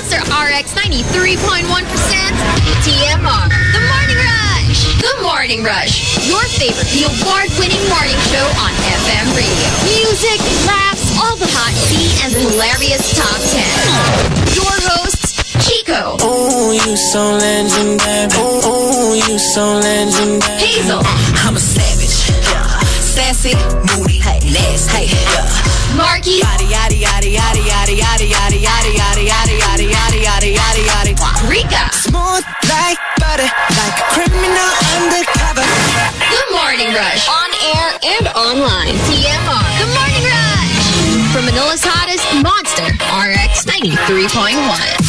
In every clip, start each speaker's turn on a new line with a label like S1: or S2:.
S1: X 93.1% TMR. The Morning Rush. The Morning Rush. Your favorite, the award-winning morning show on FM radio. Music, laughs, all the hot tea, and the hilarious top 10. Your hosts, Chico,
S2: Ooh, you so legendary. Ooh, ooh, you so legendary.
S1: Hazel,
S3: I'm a savage. Yeah. Sassy, moody, hey, nasty. Hey, yeah.
S1: Marky,
S3: Yada yada yada yada yada yada yada yada yada yada yada yada yada yada yada. Wow.
S1: Rika.
S2: Smooth like butter, like a criminal undercover.
S1: The Morning Rush. On air and online. TMR. The Morning Rush. From Manila's hottest monster, RX 93.1.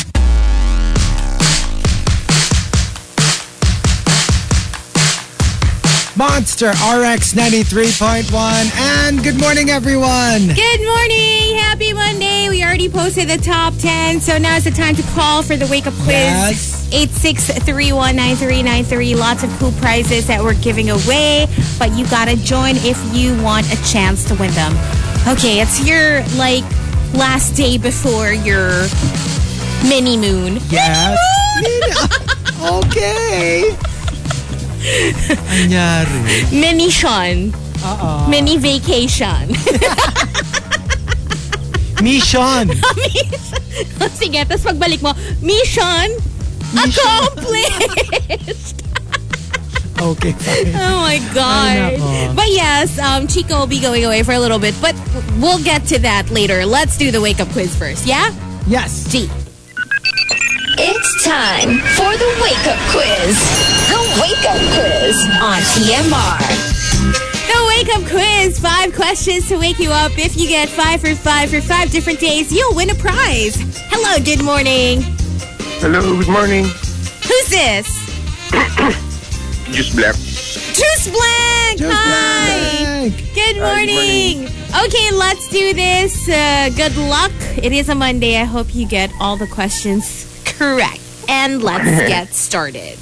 S4: Monster RX 93.1. And good morning, everyone.
S5: Good morning. Happy Monday. We already posted the top 10, so now is the time to call for the wake up quiz.
S4: Yes.
S5: Eight six three one nine three nine three. Lots of cool prizes that we're giving away, but you got to join if you want a chance to win them. Okay, it's your like last day before your mini moon.
S4: Yes. okay. Anyari.
S5: Mini Sean.
S4: Uh-oh.
S5: Mini vacation.
S4: Mission.
S5: Sige, tapos pagbalik mo, mission accomplished.
S4: Okay, fine.
S5: Oh
S4: Ay,
S5: my god.
S4: nako.
S5: But yes, um, Chico will be going away for a little bit, but we'll get to that later. Let's do the wake up quiz first, yeah?
S4: Yes.
S5: G.
S1: It's time for the wake up quiz. The wake up quiz on TMR.
S5: The wake up quiz. Five questions to wake you up. If you get five for five for five different days, you'll win a prize. Hello, good morning.
S6: Hello, good morning.
S5: Who's this?
S6: Just Black.
S5: Juice Blank.
S4: Just
S5: Hi.
S4: blank.
S5: Good
S6: Hi, good
S5: morning.
S6: morning.
S5: Okay, let's do this. Uh, good luck. It is a Monday. I hope you get all the questions correct. And let's get started.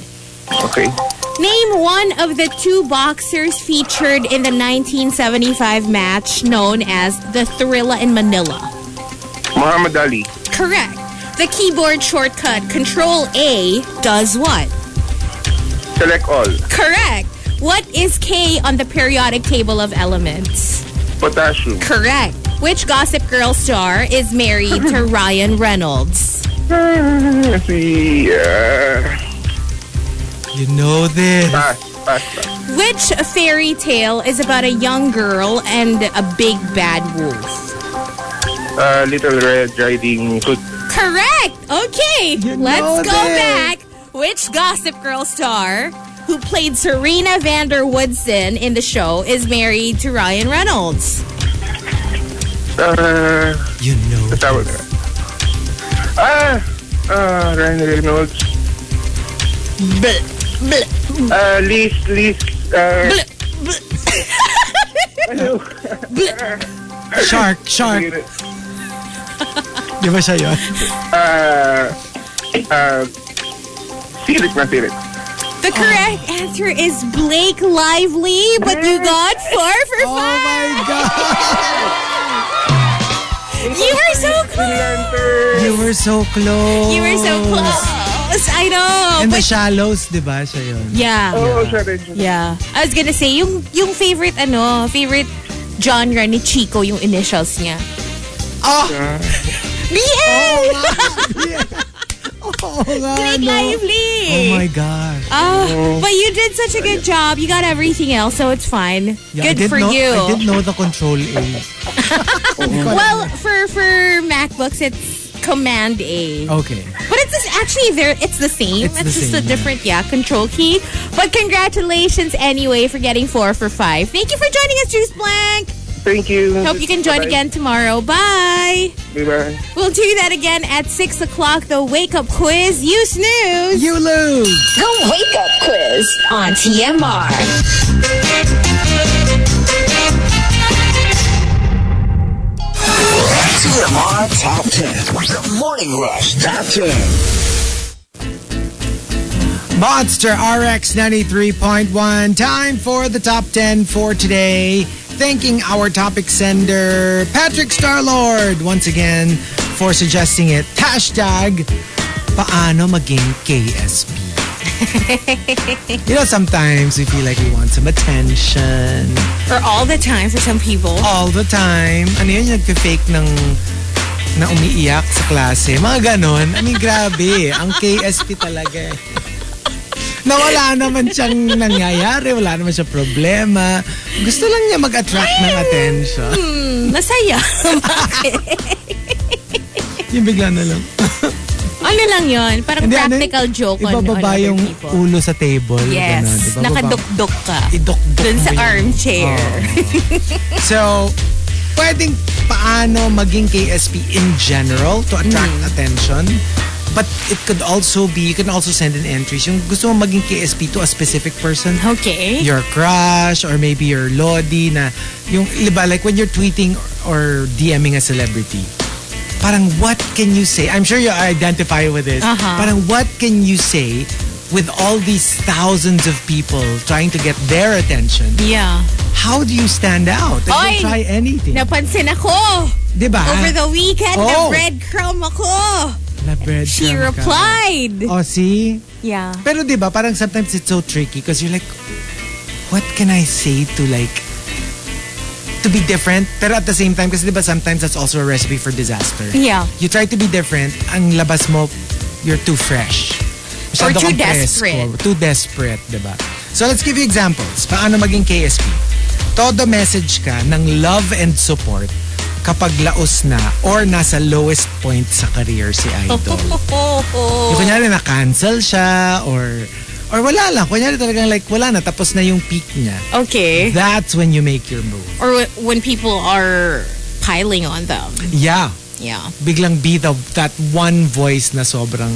S6: Okay.
S5: Name one of the two boxers featured in the 1975 match known as the Thrilla in Manila.
S6: Muhammad Ali.
S5: Correct. The keyboard shortcut Control A does what?
S6: Select all.
S5: Correct. What is K on the periodic table of elements?
S6: Potassium.
S5: Correct. Which Gossip Girl star is married to Ryan Reynolds?
S6: Let's see. Uh,
S4: You know this.
S6: pass. Pass. pass.
S5: Which fairy tale is about a young girl and a big bad wolf?
S6: Uh, Little Red Riding Hood.
S5: Correct. Okay,
S4: You know
S5: let's go
S4: this.
S5: back. Which Gossip Girl star who played Serena Vander Woodson in the show is married to Ryan Reynolds?
S6: Uh,
S4: You know.
S6: tawag na. Ah! Ah, Ryan Reynolds. Uh, Liz, Liz, uh, ano?
S4: Shark, shark. Di ba siya yun?
S6: Uh, uh, sirit na sirit.
S4: Oh.
S5: The correct answer is Blake Lively, but you got four for
S4: Oh
S5: five.
S4: my God.
S5: You were so close.
S6: Lantern.
S4: You were so close.
S5: You were so close. I know.
S4: And the
S5: but
S4: shallows, di ba siya yun?
S5: yeah.
S6: Oo, siya rin siya.
S5: Yeah. I was gonna say, yung, yung favorite, ano, favorite genre ni Chico, yung initials niya.
S4: Oh!
S5: BL!
S4: Oo Oh, nga,
S5: Blake
S4: no.
S5: Lively!
S4: Oh my God.
S5: Ah, but you did such a good job. You got everything else, so it's fine.
S4: Yeah, I
S5: good
S4: did
S5: for
S4: know,
S5: you.
S4: I did know the control A.
S5: Well, for for MacBooks, it's Command A.
S4: Okay.
S5: But it's just- actually there. It's the same.
S4: Oh. It's
S5: It's,
S4: the
S5: just
S4: same,
S5: a
S4: yeah.
S5: different yeah control key. But congratulations anyway for getting four for five. Thank you for joining us, Juice Blank.
S6: Thank you.
S5: Hope you can join
S6: Bye-bye.
S5: again tomorrow. Bye.
S6: Bye-bye.
S5: We'll do that again at six o'clock. The wake up quiz. You snooze.
S4: You lose.
S1: The wake up quiz on TMR.
S7: TMR Top 10. The Morning Rush Top 10.
S4: Monster RX 93.1. Time for the top 10 for today. Thanking our topic sender, Patrick Starlord, once again for suggesting it. Hashtag paano maging KSP. you know, sometimes we feel like we want some attention
S5: For all the time for some people.
S4: all the time. Ano yun, yung nagpe-fake ng na umiiyak sa klase. Mga ganon. I mean, grabe. Ang KSP talaga eh. Na wala naman siyang nangyayari, wala naman siya problema. Gusto lang niya mag-attract ng attention.
S5: Hmm, masaya. Bakit?
S4: Yung bigla na lang.
S5: ano lang yon Parang
S4: Hindi, ano yun?
S5: practical joke on, on
S4: Ibababa
S5: other
S4: yung
S5: people.
S4: ulo sa table. ganon,
S5: Yes.
S4: ibababa.
S5: Nakadukduk ka.
S4: Idokdok
S5: Dun sa
S4: mo yun.
S5: armchair.
S4: So, pwedeng paano maging KSP in general to attract attention. But it could also be, you can also send in entries. Yung gusto mo maging KSP to a specific person.
S5: Okay.
S4: Your crush or maybe your lodi na yung, iba, like when you're tweeting or DMing a celebrity. Parang what can you say? I'm sure you identify with this.
S5: Uh-huh.
S4: Parang what can you say with all these thousands of people trying to get their attention?
S5: Yeah.
S4: how do you stand out? And
S5: Oy!
S4: don't try anything.
S5: Napansin ako.
S4: Diba?
S5: Over the weekend,
S4: Oh.
S5: na-breadcrumb ako.
S4: Na breadcrumb
S5: She
S4: ka.
S5: replied.
S4: Oh, see?
S5: Yeah.
S4: Pero diba, parang sometimes it's so tricky because you're like, what can I say to like, to be different? Pero at the same time, kasi diba sometimes that's also a recipe for disaster.
S5: Yeah.
S4: You try to be different, ang labas mo, you're too fresh.
S5: Or
S4: Masyado
S5: too
S4: kang fresco.
S5: desperate.
S4: Too desperate, diba? So let's give you examples. Paano maging KSP? Todo message ka ng love and support kapag laos na or nasa lowest point sa career si Idol. Yung kunyari na-cancel siya or or wala lang. Kunyari talagang like wala na. Tapos na yung peak niya.
S5: Okay.
S4: That's when you make your move.
S5: Or wh- when people are piling on them.
S4: Yeah.
S5: Yeah.
S4: Biglang be the, that one voice na sobrang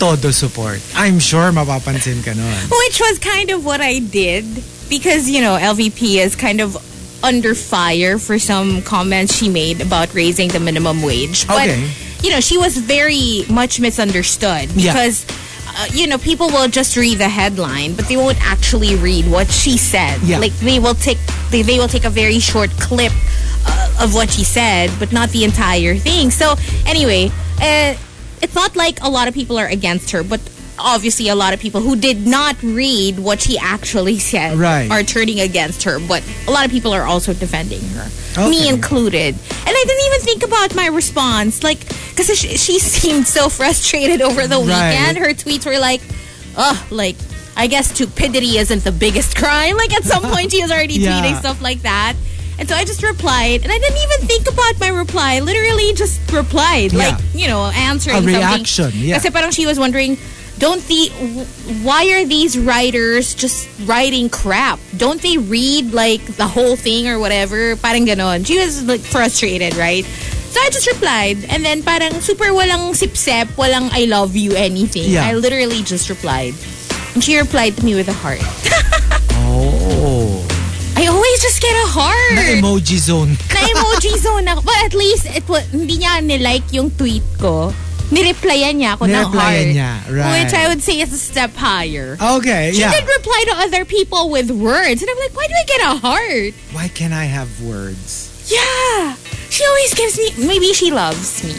S4: todo support. I'm sure mapapansin ka nun.
S5: Which was kind of what I did because, you know, LVP is kind of under fire for some comments she made about raising the minimum wage. But,
S4: Okay.
S5: you know, she was very much misunderstood
S4: Yeah.
S5: because, uh, you know, people will just read the headline, but they won't actually read what she said.
S4: Yeah.
S5: Like, they will take they, they will take a very short clip uh, of what she said, but not the entire thing. So anyway, uh, it's not like a lot of people are against her, but obviously a lot of people who did not read what she actually said
S4: Right.
S5: are turning against her. But a lot of people are also defending her,
S4: Okay.
S5: me included. And I didn't even think about my response, like because she, she seemed so frustrated over the
S4: Right.
S5: weekend. Her tweets were like, "Oh, like." I guess stupidity isn't the biggest crime. Like at some point, she was already
S4: Yeah.
S5: tweeting stuff like that. And so I just replied, and I didn't even think about my reply. Literally just replied,
S4: Yeah.
S5: like you know, answering
S4: A
S5: something.
S4: reaction, yeah.
S5: Kasi parang she was wondering, don't the w- why are these writers just writing crap? Don't they read like the whole thing or whatever? Parang ganon. She was like frustrated, right? So I just replied, and then parang super walang sip-sip, walang I love you anything.
S4: Yeah.
S5: I literally just replied, and she replied to me with a heart.
S4: Oh.
S5: I always just get a heart.
S4: Na emoji zone.
S5: Na-emoji zone ako. But at least, it wa- hindi niya nilike yung tweet ko. Nireplyan niya ako ng
S4: Nireplyan
S5: heart.
S4: niya, right.
S5: Which I would say is a step higher.
S4: Okay,
S5: She
S4: yeah.
S5: did reply to other people with words. And I'm like, why do I get a heart?
S4: Why can I have words?
S5: Yeah. She always gives me, maybe she loves me.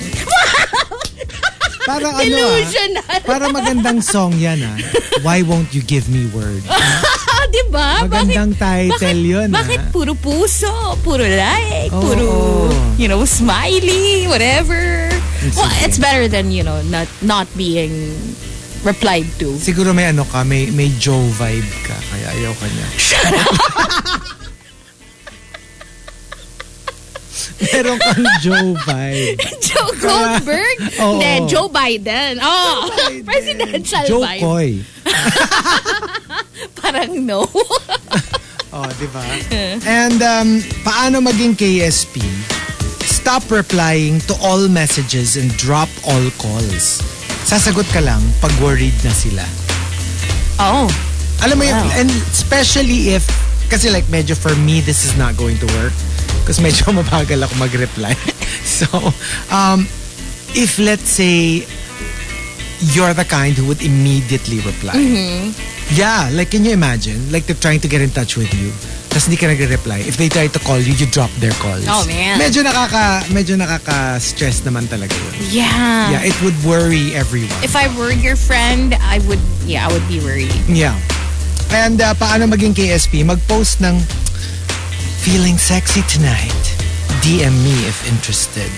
S4: Parang ano ah.
S5: Delusional.
S4: Para magandang song yan ah. Why won't you give me words?
S5: Ah, diba?
S4: Magandang title
S5: bakit,
S4: yun ah.
S5: Bakit puro puso, puro like,
S4: Oo.
S5: puro, you know, smiley, whatever. well,
S4: okay.
S5: it's better than, you know, not not being replied to.
S4: Siguro may ano ka, may, may Joe vibe ka. Kaya ayaw ka niya. Meron kang Joe vibe.
S5: Joe Goldberg?
S4: Oo.
S5: Hindi, Joe Biden. Oh, presidential
S4: Joe
S5: vibe.
S4: Coy.
S5: Parang no.
S4: Oh, di ba? And um, paano maging KSP? Stop replying to all messages and drop all calls. Sasagot ka lang pag worried na sila.
S5: oh.
S4: Alam mo yun, and especially if, kasi like medyo for me, this is not going to work. Because medyo mabagal ako mag-reply. so, um, if let's say, you're the kind who would
S5: Mm-hmm.
S4: immediately reply. Yeah, like can you imagine? Like they're trying to get in touch with you. Tapos hindi ka nagre-reply. If they try to call you, you drop their calls.
S5: Oh, man.
S4: Medyo nakaka, medyo nakaka-stress naman talaga yun.
S5: Yeah.
S4: Yeah, it would worry everyone.
S5: If I were your friend, I would, yeah, I would be worried.
S4: Yeah. And uh, paano maging KSP? Mag-post ng feeling sexy tonight. DM me if interested.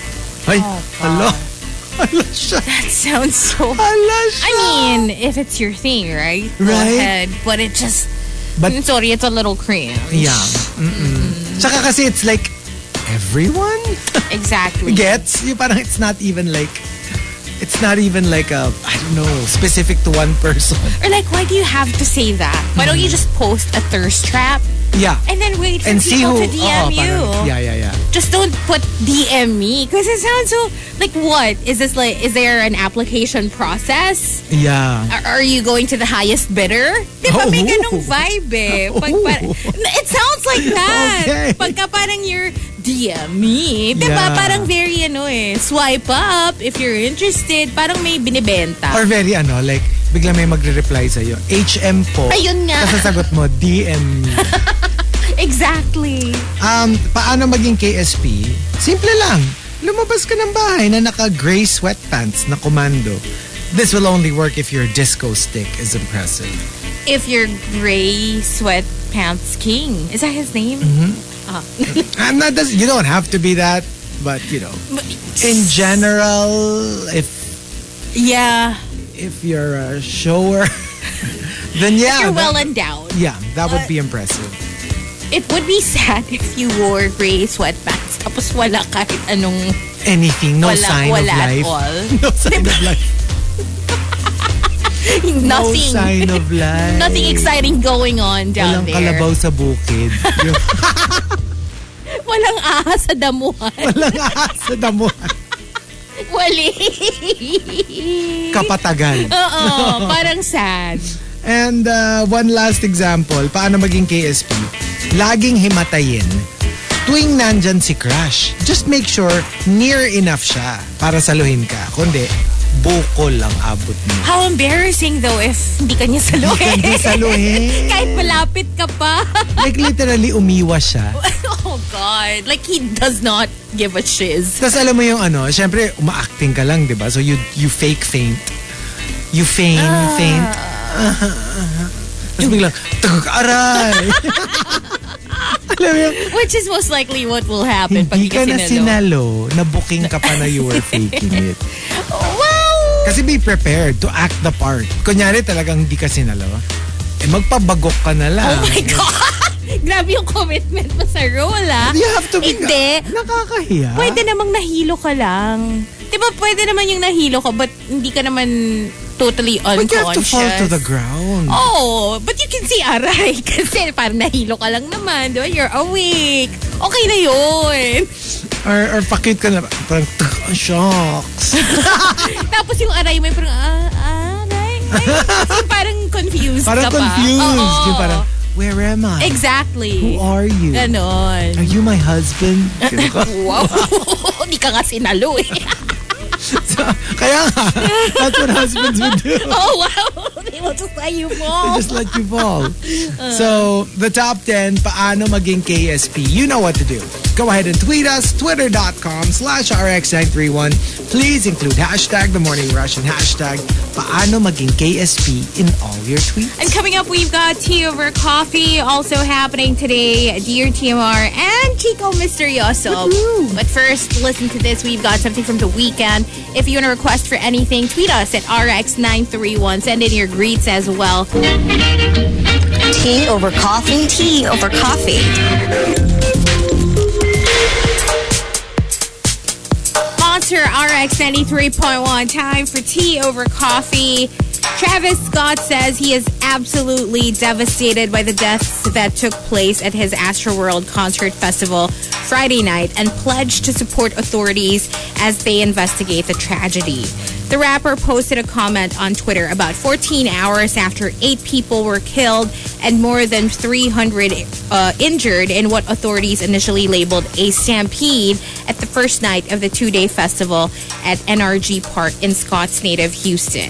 S4: Ay,
S5: Oh,
S4: hala. Hala siya.
S5: That sounds so.
S4: Hala siya.
S5: I mean, if it's your thing, right? Go
S4: Right?
S5: ahead. But it just.
S4: But-
S5: I'm sorry, it's a little cringe.
S4: Yeah. Mm-mm. Tsaka kasi it's like, everyone
S5: Exactly.
S4: gets. Yung parang it's not even like, it's not even like a, I don't know, specific to one person.
S5: Or like, why do you have to say that? Why don't you just post a thirst trap
S4: Yeah.
S5: and then wait for
S4: Mm-hmm. And see
S5: people
S4: who,
S5: to DM
S4: oo,
S5: you?
S4: parang- yeah, yeah, yeah.
S5: Just don't put DM me because it sounds so. Like, what is this? Like, is there an application process?
S4: Yeah.
S5: Are, are you going to the highest bidder? Di ba may
S4: Oh.
S5: ganong vibe eh. Pag par- it sounds like that.
S4: Okay.
S5: Pagka parang you're DM me. Di ba?
S4: Yeah.
S5: Parang very ano eh. Swipe up if you're interested. Parang may binibenta.
S4: Or very ano, like, bigla may magre-reply sa'yo, HM po.
S5: Ayun nga.
S4: Tapos sagot mo, DM.
S5: exactly.
S4: Um, paano maging KSP? Simple lang. Lumabas ka ng bahay na naka-gray sweatpants na komando. This will only work if your disco stick is impressive.
S5: If you're gray sweatpants king. Is that his name?
S4: Mm-hmm. And that does, you don't have to be that, but you know, in general, if
S5: Yeah.
S4: if you're a shower, then yeah,
S5: You're well
S4: Ah,
S5: Uh,
S4: that,
S5: endowed.
S4: yeah, that would be impressive.
S5: It would be sad if you wore gray sweatpants tapos wala kahit anong
S4: Anything, no
S5: wala,
S4: sign
S5: wala Diba?
S4: of
S5: at
S4: life,
S5: all.
S4: no sign of life, no
S5: Nothing.
S4: sign of life,
S5: Nothing exciting going on
S4: Walang
S5: down there.
S4: kalabaw sa bukid. Yung-
S5: Walang ahas sa damuhan.
S4: Walang ahas sa damuhan.
S5: Wali.
S4: Kapatagan.
S5: Oo, parang sad.
S4: And uh, one last example, paano maging KSP? Laging himatayin. Tuwing nandyan si crush, just make sure near enough siya para saluhin ka. Kundi, buko lang abot mo.
S5: How embarrassing though if hindi ka niya saluhin.
S4: Hindi saluhin.
S5: Kahit malapit ka pa.
S4: Like literally umiwa siya.
S5: oh God. Like he does not give a shiz.
S4: Tapos alam mo yung ano, syempre umaacting ka lang, 'di ba? So you you fake faint. You feign,
S5: Ah.
S4: faint. Tapos biglang, tagok, aray! alam mo yung,
S5: Which is most likely what will happen pag
S4: hindi ka na sinalo,
S5: sinalo.
S4: na booking ka pa na you were faking it.
S5: Wow!
S4: Kasi be prepared to act the part. Kunyari talagang hindi ka sinalo, eh magpabagok ka na lang.
S5: Oh my God! Grabe yung commitment mo sa role ah.
S4: You have to be...
S5: Hindi.
S4: Nakakahiya.
S5: Pwede namang nahilo ka lang. Di ba pwede naman yung nahilo ka but hindi ka naman totally
S4: But
S5: unconscious.
S4: you have to fall to the ground.
S5: Oh, but you can see aray kasi parang nahilo ka lang naman. Di ba? You're awake. Okay na yun.
S4: Or, or pakit ka na. Parang, "Tsk, ah, shocks.
S5: Tapos yung aray may parang, ah, ah, aray. Ay, Yung parang confused
S4: Parang
S5: ka pa.
S4: confused.
S5: Oo.
S4: Yung parang, where am I?
S5: Exactly.
S4: Who are you?
S5: Ganon.
S4: Are you my husband? Ganun ka.
S5: Wow. Hindi ka nga sinalo eh.
S4: Kaya nga, that's what husbands would do.
S5: Oh, wow. They will just let you
S4: They
S5: fall.
S4: just let you fall.
S5: Uh.
S4: So, the top 10, paano maging KSP? You know what to do. Go ahead and tweet us, twitter.com slash rx931. Please include hashtag the morning rush and hashtag paano maging KSP in all your tweets.
S5: And coming up, we've got Tea Over Coffee also happening today. Dear TMR and Chico Misterioso. But first, listen to this. We've got something from the weekend. If you want to request for anything, tweet us at RX931. Send in your greets as well.
S3: Tea over coffee. Tea over coffee.
S5: Monster RX 93.1. Time for tea over coffee. Travis Scott says he is absolutely devastated by the deaths that took place at his Astroworld Concert Festival Friday night and pledged to support authorities as they investigate the tragedy. The rapper posted a comment on Twitter about 14 hours after eight people were killed and more than 300 uh, injured in what authorities initially labeled a stampede at the first night of the two day festival at NRG Park in Scott's native Houston.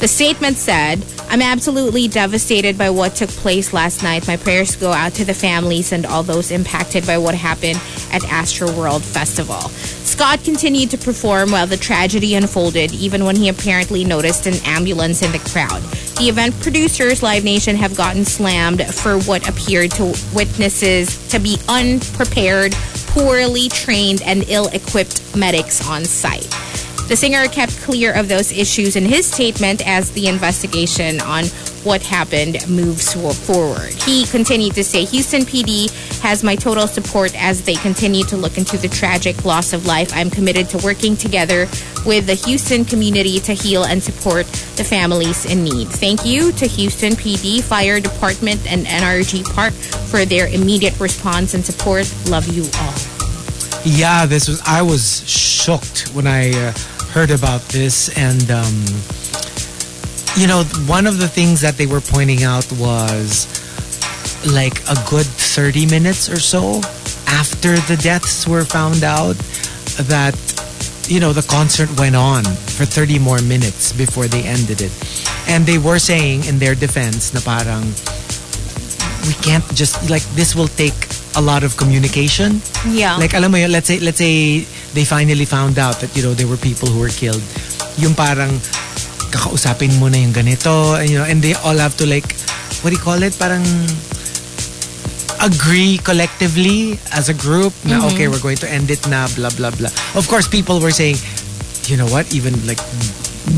S5: The statement said, I'm absolutely devastated by what took place last night. My prayers go out to the families and all those impacted by what happened at Astroworld Festival. Scott continued to perform while the tragedy unfolded, even when he apparently noticed an ambulance in the crowd. The event producers, Live Nation, have gotten slammed for what appeared to witnesses to be unprepared, poorly trained, and ill equipped medics on site. The singer kept clear of those issues in his statement as the investigation on what happened moves forward. He continued to say Houston PD has my total support as they continue to look into the tragic loss of life. I'm committed to working together with the Houston community to heal and support the families in need. Thank you to Houston PD, Fire Department, and NRG Park for their immediate response and support. Love you all.
S4: Yeah, this was. I was shocked when I uh, heard about this, and um, you know, one of the things that they were pointing out was like a good thirty minutes or so after the deaths were found out that you know the concert went on for thirty more minutes before they ended it, and they were saying in their defense, na parang we can't just like this will take a lot of communication
S5: Yeah.
S4: like alam mo yun, let's say let's say they finally found out that you know there were people who were killed. Yung parang kakausapin mo na yung ganito, and, you know, and they all have to like what do you call it? Parang agree collectively as a group na okay, we're going to end it na blah blah blah. Of course, people were saying, you know what? Even like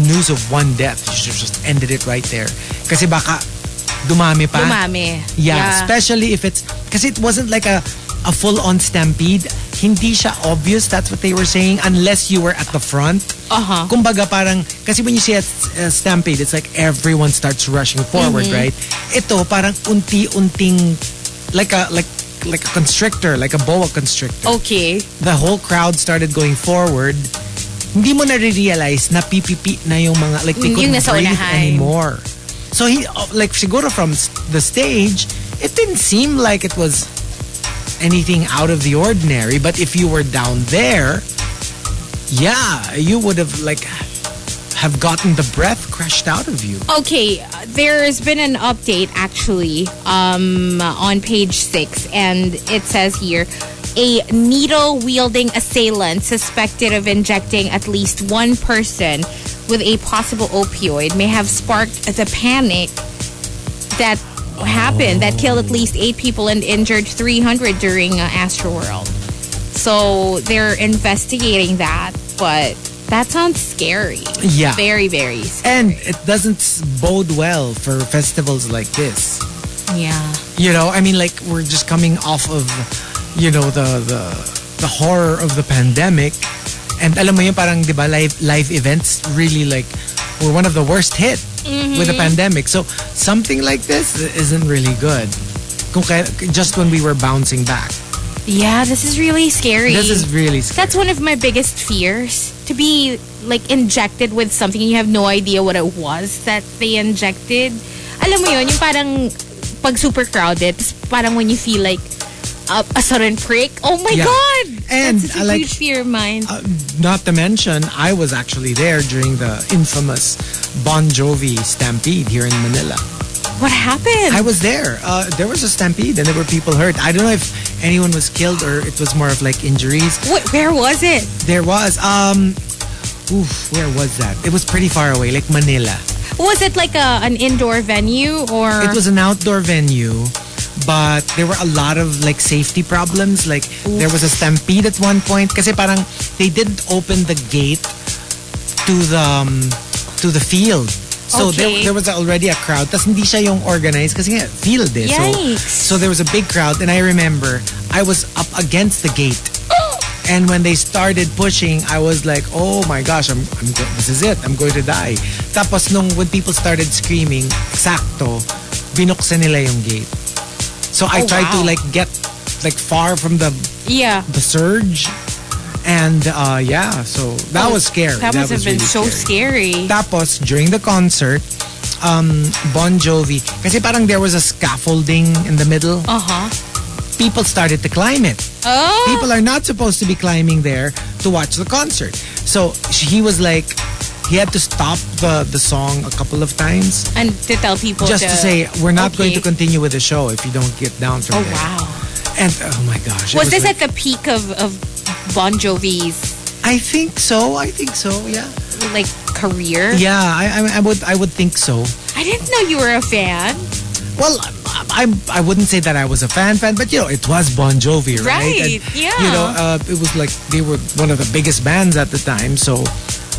S4: news of one death, you should have just ended it right there. Kasi baka dumami pa.
S5: Dumami.
S4: Yeah, especially if it's because it wasn't like a a full on stampede. Hindi siya obvious. That's what they were saying. Unless you were at the front.
S5: Uh-huh.
S4: Kumbaga parang kasi when you see a, s- a stampede, it's like everyone starts rushing forward, right? Ito parang unti-unting like a like like a constrictor, like a boa constrictor.
S5: Okay.
S4: The whole crowd started going forward. Hindi mo na-realize na pipipi na yung mga like they
S5: Yung
S4: couldn't
S5: nasa
S4: breathe
S5: unahan.
S4: anymore. So he oh, like siguro from s- the stage, it didn't seem like it was anything out of the ordinary. But if you were down there, yeah, you would have like have gotten the breath crushed out of you.
S5: Okay, uh, there's been an update actually um, on page six, and it says here a needle wielding assailant suspected of injecting at least one person with a possible opioid may have sparked the panic that happened that killed at least eight people and injured 300 during uh, Astroworld. So they're investigating that, but that sounds scary.
S4: Yeah.
S5: Very, very scary.
S4: And it doesn't s- bode well for festivals like this.
S5: Yeah.
S4: You know, I mean, like we're just coming off of, you know, the the the horror of the pandemic, and alam mo yun parang di ba live live events really like were one of the worst hit with
S5: Mm-hmm.
S4: the pandemic. So something like this isn't really good. Kung kaya, just when we were bouncing back,
S5: Yeah, this is really scary.
S4: this is really scary.
S5: That's one of my biggest fears to be like injected with something and you have no idea what it was that they injected. Alam mo yun, yung parang pag super crowded, tas parang when you feel like a, a sudden prick. Oh my
S4: Yeah.
S5: god!
S4: And
S5: That's
S4: I
S5: such a
S4: like-
S5: huge fear of mine.
S4: Uh, not to mention, I was actually there during the infamous Bon Jovi stampede here in Manila.
S5: what happened?
S4: I was there. Uh, there was a stampede and there were people hurt. I don't know if anyone was killed or it was more of like injuries.
S5: Wh- where was it?
S4: There was, um, oof, where was that? It was pretty far away, like Manila.
S5: Was it like a an indoor venue or
S4: It was an outdoor venue, but there were a lot of like safety problems. Like there was a stampede at one point kasi parang they didn't open the gate to the um, to the field. So
S5: Okay.
S4: there, there was already a crowd. Tas hindi siya yung organized kasi nga field eh.
S5: Yikes.
S4: So, so there was a big crowd and I remember I was up against the gate. And when they started pushing, I was like, "Oh my gosh, I'm, I'm go- this is it. I'm going to die." Tapos nung when people started screaming, exacto, binuksan nila yung gate. So I
S5: Oh,
S4: tried to
S5: wow.
S4: like get like far from the
S5: Yeah.
S4: the surge, and uh, yeah, so that was scary.
S5: Oh, That, must
S4: was
S5: have been
S4: really
S5: so scary.
S4: tapos, during the concert, um, Bon Jovi, kasi parang there was a scaffolding in the middle.
S5: Uh-huh.
S4: People started to climb it.
S5: Oh
S4: People are not supposed to be climbing there to watch the concert. So, sh- he was like, He had to stop the, the song a couple of times
S5: And to tell people
S4: just
S5: to,
S4: to say, we're not
S5: Okay.
S4: going to continue with the show if you don't get down from
S5: Oh
S4: there.
S5: wow!
S4: And oh my gosh. it
S5: Was this
S4: like-
S5: at the peak of of Bon Jovi's
S4: I think so. I think so. Yeah.
S5: like career?
S4: Yeah. I, I, I would. I would think so.
S5: I didn't know you were a fan.
S4: Well, I, I I wouldn't say that I was a fan fan, but you know, it was Bon Jovi, right?
S5: Right, yeah.
S4: You know, uh, it was like they were one of the biggest bands at the time, so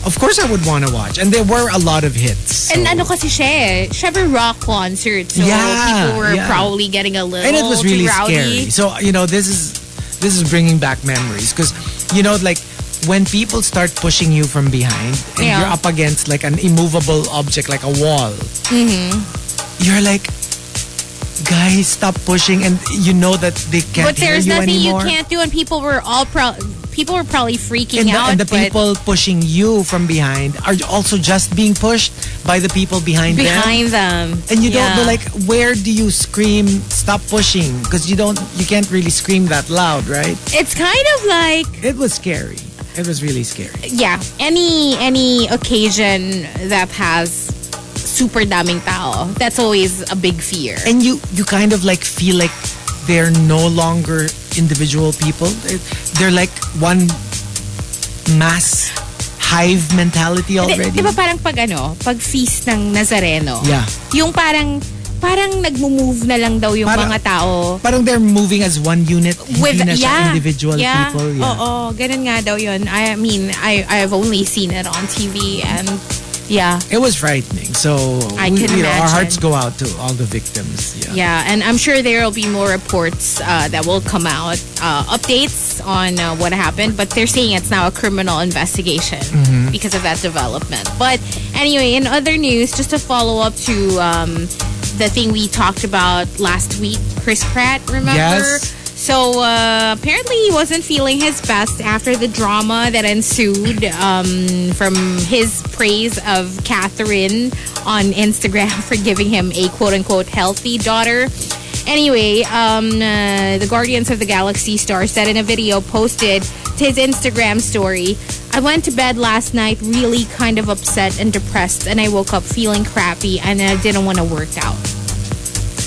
S4: of course I would want to watch. And there were a lot of hits. so-
S5: And ano kasi siya eh, siya may rock concert. So
S4: Yeah,
S5: people were
S4: yeah.
S5: probably getting a little
S4: and it was really
S5: too rowdy.
S4: scary. So you know, this is this is bringing back memories because you know, like when people start pushing you from behind and
S5: Yeah.
S4: you're up against like an immovable object, like a wall,
S5: Mm-hmm.
S4: you're like, guys, stop pushing, and you know that they can't
S5: But there's
S4: hear you
S5: nothing
S4: anymore.
S5: you can't do and people were all pro people were probably freaking
S4: and the,
S5: out.
S4: and the
S5: but
S4: people pushing you from behind are also just being pushed by the people behind, them.
S5: behind them.
S4: And you
S5: Yeah.
S4: don't know, like, where do you scream? Stop pushing, because you don't, you can't really scream that loud, right?
S5: It's kind of like
S4: It was scary. It was really scary.
S5: yeah, any any occasion that has super daming tao, that's always a big fear.
S4: And you you kind of like feel like they're no longer individual people. It- They're like one mass hive mentality
S5: Di,
S4: already.
S5: di ba parang pag ano, pag feast ng Nazareno,
S4: Yeah.
S5: yung parang parang nagmo-move na lang daw yung
S4: Parang-
S5: mga tao
S4: Parang they're moving as one unit,
S5: with
S4: hindi na siya
S5: yeah,
S4: individual
S5: yeah, Oh,
S4: people. Yeah.
S5: Oo, ganun nga daw yun. I mean, I I've only seen it on TV and yeah.
S4: It was frightening. So
S5: I
S4: we-
S5: can
S4: you know, our
S5: imagine.
S4: hearts go out to all the victims. Yeah.
S5: Yeah, and I'm sure there will be more reports uh, that will come out, uh, updates on uh, what happened. But they're saying it's now a criminal investigation
S4: Mm-hmm.
S5: because of that development. But anyway, in other news, just to follow up to um, the thing we talked about last week, Chris Pratt, remember?
S4: Yes.
S5: So uh, apparently he wasn't feeling his best after the drama that ensued um, from his praise of Catherine on Instagram for giving him a quote unquote healthy daughter. Anyway, um, uh, the Guardians of the Galaxy star said in a video posted to his Instagram story, I went to bed last night really kind of upset and depressed, and I woke up feeling crappy and I didn't want to work out.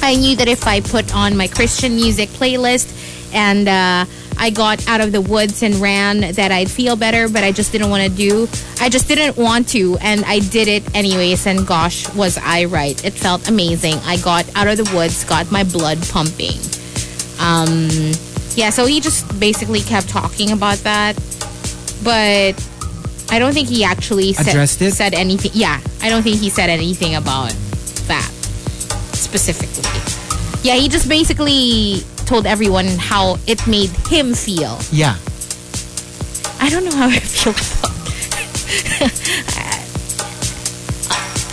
S5: I knew that if I put on my Christian music playlist and uh, I got out of the woods and ran, that I'd feel better. But I just didn't want to do. I just didn't want to, and I did it anyways. And gosh, was I right? It felt amazing. I got out of the woods, got my blood pumping. Um, yeah. So he just basically kept talking about that, but. I don't think he actually said,
S4: Addressed it?
S5: said anything. Yeah, I don't think he said anything about that specifically. Yeah, he just basically told everyone how it made him feel.
S4: Yeah.
S5: I don't know how I feel about.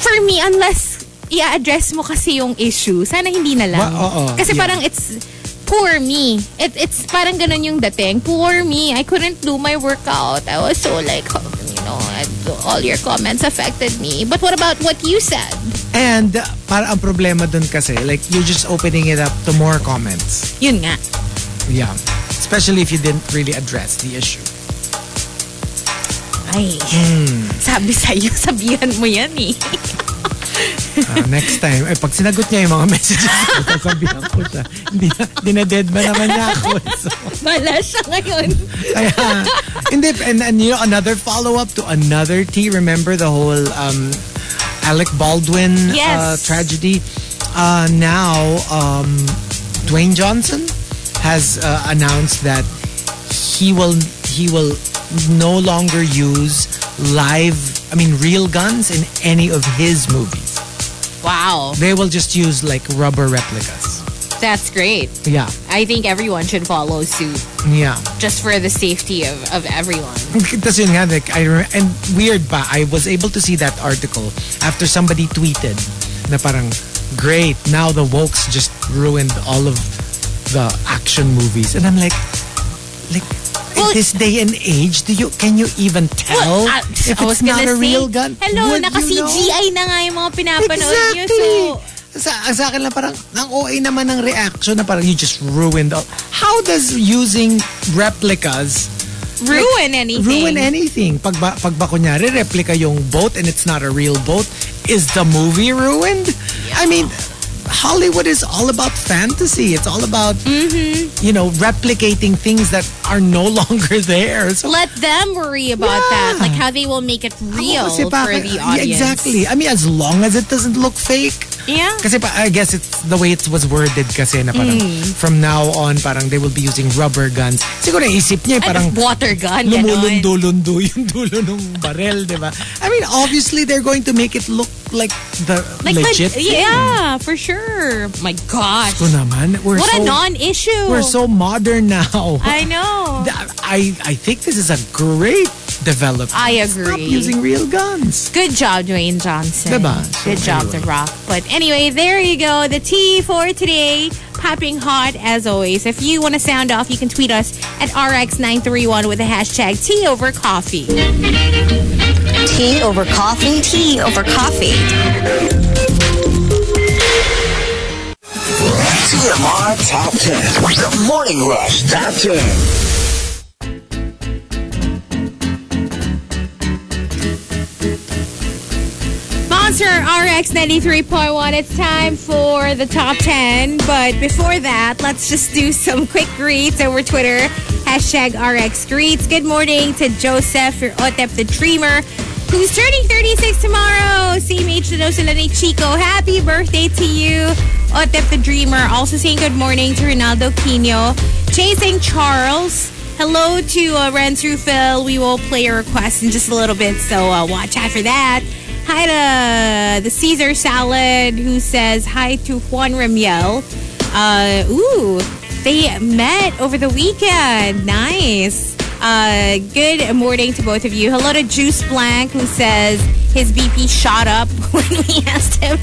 S5: For me, unless i-address mo kasi yung issue, sana hindi na lang.
S4: Wa- oo,
S5: kasi
S4: yeah.
S5: parang it's poor me. It, it's parang ganun yung dating. Poor me. I couldn't do my workout. I was so like, oh, you know, all your comments affected me. But what about what you said?
S4: And uh, para ang problema dun kasi, like you're just opening it up to more comments.
S5: Yun nga.
S4: Yeah. Especially if you didn't really address the issue.
S5: Ay,
S4: Hmm.
S5: sabi sa'yo, sabihan mo yan eh.
S4: Ah, next time, eh, pag sinagot niya yung mga messages ko, sasabihan ko siya. Hindi na, dinededma naman niya ako. So,
S5: Bala siya ngayon.
S4: kaya, hindi, and, and you know, another follow-up to another tea. Remember the whole um, Alec Baldwin
S5: Yes.
S4: uh, tragedy? Uh, now, um, Dwayne Johnson has uh, announced that he will he will no longer use live, I mean, real guns in any of his movies.
S5: Wow,
S4: They will just use like rubber replicas.
S5: that's great.
S4: Yeah,
S5: I think everyone should follow suit
S4: yeah.
S5: just for the safety of, of everyone.
S4: Tapos yun nga, like, I rem- and weird pa, I was able to see that article after somebody tweeted na parang, great, now the wokes just ruined all of the action movies. And I'm like, like, in
S5: Well-
S4: this day and age, do you can you even tell
S5: Well, I-
S4: if
S5: I
S4: it's
S5: was
S4: not a
S5: gonna say,
S4: real gun?
S5: Hello,
S4: Would
S5: naka
S4: you know?
S5: CGI na nga yung mga pinapanood
S4: Exactly.
S5: niyo. So,
S4: sa, sa akin lang parang, ang OA naman ng reaction na parang you just ruined all. How does using replicas
S5: Ruin anything.
S4: ruin anything. Pag ba, pag ba kunyari, replica yung boat and it's not a real boat, is the movie ruined? I mean, Hollywood is all about fantasy. It's all about,
S5: Mm-hmm.
S4: you know, replicating things that are no longer there. So,
S5: Let them worry about
S4: Yeah.
S5: that, like how they will make it real
S4: kasi
S5: for
S4: pa-
S5: the
S4: yeah,
S5: audience.
S4: Exactly. I mean, as long as it doesn't look fake.
S5: Yeah.
S4: Kasi pa, I guess it's the way it was worded kasi na parang
S5: Mm.
S4: from now on, parang they will be using rubber guns. Siguro naisip niya eh,
S5: Ay,
S4: parang
S5: water gun, ganon.
S4: lumulundo-lundo yung dulo ng barrel, di ba? I mean, obviously, they're going to make it look like the
S5: Like,
S4: legit
S5: but-
S4: thing.
S5: yeah, for sure. My gosh.
S4: Ito naman, we're
S5: What
S4: so,
S5: a non-issue.
S4: We're so modern now.
S5: I know.
S4: I, I think this is a great development.
S5: I
S4: Stop
S5: agree.
S4: using real guns.
S5: Good job, Dwayne Johnson.
S4: Diba?
S5: Good
S4: So,
S5: job,
S4: anyway.
S5: The Rock. But anyway, there you go. The tea for today. Popping hot as always. If you want to sound off, you can tweet us at RX931 with the hashtag tea over coffee.
S3: Tea over coffee? Tea over coffee.
S7: TMR Top 10. The Morning Rush Top 10.
S5: Monster RX 93.1. It's time for the top 10. But before that, let's just do some quick greets over Twitter. Hashtag RX greets. Good morning to Joseph or Otep the Dreamer, who's turning 36 tomorrow. CMH na daw sila ni Chico. Happy birthday to you, Otep the Dreamer. Also saying good morning to Ronaldo Quino. Chasing Charles. Hello to uh, Renz Rufil. We will play your request in just a little bit, so uh, watch out for that. Hi to the Caesar salad who says hi to Juan Ramiel. Uh, ooh, they met over the weekend. Nice. Uh, good morning to both of you. Hello to Juice Blank who says his BP shot up when we asked him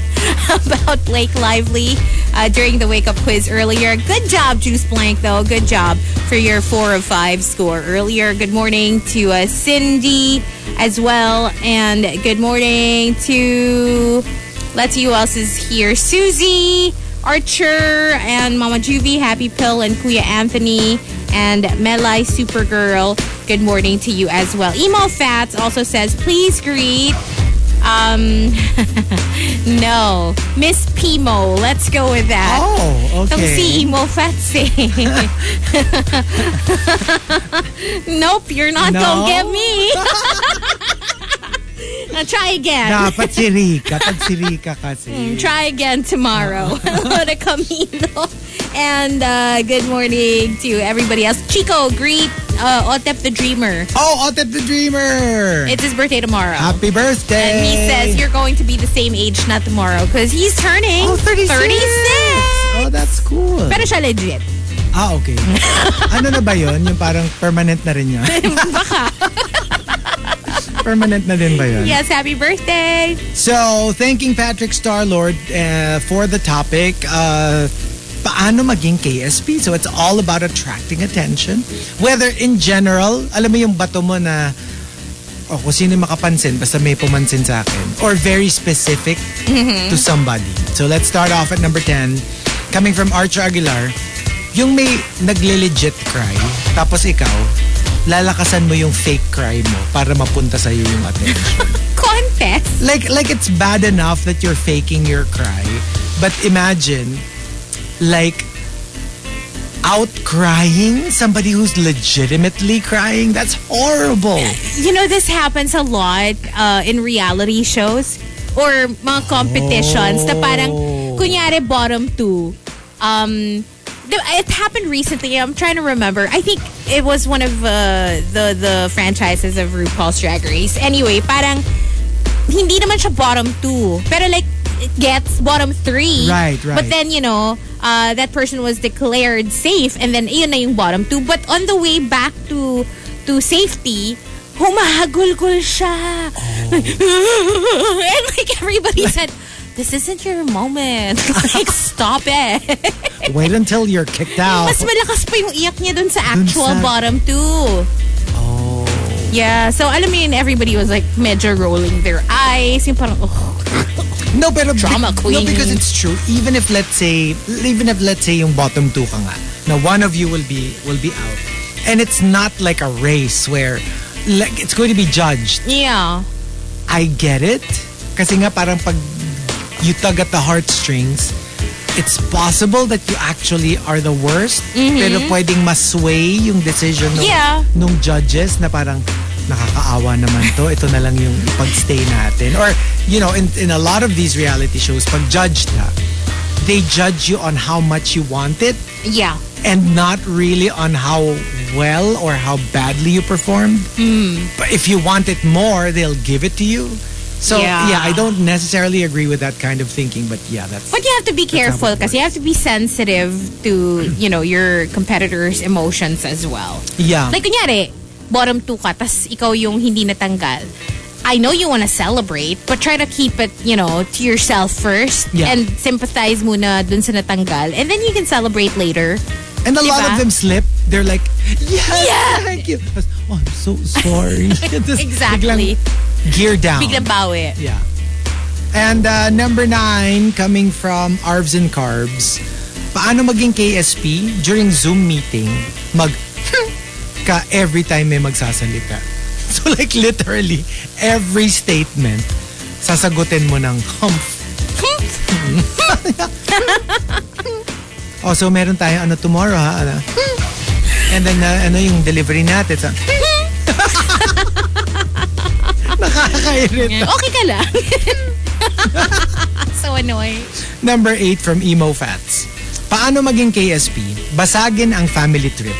S5: about Blake Lively uh, during the wake up quiz earlier. Good job, Juice Blank, though. Good job for your four of five score earlier. Good morning to uh, Cindy as well. And good morning to, let's see who else is here. Susie, Archer, and Mama Juvie, Happy Pill, and Kuya Anthony, and Melai Supergirl. Good morning to you as well. Emo Fats also says, please greet um, no. Miss Pimo. Let's go with that.
S4: Oh,
S5: Itong
S4: okay.
S5: si Imo Fatsi. nope, you're not
S4: No?
S5: gonna get me. now try again.
S4: Dapat si Rika. Pag si Rika kasi.
S5: Mm, Try again tomorrow. Hello to Camino. And uh, good morning to everybody else. Chico, greet uh, Otep the Dreamer.
S4: Oh, Otep the Dreamer.
S5: It's his birthday tomorrow.
S4: Happy birthday.
S5: And he says you're going to be the same age na tomorrow because he's turning
S4: oh, 36.
S5: 36.
S4: Oh, that's cool.
S5: Pero siya legit.
S4: ah, okay. ano na ba yun? Yung parang permanent na rin yun? permanent na din ba yun?
S5: Yes, happy birthday.
S4: So, thanking Patrick Starlord uh, for the topic. Uh, paano maging KSP? So, it's all about attracting attention. Whether in general, alam mo yung bato mo na oh, kung sino yung makapansin, basta may pumansin sa akin. Or very specific to somebody. So, let's start off at number 10. Coming from Archer Aguilar, yung may nagle-legit cry, tapos ikaw, lalakasan mo yung fake cry mo para mapunta sa'yo yung attention
S5: Contest.
S4: like like it's bad enough that you're faking your cry, but imagine like out crying somebody who's legitimately crying. That's horrible.
S5: You know, this happens a lot uh, in reality shows or mga competitions na parang, kunyari, bottom two. Um, the- it happened recently. I'm trying to remember. I think it was one of uh, the the franchises of RuPaul's Drag Race. Anyway, parang hindi naman siya bottom two. Pero like, it gets bottom three.
S4: Right, right.
S5: But then, you know, uh, that person was declared safe and then iyon na yung bottom two. But on the way back to to safety, humahagulgul siya.
S4: Oh.
S5: and like everybody said, this isn't your moment. like, stop it.
S4: Wait until you're kicked out.
S5: Mas malakas pa yung iyak niya dun sa actual
S4: sa- Oh.
S5: bottom two. Yeah, so alam mo yun, everybody was like medyo rolling their eyes. Yung parang, oh,
S4: No, pero
S5: Drama
S4: No,
S5: queen.
S4: because it's true. Even if let's say, even if let's say yung bottom two ka nga, na one of you will be will be out. And it's not like a race where like it's going to be judged.
S5: Yeah.
S4: I get it. Kasi nga parang pag you tug at the heartstrings, it's possible that you actually are the worst. Pero pwedeng masway yung decision nung,
S5: Yeah.
S4: nung judges na parang nakakaawa naman to. Ito na lang yung pagstay natin. Or, you know, in, in a lot of these reality shows, pag judged na, they judge you on how much you want it
S5: Yeah.
S4: and not really on how well or how badly you performed.
S5: Hmm.
S4: But if you want it more, they'll give it to you. So yeah.
S5: Yeah.
S4: I don't necessarily agree with that kind of thinking, but yeah, that's
S5: But you have to be careful because you have to be sensitive to, you know, your competitors' emotions as well.
S4: yeah.
S5: Like, kunyari, bottom two ka, tas ikaw yung hindi natanggal. I know you want to celebrate, but try to keep it, you know, to yourself first
S4: Yeah.
S5: and sympathize muna dun sa natanggal. And then you can celebrate later.
S4: and a lot
S5: diba?
S4: of them slip. They're like, yes,
S5: Yeah.
S4: thank you. Tapos, Oh, I'm so sorry. Tapos
S5: Exactly.
S4: biglang Gear down.
S5: Biglang bawi.
S4: Yeah. And uh, number nine, coming from Arvs and Carbs, paano maging KSP during Zoom meeting, mag ka every time may magsasalita. So like literally, every statement, sasagutin mo ng humph. oh, so meron tayong ano tomorrow ha? Ano? And then uh, ano yung delivery natin? So, nakakairit.
S5: Okay ka lang. so annoying.
S4: Number 8 from Emo Fats. Paano maging KSP? Basagin ang family trip.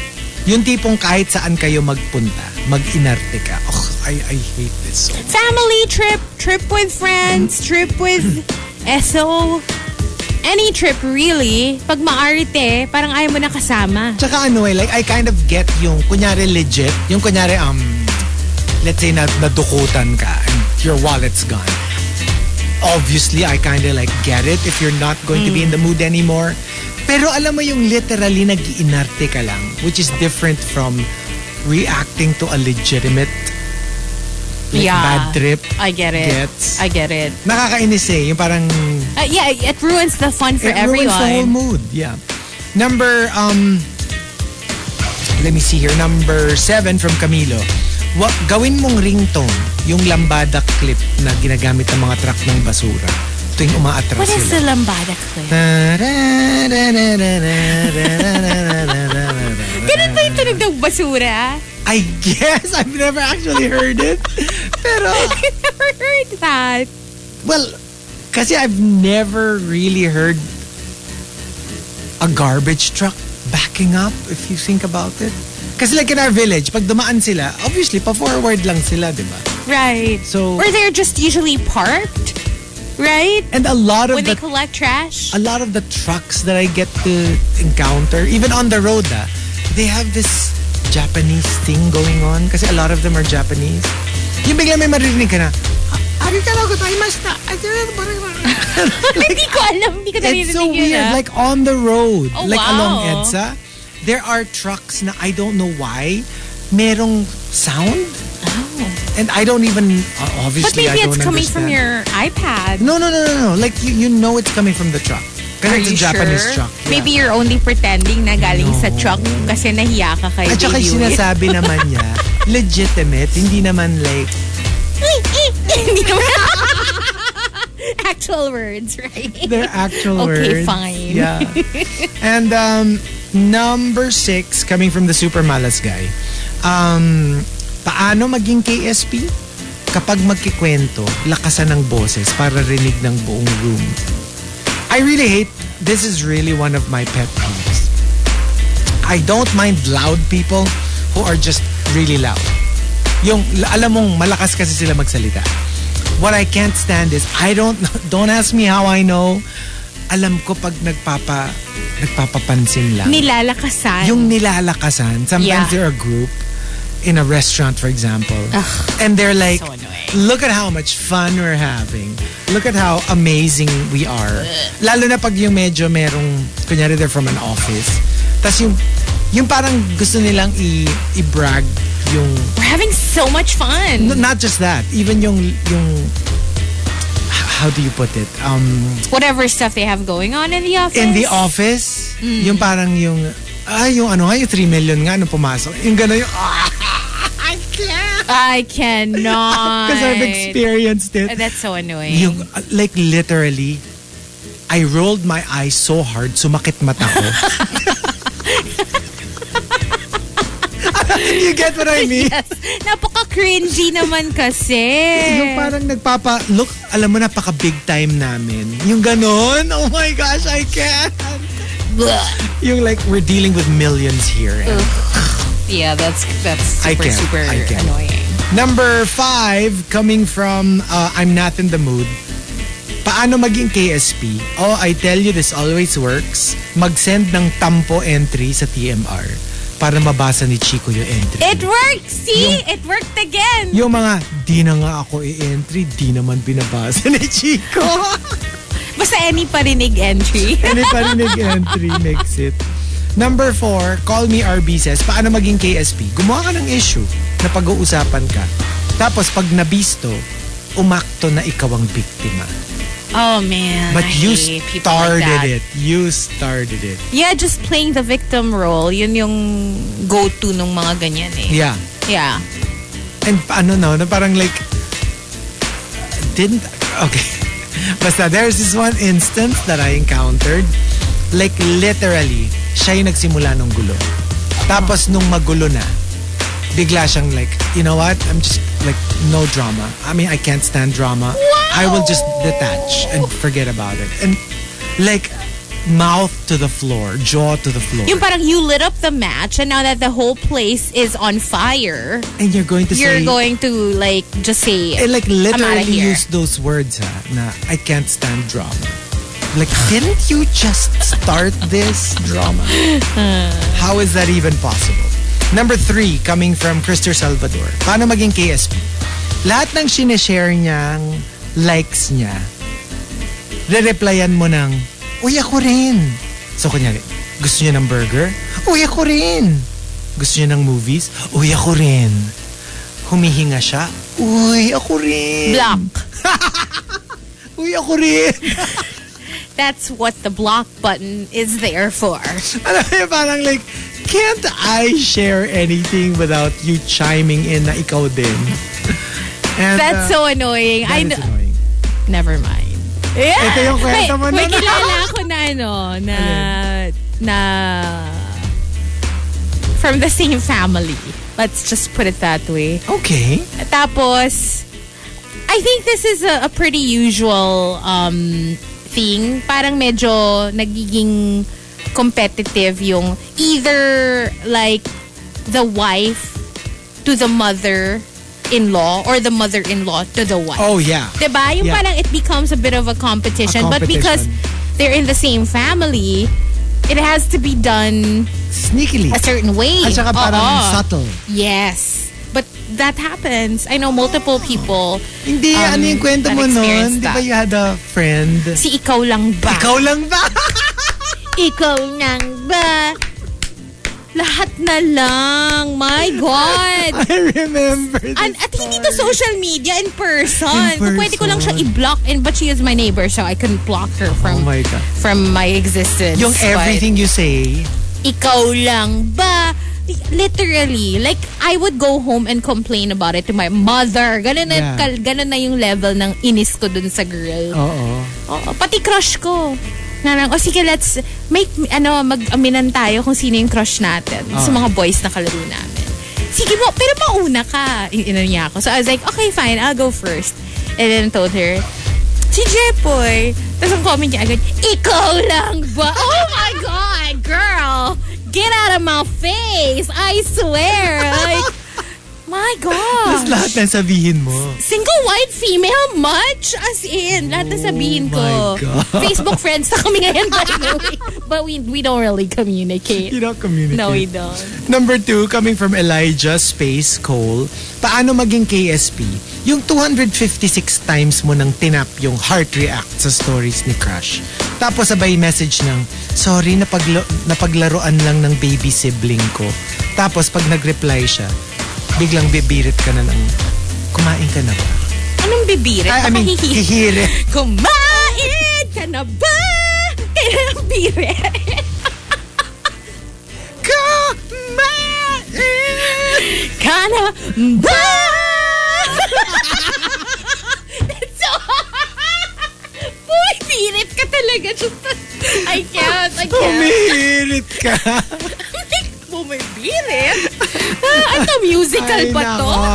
S4: Yung tipong kahit saan kayo magpunta, mag-inarte ka. Oh, I, I hate this so
S5: Family trip, trip with friends, trip with SO. Any trip really, pag maarte, parang ayaw mo na kasama.
S4: Tsaka ano eh, like I kind of get yung kunyari legit, yung kunyari um let's say na nadukutan ka and your wallet's gone. Obviously, I kind of like get it if you're not going to be in the mood anymore. Pero alam mo yung literally nag-iinarte ka lang, which is different from reacting to a legitimate like,
S5: Yeah.
S4: bad trip.
S5: I get it.
S4: Gets.
S5: I get it.
S4: Nakakainis eh, yung parang
S5: Uh, yeah, it ruins the fun for
S4: it
S5: everyone.
S4: ruins the whole mood. Yeah. Number um let me see here. Number seven from Camilo. Wa, gawin mong ringtone yung lambada clip na ginagamit ng mga truck ng basura tuwing umaatras
S5: What
S4: sila.
S5: is the lambada clip? Ganun ba yung tunog ng basura?
S4: I guess I've never actually heard it. Pero
S5: I never heard that.
S4: Well, kasi I've never really heard a garbage truck backing up if you think about it. Kasi like in our village, pag dumaan sila, obviously, pa-forward lang sila, di ba?
S5: Right.
S4: So-
S5: or they're just usually parked, right?
S4: And a lot of
S5: When
S4: the
S5: they collect trash.
S4: a lot of the trucks that I get to encounter, even on the road, ah, they have this Japanese thing going on kasi a lot of them are Japanese. Yung bigla may maririnig ka na, "Ah, arigatou gozaimashita."
S5: hindi ko alam. Hindi ko
S4: It's
S5: naririnig
S4: so
S5: yun,
S4: weird.
S5: ah.
S4: Like on the road,
S5: Oh,
S4: like
S5: wow.
S4: along EDSA, there are trucks na I don't know why merong sound. And I don't even uh,
S5: Oh. But
S4: obviously
S5: maybe
S4: I
S5: it's
S4: don't
S5: coming from
S4: understand. Hmm?
S5: your iPad.
S4: No, no, no, no, no. Like you, you know it's coming from the truck.
S5: Are
S4: Kasi it's
S5: you
S4: a Japanese
S5: sure?
S4: truck. Yeah.
S5: Maybe you're only pretending na galing sa
S4: No.
S5: truck kasi nahiya ka kay
S4: At saka
S5: Baby
S4: yung
S5: Will.
S4: sinasabi naman niya, legitimate, hindi naman like,
S5: eh, Hindi naman. Actual words, right?
S4: their actual
S5: Okay,
S4: words.
S5: fine.
S4: Yeah. and um, number six, coming from the super malas guy. Um, paano maging KSP? Kapag magkikwento, lakasan ng boses para rinig ng buong room. I really hate, this is really one of my pet peeves. I don't mind loud people who are just really loud. Yung, alam mong, malakas kasi sila magsalita. What I can't stand is, I don't, don't ask me how I know. Alam ko pag nagpapa, nagpapapansin lang.
S5: Nilalakasan.
S4: Yung nilalakasan, sometimes
S5: Yeah.
S4: they're a group in a restaurant, for example. and they're like,
S5: so annoying.
S4: look at how much fun we're having. Look at how amazing we are. Lalo na pag yung medyo merong, kunyari they're from an office. Tapos yung, yung parang gusto nilang i- i-brag yung,
S5: We're having so much fun.
S4: n- not just that, even yung, yung, h- how do you put it? Um,
S5: Whatever stuff they have going on in the office. Mm.
S4: in the office, yung parang yung Ay, yung ano nga, yung 3 million nga nung pumasok. Yung gano'n yung, ah, I can't.
S5: I cannot.
S4: Because I've experienced it.
S5: That's so annoying.
S4: Yung, uh, like literally, I rolled my eyes so hard, sumakit mata ko. you get what I mean?
S5: yes. Napaka-cringy naman kasi.
S4: Yung parang nagpapa, look, alam mo, napaka big time namin. Yung ganon, oh my gosh, I can't. Yung like, we're dealing with millions here. And
S5: Yeah, that's that's
S4: I
S5: super
S4: can't.
S5: super
S4: I can't.
S5: annoying.
S4: Number five, coming from uh, I'm Not in the Mood. Paano maging KSP? Oh, I tell you, this always works. Mag-send ng tampo entry sa TMR para mabasa ni Chico yung entry.
S5: It worked. See? it worked again.
S4: yung mga, di na nga ako i-entry, di naman binabasa ni Chico.
S5: Basta any parinig entry.
S4: Any parinig entry makes it. Number four, Call Me RB says, paano maging KSP? Gumawa ka ng issue na pag-uusapan ka. Tapos pag nabisto, umakto na ikaw ang biktima.
S5: Oh man.
S4: But
S5: I
S4: you
S5: hate people like
S4: started it.
S5: that.
S4: You started it.
S5: Yeah, just playing the victim role. Yun yung go-to ng mga ganyan eh.
S4: Yeah.
S5: Yeah.
S4: And ano no, na parang like, didn't, okay. Basta, there's this one instance that I encountered. Like, literally, siya yung nagsimula nung gulo. Tapos, nung magulo na, bigla siyang like, you know what? I'm just, like, no drama. I mean, I can't stand drama. I will just detach and forget about it. And, like, mouth to the floor, jaw to the floor.
S5: Yung parang you lit up the match and now that the whole place is on fire,
S4: and you're going to
S5: you're
S4: say,
S5: going to like just say
S4: And like
S5: I'm outta
S4: literally
S5: here.
S4: use those words ha, na I can't stand drama. Like, didn't you just start this drama? How is that even possible? Number three, coming from Christopher Salvador. Paano maging KSP? Lahat ng sineshare niyang likes niya, re-replyan mo ng, Uy, ako rin. So, kunyari, gusto niya ng burger? Uy, ako rin. Gusto niya ng movies? Uy, ako rin. Humihinga siya? Uy, ako rin.
S5: block.
S4: Uy, ako rin.
S5: That's what the block button is there for.
S4: Alam mo yun, parang like, can't I share anything without you chiming in na ikaw din? And,
S5: That's so annoying. I
S4: I
S5: know.
S4: annoying.
S5: Never mind. Yeah.
S4: Ito yung kwento
S5: May-
S4: mo
S5: May
S4: nun.
S5: kilala ako na ano, na, na, from the same family. Let's just put it that way.
S4: Okay.
S5: Tapos, I think this is a, a pretty usual um, thing. Parang medyo nagiging competitive yung either like the wife to the mother-in-law or the mother-in-law to the wife.
S4: Oh, yeah.
S5: Diba? Yung
S4: Yeah.
S5: parang it becomes a bit of a competition.
S4: A
S5: But because they're in the same family, it has to be done
S4: Sneakily.
S5: a certain way.
S4: At saka parang
S5: Oo.
S4: subtle.
S5: Yes. But that happens. I know multiple people.
S4: Hindi,
S5: Um,
S4: ano yung kwento
S5: I've
S4: mo nun?
S5: experienced
S4: Di ba
S5: that.
S4: you had a friend?
S5: Si ikaw lang ba?
S4: Ikaw lang ba?
S5: Ikaw lang ba? Lahat na lang. My God.
S4: I remember this.
S5: An- at hindi to social media, in person.
S4: In
S5: Kung Pwede ko lang siya
S4: person.
S5: i-block. And, but she is my neighbor, so I couldn't block her
S4: oh
S5: from
S4: my God.
S5: from my existence.
S4: Yung
S5: But
S4: everything you say,
S5: ikaw lang ba? Literally, like, I would go home and complain about it to my mother. Ganun na,
S4: Yeah.
S5: kal- ganun na yung level ng inis ko dun sa girl.
S4: oo.
S5: Oo, pati crush ko. Na lang, o sige, let's make, ano, mag-aminan tayo kung sino yung crush natin sa mga boys na kalaro namin. Sige mo, pero mauna ka. Inano niya ako. So I was like, okay, fine, I'll go first. And then I told her, si Jepoy. Tapos ang comment niya agad, ikaw lang ba? Oh my God, girl! Get out of my face! I swear! Like, my
S4: Tapos
S5: God!
S4: lahat na sabihin mo.
S5: Single white female much? As in, lahat na sabihin ko.
S4: Oh my God.
S5: Facebook friends na kami ngayon, by the way. But we, we don't really communicate.
S4: You don't communicate.
S5: No, we don't.
S4: Number two, coming from Elijah Space Cole, paano maging KSP? Yung 256 times mo nang tinap yung heart react sa stories ni Crush. Tapos sabay message ng, sorry, napaglo- napaglaruan lang ng baby sibling ko. Tapos pag nag-reply siya, biglang bibirit ka na ng, kumain ka na ba?
S5: Anong bibirit?
S4: I, I mean, hihirit.
S5: Kumain ka na ba? Kaya ang birit. Kana ba? That's so Boy, pilit ka talaga. Just, I can't, I can't.
S4: Humihirit ka.
S5: Bumibirit? Ah, Ano, musical
S4: Ay,
S5: ba to?
S4: nako.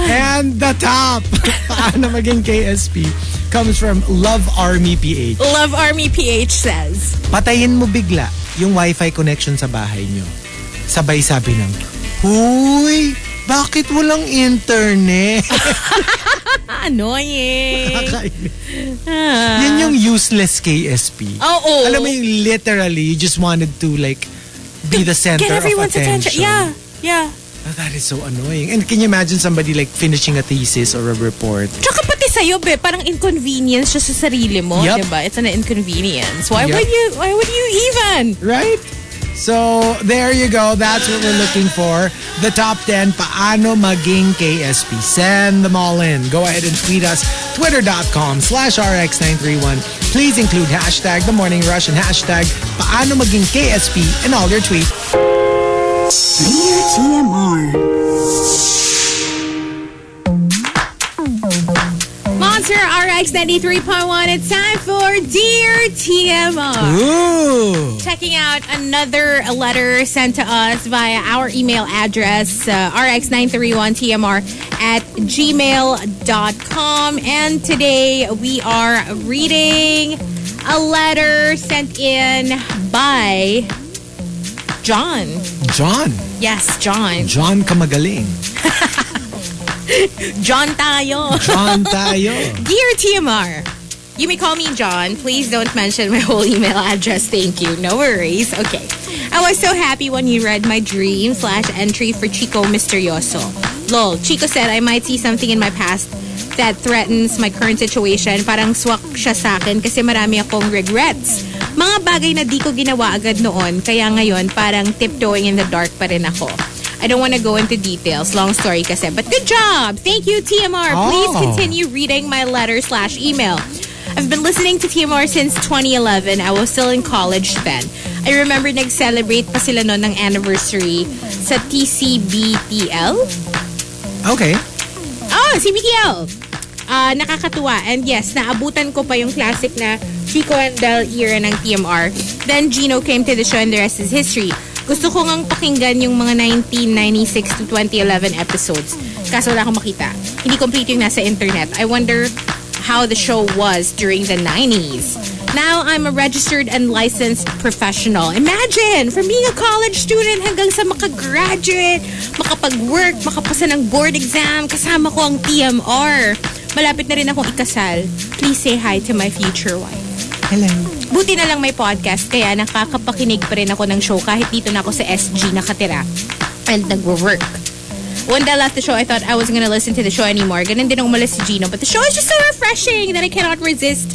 S4: And the top, paano maging KSP, comes from Love Army PH.
S5: Love Army PH says.
S4: Patayin mo bigla yung wifi connection sa bahay nyo. Sabay sabi ng, Huy, bakit walang internet?
S5: Annoying.
S4: Kakainis.
S5: Ah.
S4: Yan yung useless KSP.
S5: Oo.
S4: Alam mo yung literally, you just wanted to like be the center
S5: Get everyone's
S4: of attention.
S5: attention. Yeah, yeah.
S4: Oh, that is so annoying. And can you imagine somebody like finishing a thesis or a report?
S5: Tsaka pati sa'yo, be, parang inconvenience siya sa sarili mo,
S4: Yup.
S5: diba? It's an inconvenience. Why
S4: Yup.
S5: would you, why would you even?
S4: Right? So, there you go. That's what we're looking for. The top 10, paano maging KSP. Send them all in. Go ahead and tweet us. Twitter.com slash RX931. Please include hashtag The Morning Rush and hashtag paano maging KSP in all your tweets.
S8: Dear TMR.
S5: Monster RX 93.1, it's time for Dear TMR.
S4: Ooh.
S5: Checking out another letter sent to us via our email address, uh, rx931tmr at gmail.com. And today we are reading a letter sent in by John.
S4: John.
S5: Yes, John.
S4: John Kamagaling.
S5: John tayo.
S4: John tayo.
S5: Dear TMR, you may call me John. Please don't mention my whole email address. Thank you. No worries. Okay. I was so happy when you read my dream slash entry for Chico Misterioso. Lol, Chico said I might see something in my past that threatens my current situation. Parang swak siya sa akin kasi marami akong regrets. Mga bagay na di ko ginawa agad noon, kaya ngayon parang tiptoeing in the dark pa rin ako. I don't want to go into details. Long story kasi. But good job! Thank you, TMR. Please
S4: Oh.
S5: continue continue reading my letter slash email. I've been listening to TMR since 2011. I was still in college then. I remember nag-celebrate pa sila noon ng anniversary sa TCBTL.
S4: Okay.
S5: Oh, CBTL! Ah, nakakatuwa. And yes, naabutan ko pa yung classic na Chico and Del era ng TMR. Then Gino came to the show and the rest is history. Gusto ko ngang pakinggan yung mga 1996 to 2011 episodes. Kaso wala akong makita. Hindi complete yung nasa internet. I wonder how the show was during the 90s. Now I'm a registered and licensed professional. Imagine, from being a college student hanggang sa makagraduate, makapag-work, makapasa ng board exam, kasama ko ang TMR. Malapit na rin akong ikasal. Please say hi to my future wife. Buti na lang may podcast kaya nakakapakinig pa rin ako ng show kahit dito na ako sa SG nakatira and nagwo-work. One day left the show, I thought I wasn't gonna listen to the show anymore. Ganun din ang umalis si Gino. But the show is just so refreshing that I cannot resist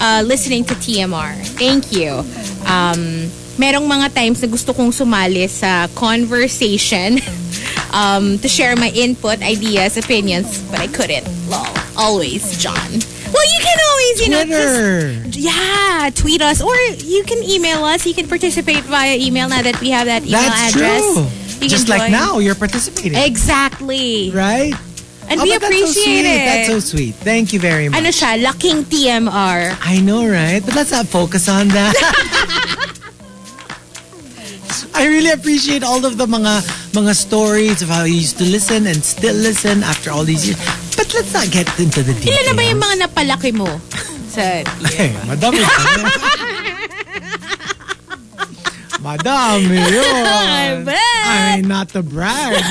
S5: uh, listening to TMR. Thank you. Um, merong mga times na gusto kong sumali sa conversation um, to share my input, ideas, opinions, but I couldn't. Lol. Always, John. Well, you can always, you know, just
S4: Twitter.
S5: yeah, tweet us or you can email us. You can participate via email now that we have that email
S4: That's
S5: address.
S4: true.
S5: You
S4: Just
S5: can
S4: like
S5: join.
S4: now, you're participating.
S5: Exactly.
S4: Right?
S5: And
S4: Oh,
S5: we
S4: but
S5: appreciate it.
S4: that's so sweet. That's so sweet. Thank you very much.
S5: ano siya, laking TMR.
S4: I know, right? But let's not focus on that. I really appreciate all of the mga mga stories of how you used to listen and still listen after all these years. But let's not get into the details.
S5: Ilan na ba yung mga napalaki mo? Sa,
S4: Eh, madami. pa yun. madami yun.
S5: bet.
S4: I mean, not to brag.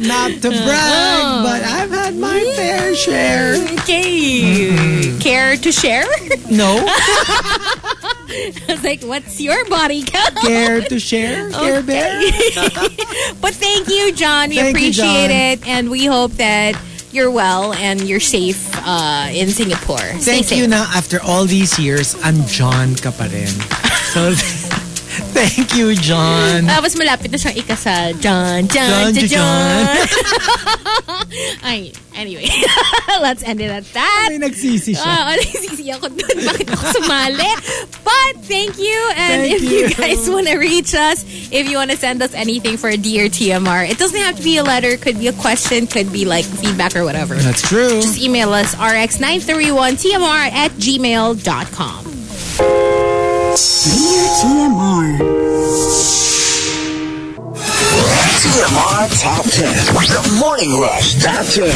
S4: not to brag,
S5: Oh.
S4: but I've had my fair share.
S5: okay.
S4: Mm-hmm.
S5: Care to share?
S4: No?
S5: I was like, what's your body count?
S4: Care to share? Care bear?
S5: But thank you, John. We
S4: Thank you,
S5: appreciate
S4: John.
S5: it. And we hope that you're well and you're safe uh, in Singapore. Stay
S4: Thank
S5: safe.
S4: you na after all these years, I'm John ka pa rin. So, Thank you, John.
S5: Tapos Ah, malapit na siyang ikasal. John, John,
S4: John,
S5: John.
S4: John.
S5: John. Ay, anyway. Let's end it at that.
S4: May nagsisi siya.
S5: Ah, nagsisi ako dun. Bakit ako sumali? But thank you. And
S4: Thank
S5: if you.
S4: you.
S5: guys want to reach us, if you want to send us anything for a Dear TMR, it doesn't have to be a letter. It could be a question. Could be like feedback or whatever.
S4: That's true.
S5: Just email us rx931tmr at gmail.com.
S9: Dear TMR.
S10: TMR Top 10. The Morning Rush Top 10.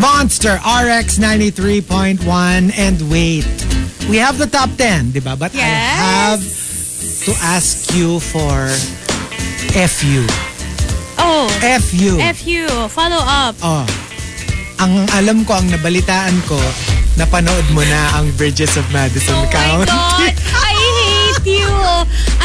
S4: Monster RX 93.1 and wait. We have the top 10, di ba? But I
S11: Yes.
S4: have to ask you for FU.
S11: Oh,
S4: FU.
S11: F you. Follow up.
S4: Oh. Ang alam ko, ang nabalitaan ko, napanood mo na ang Bridges of Madison
S5: Oh my
S4: County.
S5: God! I hate you!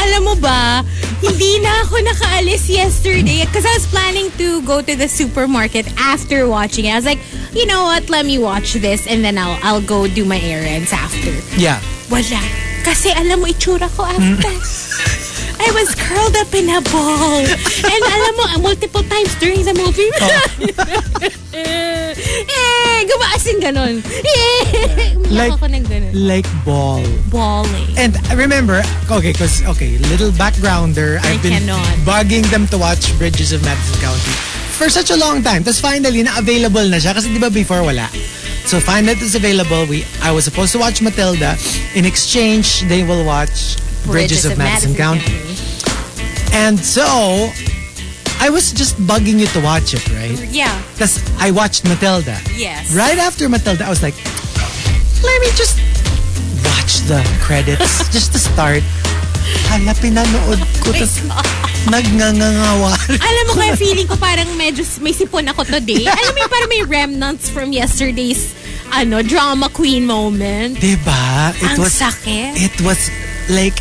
S5: Alam mo ba, hindi na ako nakaalis yesterday because I was planning to go to the supermarket after watching it. I was like, you know what, let me watch this and then I'll, I'll go do my errands after.
S4: Yeah.
S5: Wala. Kasi alam mo, itsura ko after.
S4: Mm.
S5: I was curled up in a ball. And alam mo, ah, multiple times during the movie.
S4: Oh.
S5: eh, gumaasin ganon. Eh,
S4: Like-
S5: umiyak ako ng ganon.
S4: Like ball.
S5: Balling.
S4: And remember, okay, because, okay, little backgrounder. I've been
S5: cannot.
S4: bugging them to watch Bridges of Madison County for such a long time. Tapos finally, na-available na siya. Kasi di ba before, wala. So finally, it was available. We, I was supposed to watch Matilda. In exchange, they will watch Bridges, of, Madison, County. And so, I was just bugging you to watch it, right?
S5: Yeah.
S4: Tapos I watched Matilda.
S5: Yes.
S4: Right after Matilda, I was like, let me just watch the credits just to start. Hala, pinanood ko.
S5: Oh
S4: Tapos nagngangangawa.
S5: Alam mo kaya feeling ko parang medyo s- may sipon ako today. Alam mo yung parang may remnants from yesterday's ano drama queen moment.
S4: Diba? It
S5: Ang
S4: was,
S5: sakit.
S4: it was like,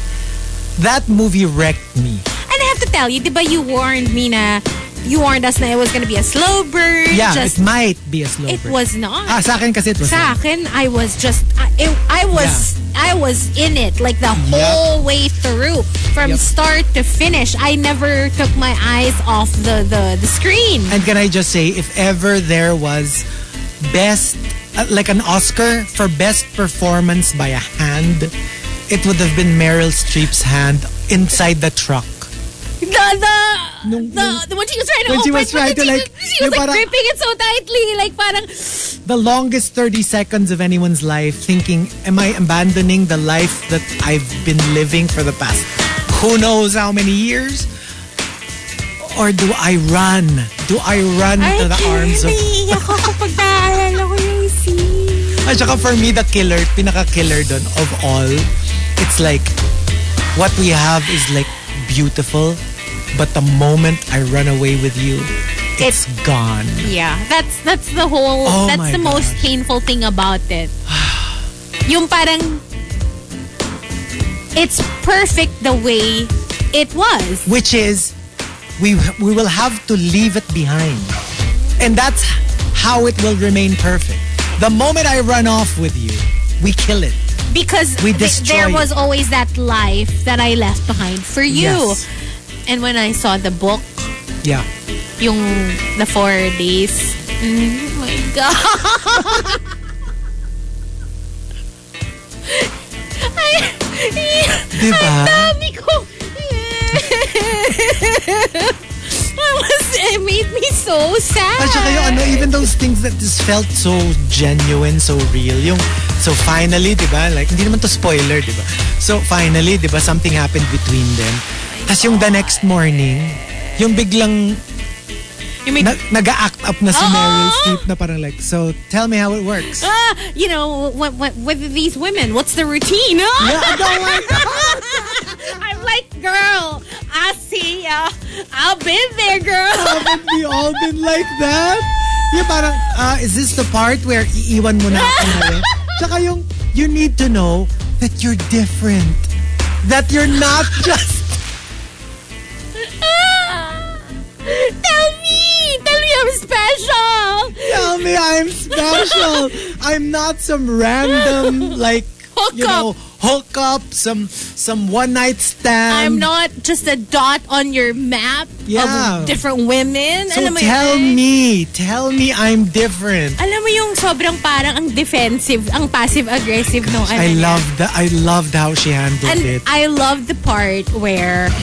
S4: that movie wrecked me.
S5: And I have to tell you, di ba you warned me na, you warned us na it was gonna be a slow burn.
S4: Yeah,
S5: just,
S4: it might be a slow
S5: it
S4: burn.
S5: was not.
S4: Ah, sa akin kasi it was
S5: Sa
S4: not.
S5: akin, I was just, I, it- I was, I was in it like the whole way through, from
S4: Yep.
S5: start to finish. I never took my eyes off the the, the screen.
S4: And can I just say, if ever there was best, uh, like an Oscar for best performance by a hand, it would have been Meryl Streep's hand inside the truck.
S5: The the,
S4: Nung-
S5: the, the when she was trying to
S4: When
S5: open,
S4: she was trying to,
S5: but she,
S4: like,
S5: she was
S4: yung
S5: like
S4: parang-
S5: gripping it so tightly, like parang
S4: The longest 30 seconds of anyone's life, thinking, am I abandoning the life that I've been living for the past who knows how many years? Or do I run? Do I run to the arms of
S5: naiiyak ako kapag naaalala ko yung scene.
S4: At saka for me, the killer, pinaka-killer dun of all, it's like, what we have is like beautiful, but the moment I run away with you, it's gone.
S5: Yeah, that's that's the whole
S4: Oh
S5: that's
S4: my
S5: the most
S4: God.
S5: painful thing about it. yung parang it's perfect the way it was.
S4: Which is, we, we will have to leave it behind. And that's how it will remain perfect. The moment I run off with you, we kill it.
S5: because
S4: We
S5: th-
S4: destroy
S5: there
S4: it.
S5: was always that life that I left behind for you.
S4: Yes.
S5: And when I saw the book,
S4: Yeah.
S5: yung the four days, mm, my God. Ay,
S4: Diba?
S5: dami ko. That was, it made me so sad.
S4: At saka yung ano, even those things that just felt so genuine, so real. Yung, so finally, di ba? Like, hindi naman to spoiler, di ba? So finally, di ba, something happened between them. Tapos yung the next morning, yung biglang
S5: You made-
S4: na, nag-act up na si
S5: Oo!
S4: Meryl Streep na parang like, so tell me how it works.
S5: Ah, you know, what, what, with these women, what's the routine?
S4: Yeah, I don't like
S5: I'm like, girl, I see ya. I've been there, girl.
S4: Haven't we all been like that? Yung parang, ah, is this the part where iiwan mo na ako ngayon? Tsaka yung, you need to know that you're different. That you're not just
S5: Ah! tell me, tell me I'm special.
S4: Tell me I'm special. I'm not some random like
S5: Hookup.
S4: you know hookup, some some one night stand.
S5: I'm not just a dot on your map
S4: Yeah.
S5: of different women.
S4: So
S5: Alam mo
S4: tell
S5: yun? eh?
S4: me, tell me I'm different.
S5: Alam mo yung sobrang parang ang defensive, ang passive-aggressive nung ano
S4: I
S5: niya.
S4: love that. I loved how she handled
S5: And
S4: it.
S5: I love the part where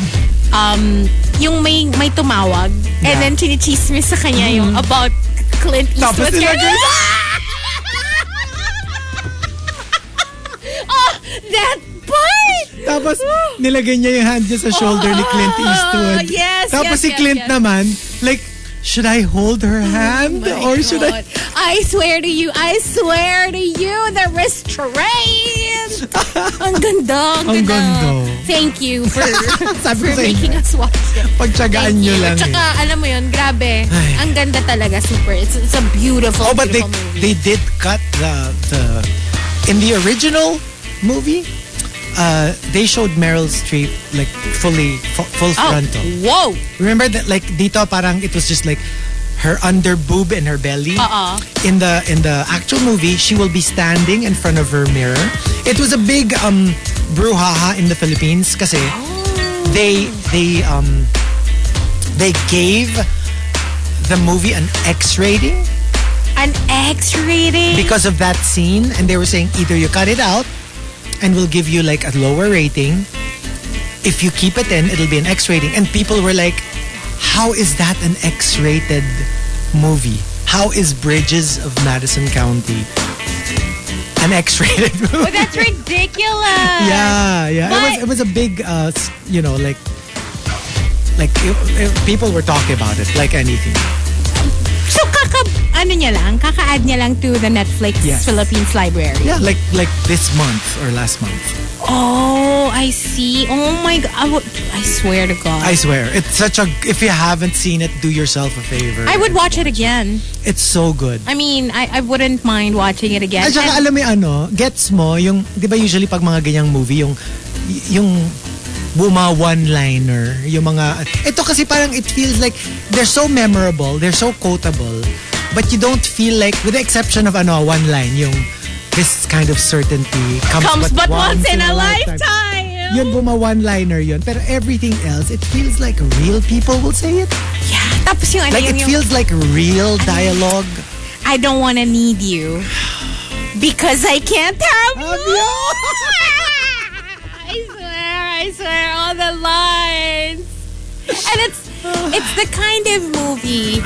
S5: um yung may may tumawag and
S4: Yeah. Mm-hmm.
S5: then chinichismis sa kanya yung about Clint
S4: Tapos
S5: Eastwood.
S4: nilagay-
S5: oh, that part!
S4: Tapos nilagay niya yung hand niya sa shoulder ni Clint
S5: oh,
S4: Eastwood.
S5: yes,
S4: Tapos
S5: yes,
S4: si
S5: yes,
S4: Clint
S5: yes. Oh
S4: naman, like, should I hold her hand or should I?
S5: God. I swear to you, I swear to you, the restraint! ang ganda, ang,
S4: Ang
S5: ganda.
S4: gando.
S5: Thank you for,
S4: Sabi ko
S5: for
S4: sa inyo.
S5: making us watch them.
S4: Pagtsagaan
S5: Thank
S4: niyo
S5: you.
S4: lang.
S5: At saka,
S4: eh.
S5: alam mo yun, grabe.
S4: Ay.
S5: Ang ganda talaga, super. It's, it's a beautiful,
S4: Oh, but they
S5: beautiful movie.
S4: they did cut the the in the original movie. Uh, they showed Meryl Streep like fully fu- full
S5: oh,
S4: frontal.
S5: whoa!
S4: Remember that like dito parang it was just like her under boob and her belly.
S5: Uh-uh.
S4: In the in the actual movie, she will be standing in front of her mirror. It was a big um brouhaha in the Philippines kasi they they um they gave the movie an X rating
S5: An X-rating.
S4: because of that scene and they were saying either you cut it out and we'll give you like a lower rating if you keep it in it'll be an x rating and people were like how is that an x rated movie how is bridges of madison county an x rated movie
S5: Oh, that's ridiculous.
S4: yeah yeah it was
S5: But-
S4: it was a big uh s- you know like like it, it- people were talking about it like anything
S5: So, kaka, ano niya lang, kaka-add niya lang to the Netflix
S4: Yes.
S5: Philippines library.
S4: yeah like like this month or last month
S5: Oh, I see. Oh my God. I, would, I swear to God.
S4: I swear, it's such a. If you haven't seen it, do yourself a favor.
S5: I would watch it again.
S4: It's so good.
S5: I mean, I, I wouldn't mind watching it again.
S4: At saka
S5: And-
S4: alam mo yung ano, gets mo yung, di ba usually pag mga ganyang movie, yung, y- yung buma one-liner, yung mga, ito kasi parang it feels like, they're so memorable, they're so quotable, but you don't feel like, with the exception of ano, one line, yung, this kind of certainty comes,
S5: comes but, once in a
S4: lifetime.
S5: lifetime.
S4: Yun, buma one-liner yun. Pero everything else, it feels like real people will say it.
S5: Tapos yung ano
S4: Like,
S5: yun,
S4: it
S5: yung,
S4: feels like real dialogue.
S5: I don't wanna need you because I can't have you. I swear, I swear, all the lines. And it's it's the kind of movie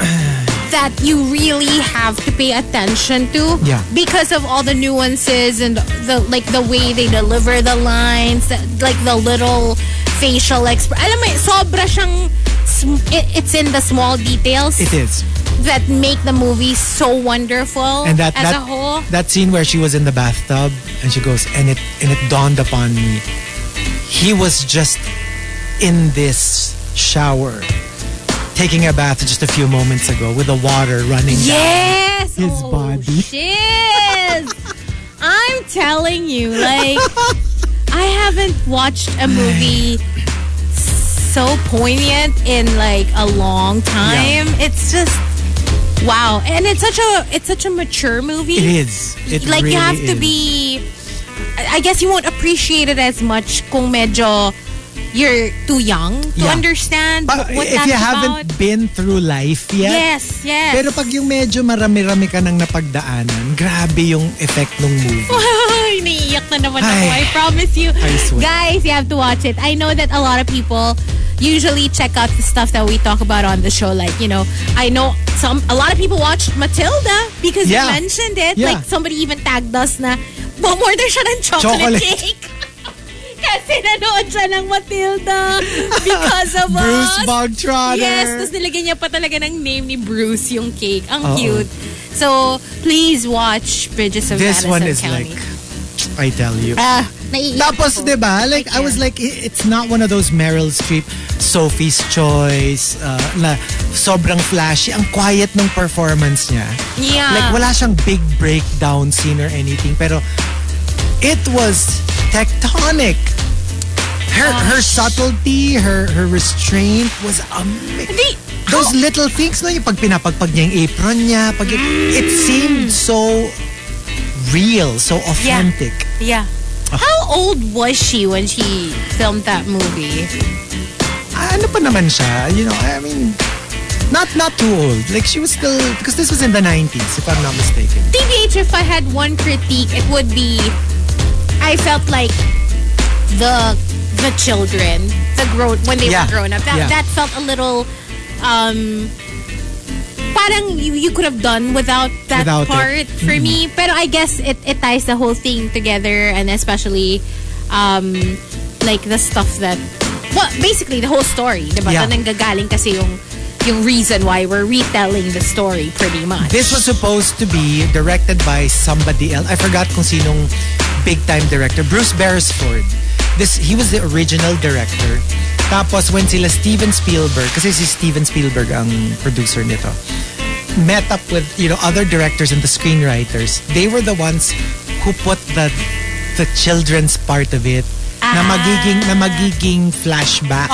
S5: that you really have to pay attention to
S4: Yeah.
S5: because of all the nuances and the like the way they deliver the lines, the, like the little facial exp. Alam mo, sobra siyang sm- it- it's in the small details
S4: It is.
S5: that make the movie so wonderful
S4: And that
S5: Oh, as
S4: that,
S5: a whole.
S4: that scene where she was in the bathtub and she goes and it and it dawned upon me. He was just in this shower taking a bath just a few moments ago with the water running
S5: Yes,
S4: His
S5: oh,
S4: body.
S5: Shiz. I'm telling you, like I haven't watched a movie so poignant in like a long time. It's just wow, and it's such a it's such a mature movie.
S4: down. It is. It
S5: like
S4: really
S5: you have to
S4: is.
S5: be I I guess you won't appreciate it as much kung medyo you're too young to
S4: Yeah.
S5: understand
S4: But
S5: what
S4: if
S5: that's
S4: you
S5: about.
S4: haven't been through life yet.
S5: Yes, yes.
S4: Pero pag yung medyo marami-rami ka ng napagdaanan, grabe yung effect ng
S5: Oh,
S4: movie.
S5: Iniiyak na naman ako.
S4: Ay.
S5: I promise you.
S4: I swear.
S5: Guys, you have to watch it. I know that a lot of people usually check out the stuff that we talk about on the show. Like, you know, I know some a lot of people watched Matilda because
S4: Yeah.
S5: you mentioned it.
S4: Yeah.
S5: Like, somebody even tagged us na, bumorder siya ng chocolate,
S4: Chocolate.
S5: cake. Kasi nanood siya ng Matilda because of
S4: Bruce
S5: us.
S4: Bogtrotter.
S5: Yes, tapos nilagyan niya pa talaga ng name ni Bruce yung cake. Ang
S4: Oo.
S5: cute. So, please watch Bridges of
S4: This
S5: Madison
S4: one is like
S5: County.
S4: I tell you.
S5: Ah, naiiyak
S4: Tapos, di
S5: ako.
S4: ba? Like, I was like, i- it's not one of those Meryl Streep, Sophie's Choice, uh, na sobrang flashy. Ang quiet ng performance niya.
S5: Yeah.
S4: Like, wala siyang big breakdown scene or anything. Pero, it was tectonic. Her, her subtlety, her her restraint was amazing.
S5: Hindi. oh.
S4: Those little things, no? Yung pag pinapagpag niya yung apron niya, pag
S5: Mm.
S4: it seemed so real, so authentic.
S5: Yeah. How how old was she when she filmed that movie?
S4: Ah, ano pa naman siya, you know, I mean, not not too old. Like she was still, because this was in the 90s, if I'm not mistaken.
S5: TBH, if I had one critique, it would be I felt like the the children, the grown when they
S4: Yeah.
S5: were grown up. That
S4: Yeah.
S5: that felt a little um parang you, you could have done without that
S4: Without it. Mm-hmm.
S5: part for me. But I guess it, it ties the whole thing together and especially um like the stuff that well basically the whole story. Diba?
S4: Yeah.
S5: Yeah. nanggagaling kasi yung yung reason why we're retelling the story pretty much.
S4: This was supposed to be directed by somebody else. I forgot kung sinong big time director. Bruce Beresford. This he was the original director. Tapos when sila Steven Spielberg, kasi si Steven Spielberg ang producer nito, met up with you know other directors and the screenwriters. They were the ones who put the the children's part of it na magiging na magiging flashback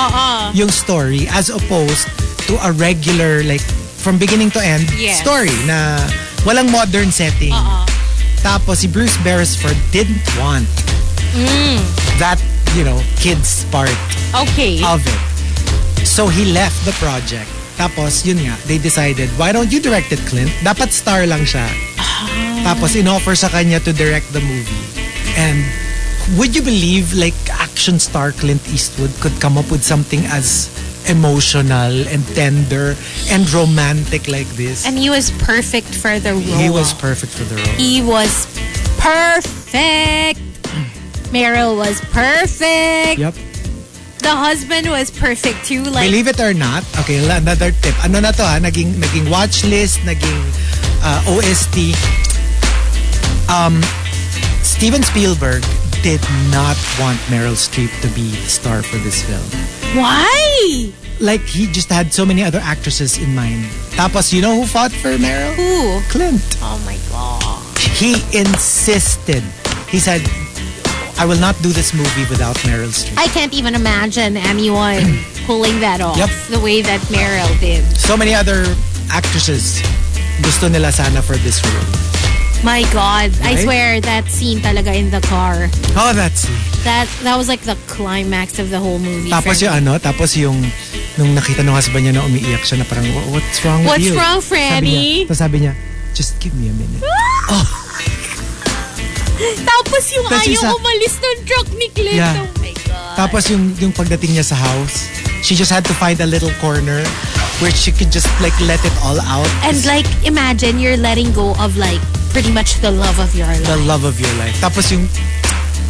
S4: yung story as opposed to a regular like from beginning to end
S5: Yes.
S4: story na walang modern setting. Tapos si Bruce Beresford didn't want that, you know, kids part
S5: Okay.
S4: of it. So he left the project. Tapos, yun nga, they decided, why don't you direct it, Clint? Dapat star lang siya.
S5: Ah.
S4: Tapos, inoffer sa kanya to direct the movie. And would you believe, like, action star Clint Eastwood could come up with something as emotional and tender and romantic like this?
S5: And he was perfect for the role.
S4: he was perfect for the role.
S5: He was perfect. Meryl was perfect.
S4: Yep.
S5: The husband was perfect too. Like
S4: Believe it or not, okay, la- another tip. Ano na to ha? Naging, naging watch list, naging uh, OST. Um, Steven Spielberg did not want Meryl Streep to be the star for this film.
S5: why?
S4: Like, he just had so many other actresses in mind. Tapos, you know who fought for Meryl?
S5: Who?
S4: Clint.
S5: Oh my god.
S4: He insisted. He said, I will not do this movie without Meryl Streep.
S5: I can't even imagine anyone pulling that off
S4: Yep.
S5: the way that Meryl did.
S4: So many other actresses gusto nila sana for this role.
S5: My god. I
S4: Right?
S5: swear that scene talaga in the car.
S4: Oh, that's it.
S5: That that was like the climax of the whole movie. for
S4: Tapos
S5: me.
S4: yung ano, tapos yung nung nakita nung husband niya na umiiyak siya na parang, "Wha- what's wrong with
S5: What's
S4: you?
S5: wrong,
S4: Sabi niya,
S5: Franny?
S4: tapos sabi niya, just give me a minute.
S5: Tapos yung
S4: Tapos
S5: ayaw
S4: yung sa-
S5: umalis ng truck ni Clint.
S4: Yeah.
S5: Oh my god.
S4: Tapos yung, yung pagdating niya sa house, she just had to find a little corner where she could just like let it all out.
S5: And like, imagine you're letting go of like pretty much the love of your life.
S4: the love of your life. Tapos yung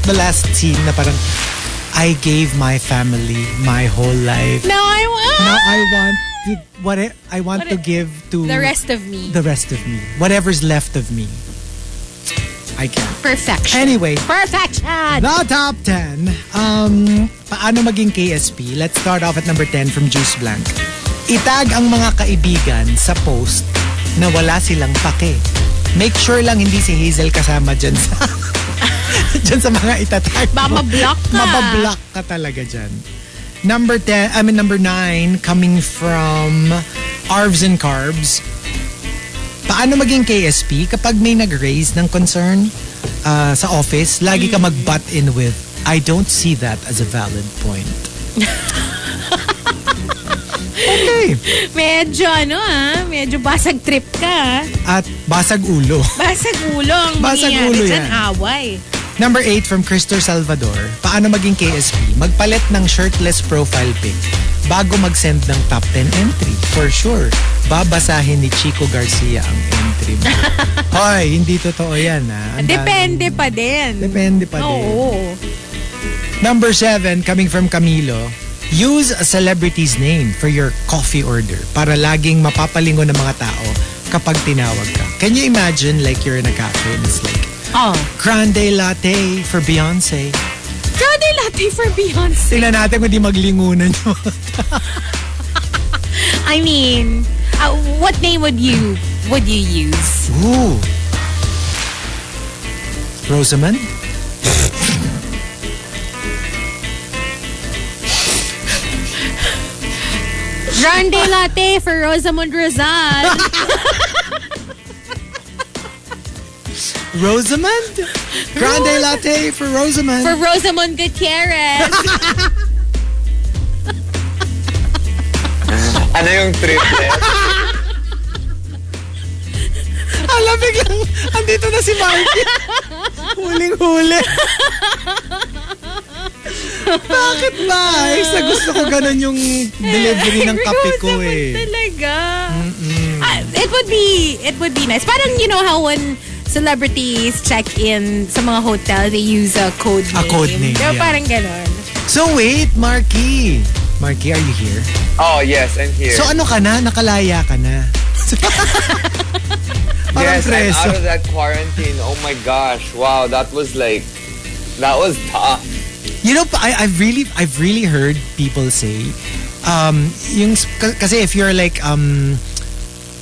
S4: the last scene na parang, I gave my family my whole life.
S5: Now I want
S4: Now I want to, what I, I want
S5: What
S4: to
S5: I-
S4: give to
S5: the rest of me.
S4: the rest of me. Whatever's left of me. I can't.
S5: Perfection.
S4: Anyway,
S5: Perfection.
S4: The top 10. Um, paano maging KSP? Let's start off at number 10 from Juice Blank. Itag ang mga kaibigan sa post na wala silang pake. Make sure lang hindi si Hazel kasama dyan sa, dyan sa mga itatag. mo.
S5: Mamablock ka.
S4: Mabablock ka talaga dyan. Number 10, I mean number 9, coming from Arvs and Carbs. Paano maging KSP kapag may nag-raise ng concern ah, sa office, lagi ka mag-butt in with, I don't see that as a valid point. okay.
S5: Medyo ano ah, medyo basag trip ka ah.
S4: At basag ulo.
S5: Basag ulo ang
S4: Basag
S5: mangyayari
S4: ulo
S5: dyan,
S4: yan.
S5: away.
S4: Number 8 from Christopher Salvador, paano maging KSP? Magpalit ng shirtless profile pic bago mag-send ng top 10 entry. For sure, babasahin ni Chico Garcia ang entry mo. Hoy, hindi totoo yan ha. Ang
S5: Depende
S4: daming-
S5: pa din.
S4: Depende pa din.
S5: Oo.
S4: Number 7, coming from Camilo, use a celebrity's name for your coffee order para laging mapapalingon ng mga tao kapag tinawag ka. Can you imagine like you're in a cafe and it's like,
S5: Oh.
S4: Grande latte for Beyonce.
S5: Grande latte for Beyonce.
S4: Tingnan natin kung di maglingunan yun.
S5: I mean, uh, what name would you would you use?
S4: Ooh. Rosamond?
S5: Grande latte for Rosamund Rosal.
S4: Rosamond? Grande latte for Rosamond.
S5: For Rosamond Gutierrez.
S12: Ano yung triplet?
S4: Alam, biglang andito na si Marky. Huling-huli. Bakit ba? Ay, sa gusto ko ganun yung delivery ng kape ko
S5: Rosamond
S4: eh.
S5: talaga. Ah, it would be, it would be nice. Parang you know how when celebrities check in sa mga hotel, they use a code name.
S4: A code name, yeah.
S5: Diba? Parang ganon.
S4: So wait, Marky. Marky, are you here?
S12: Oh, yes, I'm here.
S4: So ano ka na? Nakalaya ka na. Parang
S12: yes, I'm
S4: preso.
S12: out of that quarantine. Oh my gosh. Wow, that was like, that was tough.
S4: You know, I, I've really, I've really heard people say, um, yung, k- kasi if you're like, um,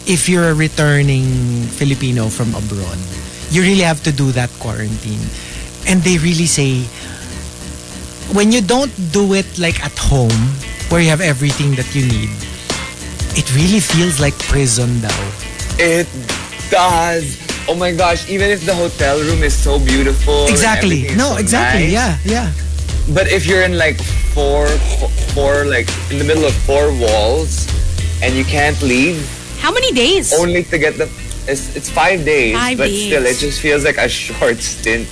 S4: if you're a returning Filipino from abroad, you really have to do that quarantine. And they really say, when you don't do it like at home, where you have everything that you need, it really feels like prison daw.
S12: It does. Oh my gosh, even if the hotel room is so beautiful. and
S4: Exactly.
S12: everything is
S4: No,
S12: so
S4: exactly.
S12: nice,
S4: Yeah, yeah.
S12: But if you're in like four, four, like in the middle of four walls and you can't leave,
S5: How many days?
S12: only to get the it's, it's five days
S5: Five
S12: but
S5: days.
S12: still it just feels like a short stint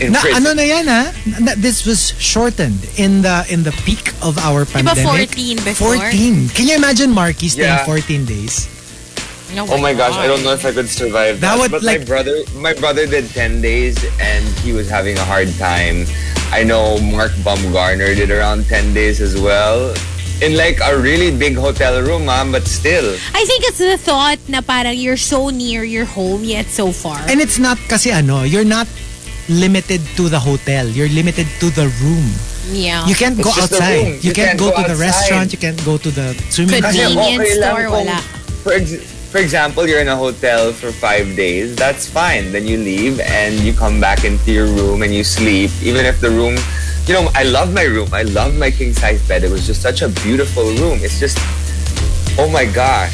S12: in
S4: Na,
S12: prison
S4: ano na yan ha? Na- this was shortened in the in the peak of our
S5: Diba
S4: pandemic.
S5: 14 before?
S4: 14. Can you imagine Marky staying
S12: Yeah.
S4: 14 days?
S12: oh my gosh i don't know if i could survive
S4: That
S12: that,
S4: would,
S12: but
S4: like-
S12: my brother my brother did 10 days and he was having a hard time i know mark bumgarner did around 10 days as well in like a really big hotel room ma'am but still
S5: I think it's the thought na parang you're so near your home yet so far.
S4: And it's not kasi ano, you're not limited to the hotel. You're limited to the room.
S5: yeah.
S4: You can't
S12: It's
S4: go
S12: just the
S4: outside.
S12: room.
S4: You, can't, go, to the
S12: outside.
S4: restaurant. You can't go to the swimming pool.
S5: Could
S12: Kasi
S5: be. Convenience
S12: okay lang
S5: store,
S12: kung-
S5: wala.
S12: For, ex- for example, you're in a hotel for five days. That's fine. Then you leave and you come back into your room and you sleep. Even if the room, you know, I love my room. I love my king size bed. It was just such a beautiful room. It's just, oh my gosh,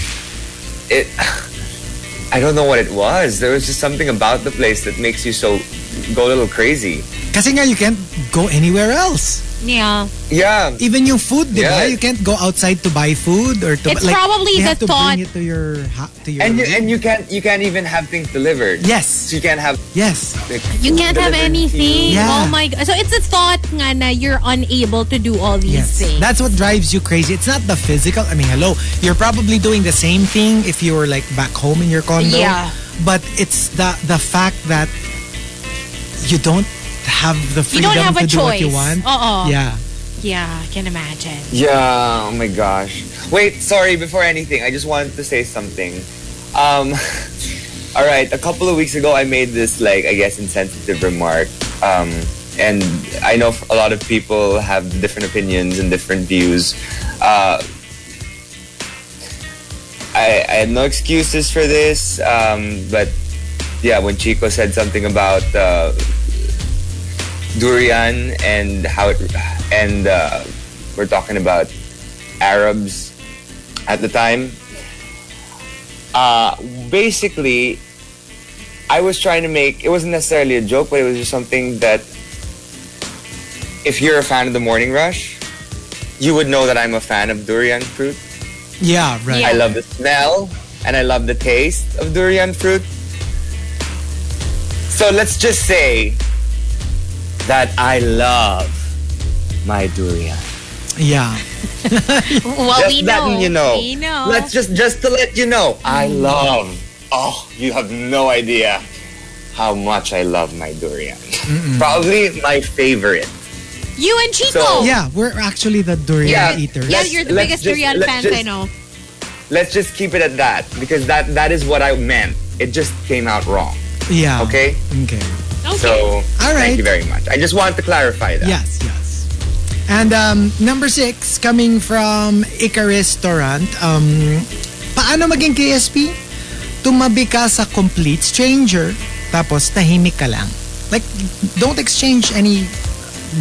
S12: it. I don't know what it was. There was just something about the place that makes you so go a little crazy.
S4: Kasi nga you can't go anywhere else.
S5: yeah.
S12: Yeah.
S4: Even yung food, di ba?
S12: Yeah.
S4: You can't go outside to buy food or to
S5: It's
S4: like,
S5: probably
S4: they
S5: the
S4: have to
S5: thought-
S4: bring it to your ha- to your
S12: And you
S4: room.
S12: and you can't you can't even have things delivered.
S4: Yes.
S12: So you can't have
S4: Yes.
S12: like,
S5: You
S12: food
S5: can't have
S12: delivered to you.
S5: anything.
S4: Yeah.
S5: Oh my god. So it's a thought nga na you're unable to do all these
S4: Yes.
S5: things.
S4: That's what drives you crazy. It's not the physical. I mean, hello, you're probably doing the same thing if you were like back home in your condo.
S5: Yeah.
S4: But it's the the fact that you don't have the
S5: You
S4: freedom
S5: don't have
S4: to
S5: a
S4: do what
S5: choice. Oh.
S4: you want.
S5: Oo.
S4: Yeah.
S5: Yeah, I can imagine.
S12: Yeah, oh my gosh. Wait, sorry, before anything, I just wanted to say something. Um, all right, a couple of weeks ago, I made this, like, I guess, insensitive remark. Um, and I know a lot of people have different opinions and different views. Uh, I, I had no excuses for this, um, but yeah, when Chico said something about uh, durian and how it, and uh, we're talking about Arabs at the time. Uh, basically, I was trying to make it wasn't necessarily a joke, but it was just something that if you're a fan of the Morning Rush, you would know that I'm a fan of durian fruit.
S4: Yeah, right.
S12: I love the smell and I love the taste of durian fruit. So let's just say that I love my durian.
S4: Yeah.
S5: Well,
S12: just
S5: Oh, we
S12: letting
S5: know.
S12: you know.
S5: We know. Mm.
S12: Let's just just to let you know. I love. Oh, you have no idea how much I love my durian. Probably my favorite.
S5: you and Chico.
S12: So-
S4: Yeah, we're actually the durian
S12: Yeah.
S4: eaters.
S5: yeah,
S12: let's-
S5: you're the
S12: let's
S5: biggest
S12: just-
S5: real
S12: let's
S5: fans
S12: just-
S5: I know.
S12: Let's just keep it at that because that that is what I meant. It just came out wrong.
S4: Yeah.
S12: Okay.
S4: Okay.
S5: Okay.
S12: So
S4: All right.
S12: thank you very much. I just wanted to clarify that.
S4: Yes, yes. And um, number six, coming from Icarus Torrent, um, paano maging KSP? Tumabi ka sa complete stranger, tapos tahimik ka lang. Like, don't exchange any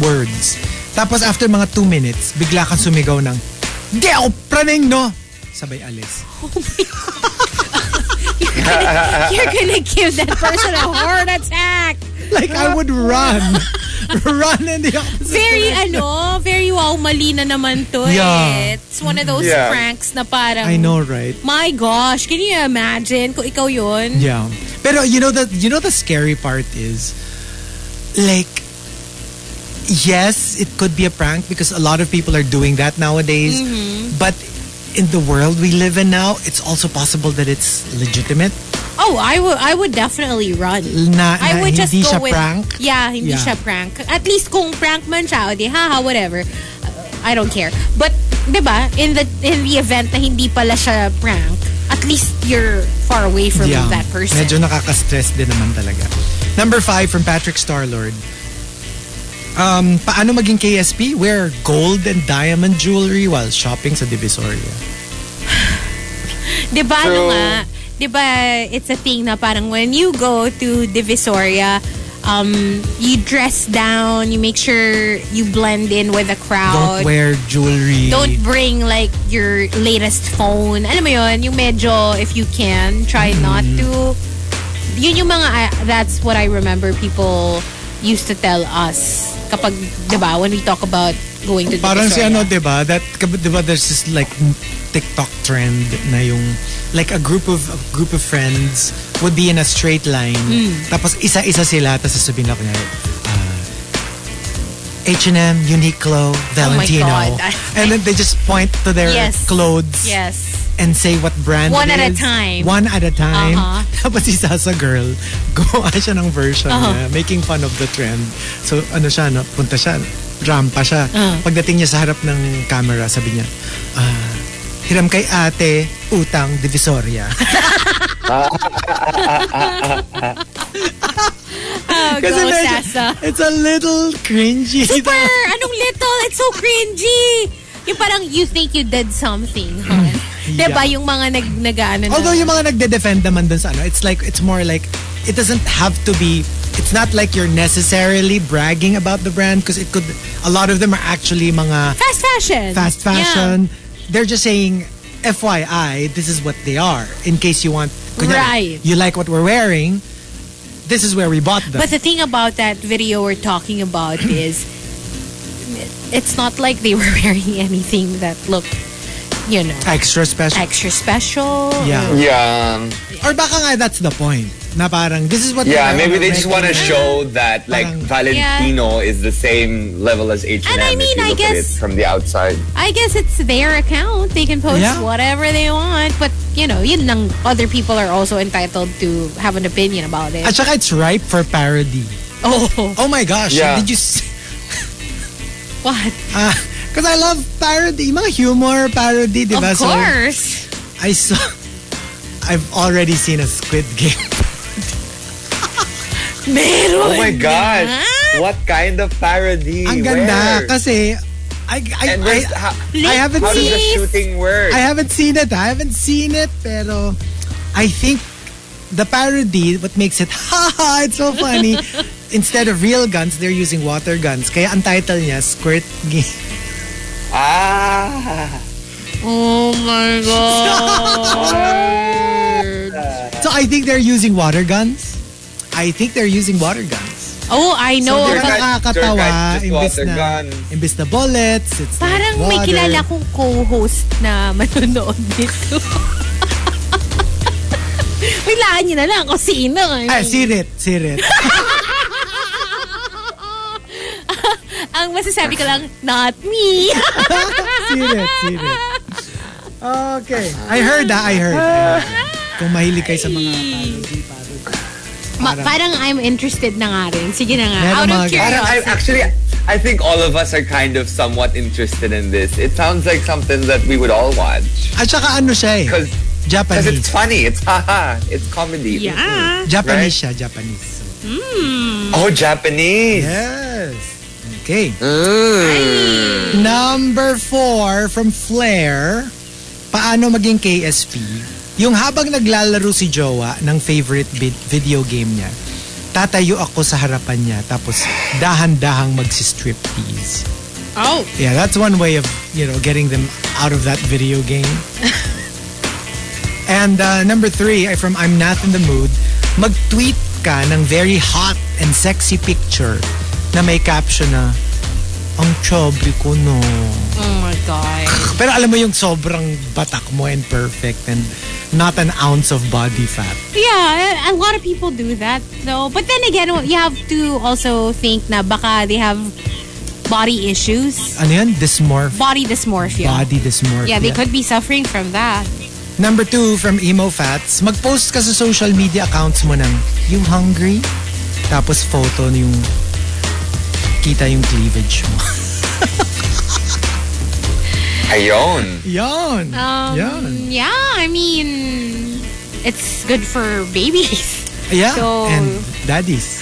S4: words. Tapos after mga two minutes, bigla kang sumigaw ng, Di ako praning, no? Sabay alis.
S5: gonna, you're gonna give that person a heart attack.
S4: Like, I would run. run in the opposite
S5: Very ano, very wow, mali na naman to eh.
S4: Yeah.
S5: It's one of those
S4: Yeah.
S5: pranks na parang,
S4: I know, right?
S5: my gosh, can you imagine kung ikaw yun?
S4: Yeah. Pero you know the you know the scary part is like yes, it could be a prank because a lot of people are doing that nowadays.
S5: Mhm.
S4: But in the world we live in now, it's also possible that it's legitimate.
S5: Oh, I would I would definitely run.
S4: Na-
S5: I
S4: na
S5: would just
S4: hindi
S5: go
S4: siya
S5: with
S4: prank?
S5: Yeah, hindi
S4: Yeah.
S5: siya prank. At least kung prank man siya, o di haha, whatever. Uh, I don't care. But 'di ba, in the in the event na hindi pala siya prank, at least you're far away from
S4: Yeah.
S5: that person.
S4: Medyo nakaka-stress din naman talaga. Number five from Patrick Starlord. Um, paano maging KSP? Wear gold and diamond jewelry while shopping sa Divisoria.
S5: 'Di ba ano
S4: So-
S5: nga? 'Di ba it's a thing na parang when you go to Divisoria, um you dress down, you make sure you blend in with the crowd.
S4: Don't wear jewelry.
S5: Don't bring like your latest phone. Alam mo yun, yung medyo if you can, try not
S4: Mm-hmm.
S5: to. Yun yung mga, I- that's what I remember people used to tell us kapag, di ba, when we talk about going to the
S4: Parang si
S5: Visoria.
S4: ano, di ba? That, di ba, there's this like TikTok trend na yung like a group of a group of friends would be in a straight line.
S5: Hmm.
S7: Mm.
S4: Tapos isa-isa sila, tapos sasabihin na kunyari, ah, H&M, Uniqlo, Valentino.
S5: Oh God.
S4: And then they just point to their
S5: Yes.
S4: clothes
S5: Yes.
S4: and say what brand
S5: One
S4: it
S5: at a
S4: is.
S5: time.
S4: One at a time.
S5: Uh-huh.
S4: Tapos si Sasa Girl, gumawa siya ng version
S5: Uh-huh.
S4: niya, making fun of the trend. So ano siya, no? punta siya, rampa siya.
S7: Uh-huh.
S4: Pagdating niya sa harap ng camera, sabi niya, ah, hiram kay ate, utang, divisoria.
S5: Oh, go,
S4: Kasi medyo- ah.
S5: Sasa.
S4: It's a little cringy.
S5: Super! Anong little? It's so cringy! Yung parang you think you did something, huh?
S4: Mm. Yeah.
S5: Diba yung mga nag, nag ano na-
S4: Although yung mga nagde-defend naman dun sa ano, it's like, it's more like, it doesn't have to be, it's not like you're necessarily bragging about the brand because it could, a lot of them are actually mga
S5: Fast fashion.
S4: fast fashion. They're just saying, FYI, this is what they are. In case you want, kunyari,
S5: Right.
S4: you like what we're wearing, this is where we bought them.
S5: But the thing about that video we're talking about is it's not like they were wearing anything that looked, you know,
S4: extra special.
S5: extra special.
S4: Yeah.
S12: Yeah. um,
S4: Or baka nga that's the point. Na parang, this is what
S12: yeah,
S4: we're
S12: maybe they
S4: wearing.
S12: just want to show that like Valentino is the same level as H&M
S5: And I mean,
S12: if you
S5: I
S12: look at
S5: guess-
S12: it from the outside.
S5: I guess it's their account. They can post
S12: Yeah.
S5: whatever they want, but you know, yun lang, other people are also entitled to have an opinion about it.
S4: At saka it's ripe for parody.
S5: Oh.
S4: Oh my gosh.
S5: Yeah.
S4: Did you see?
S5: What?
S4: Because I love parody. Mga humor, parody, di ba?
S5: Of course.
S4: So, I saw... I've already seen a Squid Game.
S12: oh my gosh. What kind of parody?
S4: Ang ganda
S12: Where?
S4: kasi I I
S12: And
S4: I,
S12: where's- ha-
S4: I haven't
S12: how does
S4: seen
S12: the shooting work?
S4: I haven't seen it. I haven't seen it pero I think the parody what makes it haha it's so funny instead of real guns they're using water guns kaya ang title niya Squirt Game.
S12: Ah.
S5: Oh my
S4: So I think they're using water guns. I think they're using water guns.
S5: Oh, I
S4: So,
S5: know.
S4: they're
S5: but-
S4: nakakatawa.
S12: guys, just
S4: Imbis
S12: water
S4: na,
S12: guns.
S4: imbis na bullets. It's like
S5: Parang may
S4: water.
S5: kilala kong co-host na manonood dito. Wilaan niyo na lang kung sino. eh.
S4: Ay, sirit, sirit.
S5: Ang masasabi ko lang, not me.
S4: sirit, sirit. Okay. I heard ah, I heard. Kung mahilig kayo sa mga parody,
S5: Ma- parang I'm interested na nga rin. Sige na nga. Out of
S12: Parang I,
S5: curiosity.
S12: actually, I think all of us are kind of somewhat interested in this. It sounds like something that we would all watch.
S4: At saka ano siya eh.
S12: Because
S4: Japanese.
S12: it's funny. It's haha. It's comedy.
S5: Yeah.
S4: Japanese siya, Japanese. So,
S5: Mm.
S12: Oh, Japanese.
S4: Yes. Okay. Number four from Flair. Paano maging KSP? Yung habang naglalaro si Jowa ng favorite bid- video game niya, tatayo ako sa harapan niya tapos dahan-dahang magsi-striptease.
S5: Oh.
S4: Yeah, that's one way of, you know, getting them out of that video game. And uh, number three, ay, from I'm Not in the Mood, mag-tweet ka ng very hot and sexy picture na may caption na, ang chubby ko no.
S11: Oh my God.
S4: Pero alam mo yung sobrang batak mo and perfect and not an ounce of body fat.
S5: Yeah, a a lot of people do that though. But then again, you have to also think na baka they have body issues.
S4: Ano yan? Dysmorphia.
S5: Body dysmorphia.
S4: Body dysmorphia.
S5: Yeah, they could be suffering from that.
S4: Number two from Emo Fats, mag-post ka sa social media accounts mo ng you hungry? Tapos photo na yung kita yung cleavage mo.
S12: Ayun.
S4: Yon.
S5: Um,
S4: Yon.
S5: yeah, I mean, it's good for babies.
S4: Yeah.
S5: So-
S4: And daddies.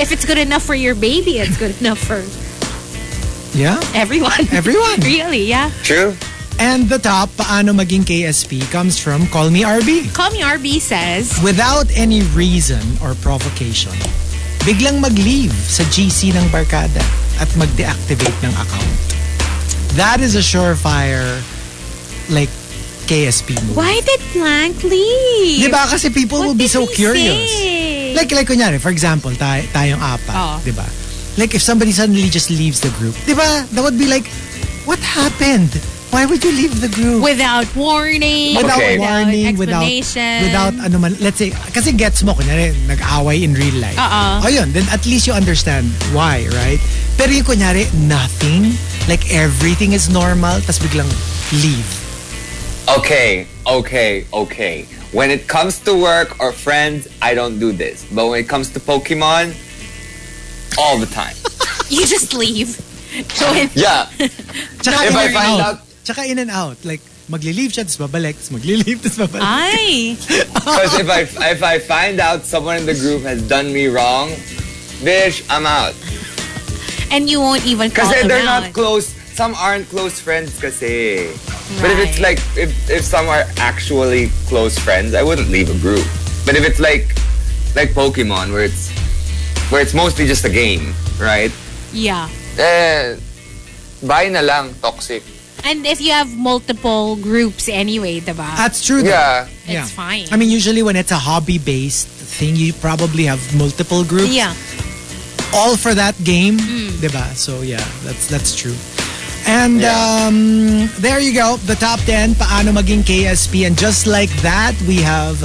S5: If it's good enough for your baby, it's good enough for
S4: Yeah.
S5: everyone.
S4: Everyone.
S5: really, yeah.
S12: True.
S4: And the top, paano maging KSP, comes from Call Me RB.
S5: Call Me RB says,
S4: Without any reason or provocation, biglang mag-leave sa GC ng barkada at mag-deactivate ng account. That is a surefire, like, KSP move.
S5: Why did Blank leave?
S4: Di ba? Kasi people will
S5: What
S4: be
S5: did
S4: so
S5: he
S4: curious.
S5: say? Oh.
S4: Like, like kunyari, for example, tay tayong apat,
S5: Oo.
S4: di ba? Like, if somebody suddenly just leaves the group, di ba? That would be like, what happened? Why would you leave the group?
S5: Without warning.
S4: without
S12: Okay.
S4: warning, without,
S5: explanation.
S4: without ano man, let's say, kasi gets mo, kunyari, nag-away in real life. O
S5: Oo.
S4: yun, then at least you understand why, right? Pero yung kunyari, nothing, like everything is normal, tas biglang leave.
S12: Okay, okay, okay. When it comes to work or friends, I don't do this. But when it comes to Pokemon, all the time.
S5: You just leave. So it-
S12: Yeah.
S4: Tsaka
S12: If
S4: in
S12: I
S4: and
S12: find
S4: out.
S12: out-
S4: Tsaka in and out. Like, magli-leave siya, tapos babalik, tapos magli-leave, tapos
S12: Ah.
S4: babalik.
S5: Ay.
S12: Because if I if I find out someone in the group has done me wrong, bitch, I'm out.
S5: And you won't even call
S12: Because
S5: them
S12: they're
S5: out.
S12: not close. Some aren't close friends, kasi. But if it's
S5: Right.
S12: like if if some are actually close friends, I wouldn't leave a group. But if it's like like Pokemon, where it's where it's mostly just a game, right?
S5: yeah.
S12: Eh, bye na lang, toxic.
S5: And if you have multiple groups anyway, diba?
S4: That's true. though.
S12: Yeah.
S5: It's fine.
S4: Uh, I mean, usually when it's a hobby-based thing, you probably have multiple groups.
S5: yeah.
S4: All for that game,
S5: Mm.
S4: diba? So yeah, that's that's true. And
S12: Yeah.
S4: um, there you go, the top 10, paano maging KSP. And just like that, we have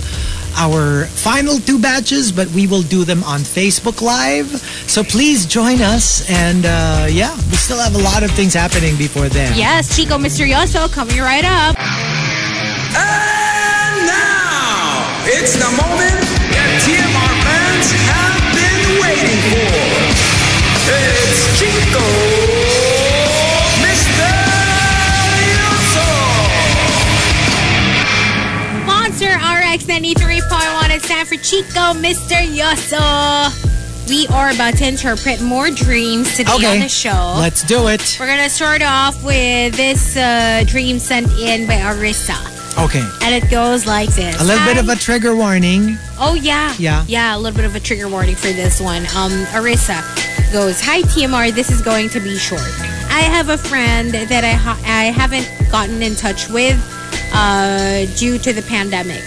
S4: our final two batches, but we will do them on Facebook Live. So please join us. And uh, yeah, we still have a lot of things happening before then.
S5: Yes, Chico Misterioso coming right up.
S7: And now, it's the moment that TMR fans have been waiting for. It's Chico Misterioso.
S5: Monster RX 93.1. It's time for Chico Misterioso. We are about to interpret more dreams today on
S4: Okay.
S5: the show.
S4: Let's do it.
S5: We're going to start off with this uh, dream sent in by Arissa.
S4: Okay.
S5: And it goes like this.
S4: A little bit of a trigger warning.
S5: Oh yeah.
S4: Yeah.
S5: Yeah, a little bit of a trigger warning for this one. Um Arissa goes, "Hi TMR, this is going to be short. I have a friend that I ha- I haven't gotten in touch with uh due to the pandemic.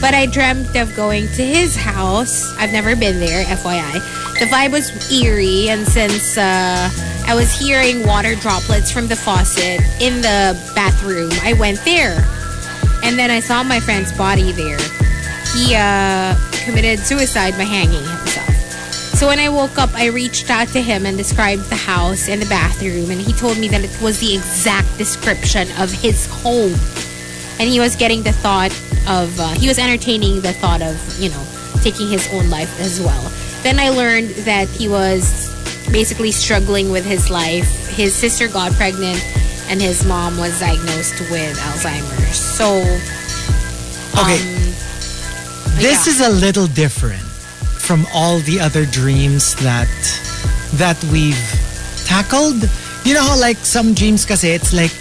S5: But I dreamt of going to his house. I've never been there, FYI. The vibe was eerie and since uh I was hearing water droplets from the faucet in the bathroom, I went there. And then I saw my friend's body there. He uh, committed suicide by hanging himself. So when I woke up, I reached out to him and described the house and the bathroom, and he told me that it was the exact description of his home. And he was getting the thought of, uh, he was entertaining the thought of, you know, taking his own life as well. Then I learned that he was basically struggling with his life. His sister got pregnant, and his mom was diagnosed with Alzheimer's. So
S4: Okay. this
S5: yeah.
S4: is a little different from all the other dreams that that we've tackled. You know how like some dreams kasi it's like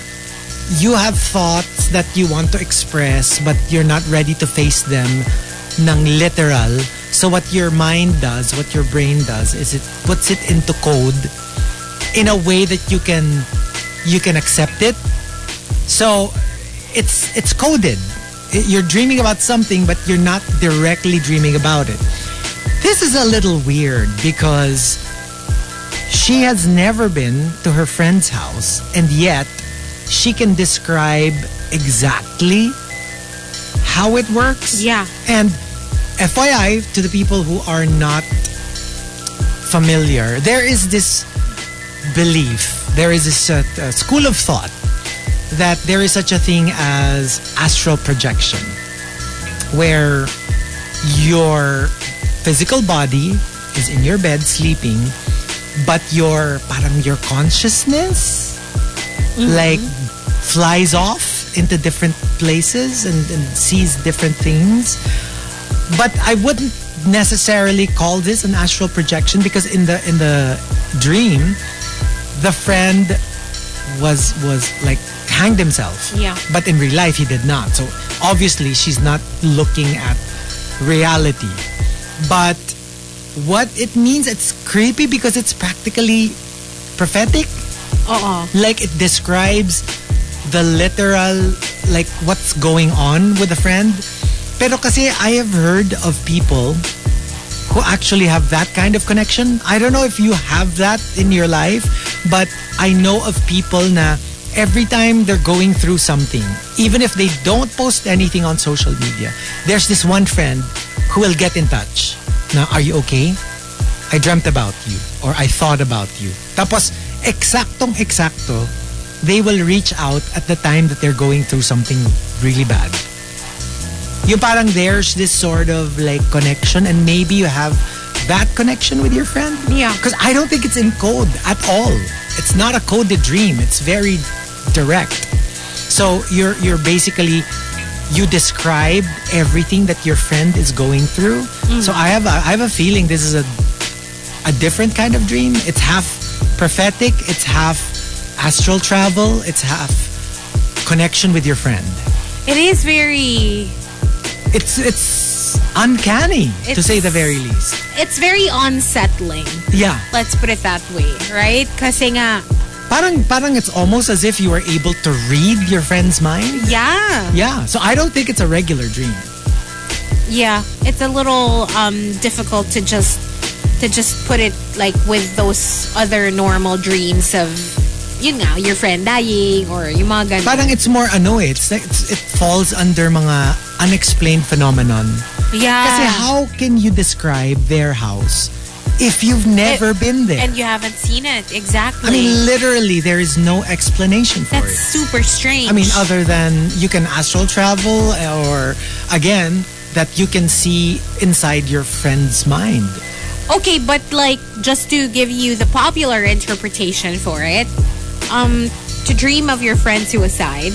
S4: you have thoughts that you want to express but you're not ready to face them ng literal. So what your mind does, what your brain does is it puts it into code in a way that you can you can accept it. So it's it's coded. you're dreaming about something, but you're not directly dreaming about it. This is a little weird because she has never been to her friend's house, and yet she can describe exactly how it works.
S5: Yeah.
S4: And FYI, to the people who are not familiar, there is this belief, there is this uh, uh, school of thought that there is such a thing as astral projection, where your physical body is in your bed sleeping, but your parang your consciousness like flies off into different places and, and sees different things. But I wouldn't necessarily call this an astral projection because in the in the dream, the friend was was like hanged himself.
S5: Yeah.
S4: But in real life, he did not. So obviously, she's not looking at reality. But what it means, it's creepy because it's practically prophetic.
S5: Oo.
S4: Like it describes the literal, like what's going on with a friend. Pero kasi I have heard of people who actually have that kind of connection. I don't know if you have that in your life, but I know of people na every time they're going through something, even if they don't post anything on social media, there's this one friend who will get in touch. Now, are you okay? I dreamt about you or I thought about you. Tapos, eksaktong eksakto, they will reach out at the time that they're going through something really bad. Yung parang there's this sort of like connection and maybe you have that connection with your friend.
S5: Yeah.
S4: Because I don't think it's in code at all. It's not a coded dream. It's very direct. So you're you're basically you describe everything that your friend is going through.
S13: Mhm.
S4: So I have a, I have a feeling this is a a different kind of dream. It's half prophetic, it's half astral travel, it's half connection with your friend.
S5: It is very
S4: It's it's uncanny to
S5: It's-
S4: say the very least.
S5: it's very unsettling.
S4: Yeah.
S5: Let's put it that way, right? uh, Kasi nga,
S4: Parang parang it's almost as if you were able to read your friend's mind.
S5: yeah.
S4: Yeah. So I don't think it's a regular dream.
S5: Yeah, it's a little um, difficult to just to just put it like with those other normal dreams of yun nga, your friend dying or yung mga ganun.
S4: Parang it's more ano eh, it's, like- it's it falls under mga unexplained phenomenon.
S5: yeah.
S4: Kasi how can you describe their house if you've never been there?
S5: And you haven't seen it exactly.
S4: I mean, literally, there is no explanation for
S5: that's
S4: it.
S5: super strange.
S4: I mean, other than you can astral travel or, again, that you can see inside your friend's mind.
S5: Okay, but like just to give you the popular interpretation for it, um, to dream of your friend's suicide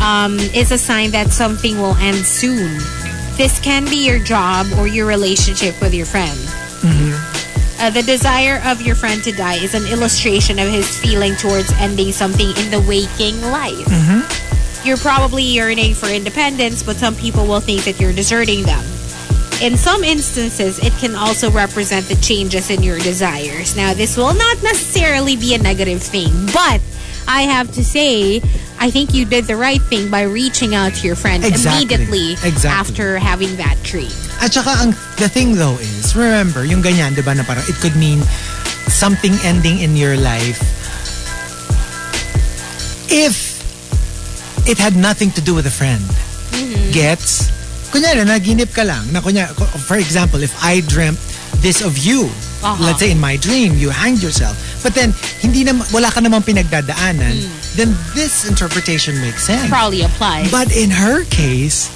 S5: um, is a sign that something will end soon. This can be your job or your relationship with your friend. Uh, the desire of your friend to die is an illustration of his feeling towards ending something in the waking life.
S4: Mm-hmm.
S5: You're probably yearning for independence, but some people will think that you're deserting them. In some instances, it can also represent the changes in your desires. Now, this will not necessarily be a negative thing, but I have to say, I think you did the right thing by reaching out to your friend
S4: Exactly.
S5: immediately
S4: Exactly.
S5: after having that dream.
S4: At saka, ang, the thing though is, remember, yung ganyan, di ba, na parang it could mean something ending in your life if it had nothing to do with a friend. Gets? Kunyari, naginip ka lang. Na kunya, for example, if I dreamt this of you,
S13: Aha.
S4: let's say in my dream, you hanged yourself. But then, hindi na, wala ka namang pinagdadaanan, then this interpretation makes sense.
S5: Probably applies.
S4: But in her case,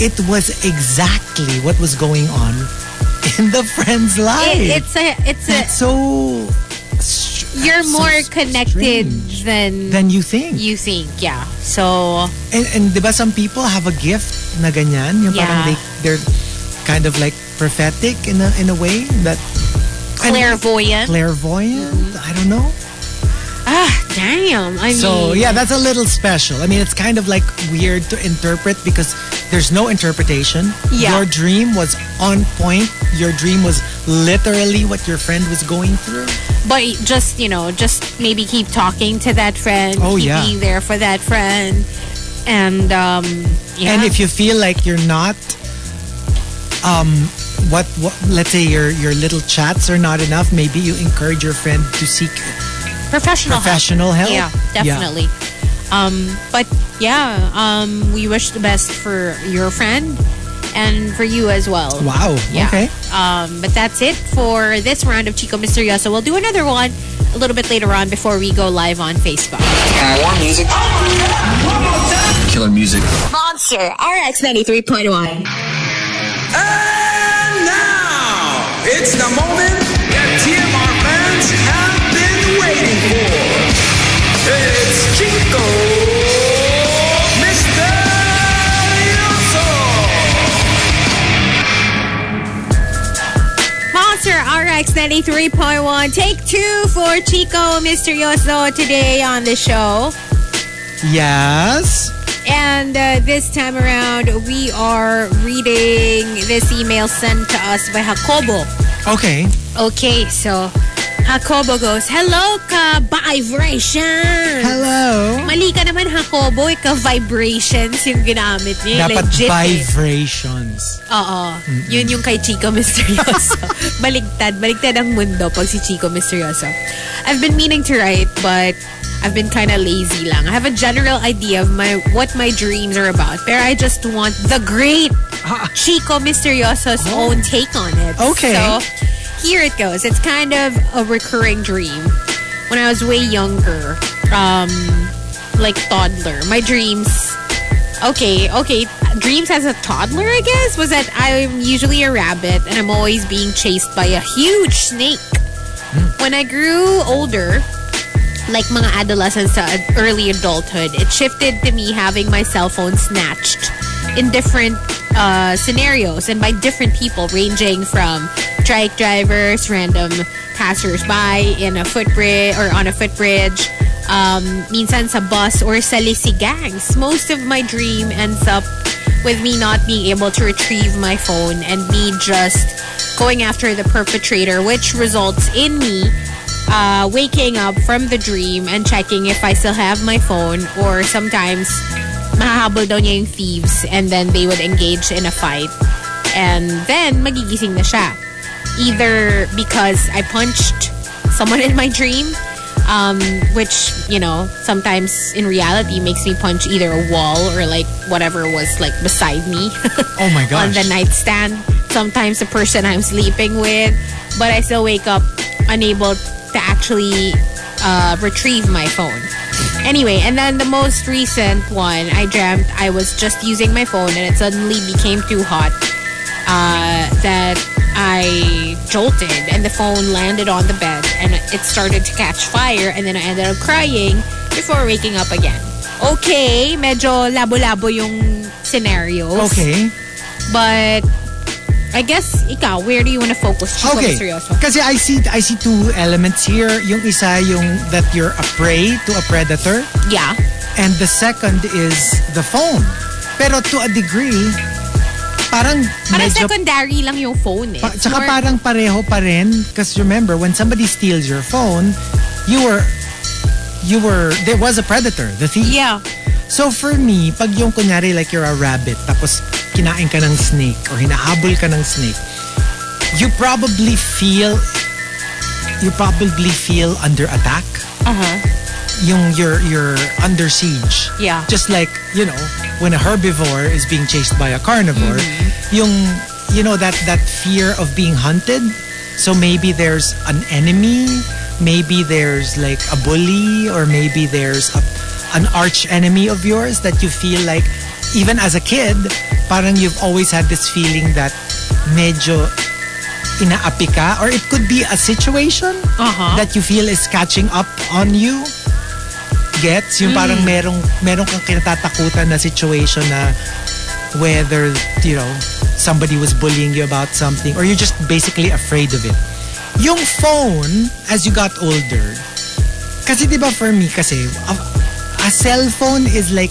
S4: it was exactly what was going on in the friend's life.
S5: It, it's a, it's a,
S4: That's so str-
S5: you're
S4: so
S5: more connected than
S4: than you think.
S5: you think, yeah. So
S4: And, and di ba some people have a gift na ganyan? Yung parang
S5: Yeah.
S4: they, they're kind of like prophetic in a, in a way that... I mean,
S5: Clairvoyant.
S4: clairvoyant? I don't know.
S5: Ah, damn. I
S4: so,
S5: mean,
S4: yeah, that's a little special. I mean, it's kind of like weird to interpret because there's no interpretation.
S5: Yeah.
S4: Your dream was on point. Your dream was literally what your friend was going through.
S5: But just you know, just maybe keep talking to that friend.
S4: Oh,
S5: keep
S4: yeah.
S5: being there for that friend. And um, yeah.
S4: And if you feel like you're not, um, what, what let's say your your little chats are not enough, maybe you encourage your friend to seek
S5: professional
S4: professional help.
S5: Yeah, definitely. Um, but yeah, um, we wish the best for your friend and for you as well.
S4: Wow.
S5: Yeah.
S4: Okay.
S5: Um, but that's it for this round of Chico Misterioso. We'll do another one a little bit later on before we go live on Facebook.
S10: More music. Killer music.
S9: Monster RX 93.1.
S7: Now, it's the moment that TMR fans have been waiting for. It's Chico Misterioso.
S5: Monster RX 93.1, take two for Chico Misterioso today on the show.
S4: Yes.
S5: And uh, this time around, we are reading this email sent to us by Jacobo.
S4: Okay.
S5: Okay, so Jacobo goes, Hello ka, vibration!
S4: Hello!
S5: Mali ka naman, Jacobo. Ikaw, vibrations yung ginamit niya.
S4: Dapat
S5: Legit, eh.
S4: vibrations.
S5: Oo. Yun yung kay Chico Misterioso. baligtad. Baligtad ang mundo pag si Chico Misterioso. I've been meaning to write, but I've been kind of lazy lang. I have a general idea of my what my dreams are about, but I just want the great Chico Misterioso's own take on it.
S4: Okay.
S5: So, here it goes. It's kind of a recurring dream. When I was way younger, um, like toddler, my dreams Okay, okay. Dreams as a toddler, I guess, was that I'm usually a rabbit and I'm always being chased by a huge snake. When I grew older, like mga adolescence to early adulthood, it shifted to me having my cell phone snatched in different uh, scenarios and by different people, ranging from trike drivers, random passersby in a footbridge or on a footbridge, um, minsan sa bus or sa lisigangs. Most of my dream ends up with me not being able to retrieve my phone and me just going after the perpetrator, which results in me uh, waking up from the dream and checking if I still have my phone or sometimes mahahabol daw niya yung thieves and then they would engage in a fight and then magigising na siya. Either because I punched someone in my dream um, which, you know, sometimes in reality makes me punch either a wall or like whatever was like beside me.
S4: Oh my gosh.
S5: on the nightstand. Sometimes the person I'm sleeping with, but I still wake up unable to actually uh, retrieve my phone. Anyway, and then the most recent one, I dreamt I was just using my phone and it suddenly became too hot uh, that I jolted and the phone landed on the bed and it started to catch fire and then I ended up crying before waking up again. Okay, medyo labo-labo yung scenarios.
S4: Okay.
S5: But I guess ikaw, where do you want to focus? Chico
S4: Okay.
S5: Misterioso.
S4: Kasi I see I see two elements here. Yung isa yung that you're a prey to a predator
S5: Yeah.
S4: and the second is the phone. Pero to a degree parang
S5: Parang
S4: medyo
S5: secondary lang yung phone eh.
S4: pa,
S5: It's
S4: tsaka
S5: more-
S4: parang pareho pa rin because remember when somebody steals your phone, you were you were there was a predator, the thief.
S5: Yeah.
S4: So for me, pag yung kunyari like you're a rabbit, tapos kinain ka ng snake or hinahabol ka ng snake, you probably feel you probably feel under attack.
S5: Uh-huh.
S4: Yung you're you're under siege.
S5: Yeah.
S4: Just like, you know, when a herbivore is being chased by a carnivore,
S5: Mm-hmm.
S4: yung you know that that fear of being hunted. So maybe there's an enemy, maybe there's like a bully or maybe there's a, an arch enemy of yours that you feel like even as a kid, parang you've always had this feeling that medyo inaapi ka or it could be a situation
S5: Uh-huh.
S4: that you feel is catching up on you gets yung parang merong merong kang kinatatakutan na situation na whether you know somebody was bullying you about something or you're just basically afraid of it yung phone as you got older kasi 'di ba for me kasi a, a cell phone is like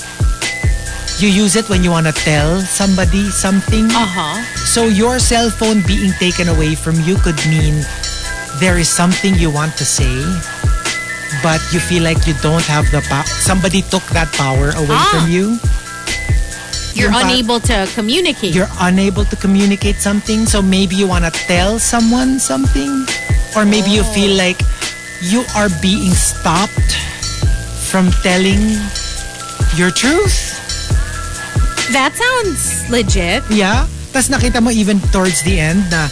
S4: you use it when you wanna tell somebody something
S5: Uh-huh.
S4: so your cell phone being taken away from you could mean there is something you want to say, but you feel like you don't have the power. Somebody took that power away
S5: Ah.
S4: from you.
S5: You're
S4: Yung pa-
S5: unable to communicate.
S4: You're unable to communicate something, so maybe you want to tell someone something, or maybe you feel like you are being stopped from telling your truth.
S5: That sounds legit.
S4: Yeah. Tapos nakita mo even towards the end na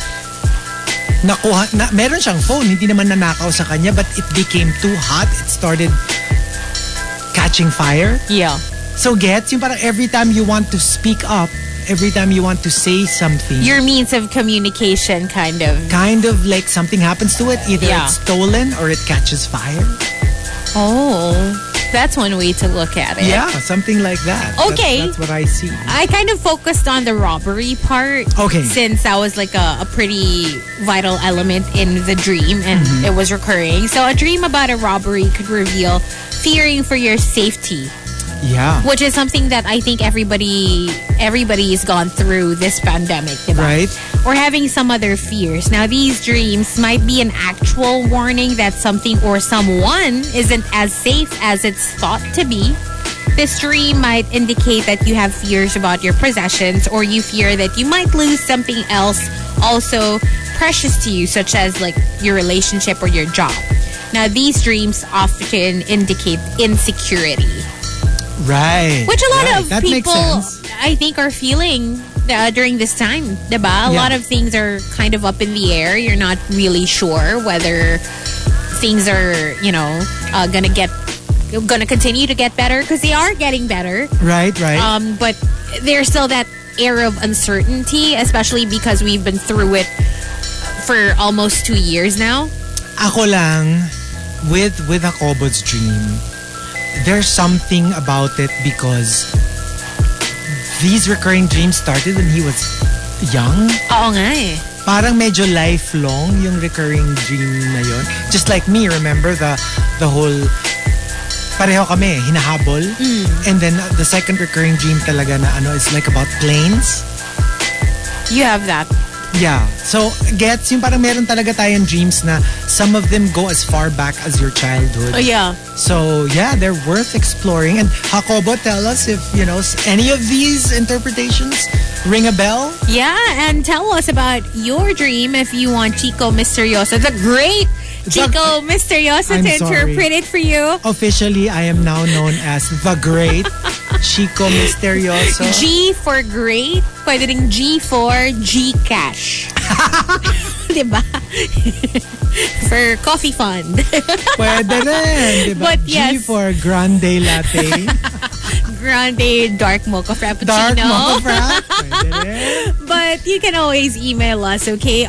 S4: nakuha, na, meron siyang phone, hindi naman nanakaw sa kanya, but it became too hot. It started catching fire.
S5: Yeah.
S4: So gets, yung parang every time you want to speak up, every time you want to say something,
S5: Your means of communication, kind of.
S4: kind of like something happens to it. Either
S5: Yeah.
S4: it's stolen or it catches fire.
S5: Oh, that's one way to look at it.
S4: Yeah, something like that. That's-
S5: Okay. Uh,
S4: That's, what I see.
S5: I kind of focused on the robbery part.
S4: Okay.
S5: Since that was like a, a pretty vital element in the dream and
S11: Mhm.
S5: it was recurring. So a dream about a robbery could reveal fearing for your safety,
S4: Yeah.
S5: which is something that I think everybody everybody's gone through this pandemic, diba?
S4: Right?
S5: Or having some other fears. Now these dreams might be an actual warning that something or someone isn't as safe as it's thought to be. This dream might indicate that you have fears about your possessions or you fear that you might lose something else also precious to you, such as like your relationship or your job. Now, these dreams often indicate insecurity,
S4: Right.
S5: which a lot
S4: right.
S5: of
S4: that
S5: people,
S4: Makes sense.
S5: I think, are feeling uh, during this time. Diba? A
S4: Yeah.
S5: lot of things are kind of up in the air. You're not really sure whether things are, you know, uh, gonna get, gonna continue to get better because they are getting better.
S4: Right, right.
S5: Um, but there's still that air of uncertainty, especially because we've been through it for almost two years now.
S4: ako lang with with Jacobod's dream there's something about it because these recurring dreams started when he was young
S5: Oo nga eh.
S4: parang medyo lifelong yung recurring dream na yun just like me remember the the whole pareho kami hinahabol and then the second recurring dream talaga na ano is like about planes
S5: You have that.
S4: Yeah. So, gets, yung parang meron talaga tayong dreams na some of them go as far back as your childhood.
S5: Oh, yeah.
S4: So, yeah, they're worth exploring. And Jacobo, tell us if, you know, s- any of these interpretations ring a bell.
S5: Yeah, and tell us about your dream if you want Chico Misterioso, the great Chico Misterioso
S4: I'm
S5: to
S4: sorry.
S5: interpret it for you.
S4: Officially, I am now known as the great Chico Misterioso.
S5: G for great, pwede ring G for Gcash. diba? for coffee fund.
S4: Pwede rin, di ba?
S5: But yes.
S4: G for grande latte.
S5: Grande dark mocha
S4: Dark
S5: frappuccino.
S4: mocha frap.
S5: but you can always email us, okay?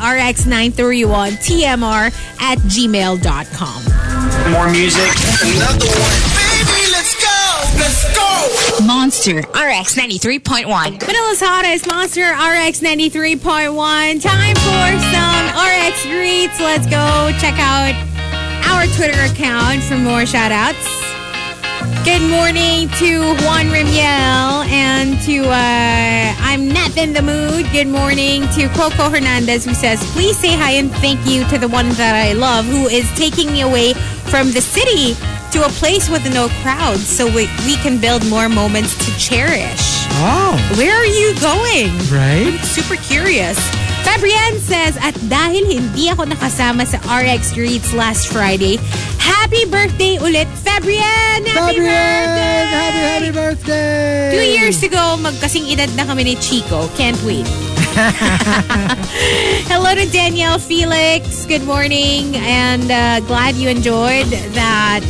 S5: rx931tmr at gmail.com.
S7: More music. Another one. Baby, let's go. Let's go.
S9: Monster RX 93.1.
S5: Manila's hottest monster RX 93.1. Time for some RX greets. Let's go check out our Twitter account for more shout outs. Good morning to Juan Rimiel and to uh, I'm not in the mood. Good morning to Coco Hernandez who says, please say hi and thank you to the one that I love who is taking me away from the city to a place with no crowds so we, we can build more moments to cherish.
S4: Oh.
S5: Where are you going?
S4: Right?
S5: I'm super curious. Fabrienne says, at dahil hindi ako nakasama sa RX Reads last Friday, happy birthday ulit, Fabrienne! Happy birthday!
S4: Happy, happy birthday!
S5: Two years ago, magkasing edad na kami ni Chico. Can't wait. Hello to Danielle Felix. Good morning. And uh, glad you enjoyed that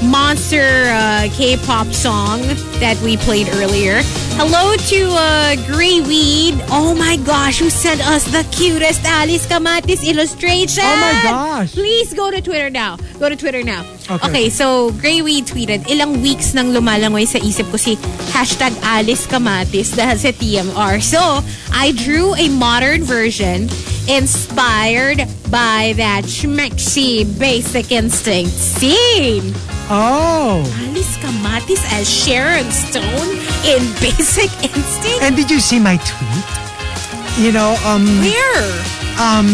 S5: monster uh, K-pop song that we played earlier. Hello to uh, Grey Weed. Oh my gosh, who sent us the cutest Alice Kamatis illustration.
S4: Oh my gosh.
S5: Please go to Twitter now. Go to Twitter now.
S4: Okay.
S5: Okay, so Grey Weed tweeted, ilang weeks nang lumalangoy sa isip ko si hashtag Alice Kamatis dahil sa TMR. So, I drew a modern version inspired by that schmexy basic instinct scene.
S4: Oh.
S5: Alice Kamatis as Sharon Stone in Basic Instinct?
S4: And did you see my tweet? You know, um,
S5: Where?
S4: um,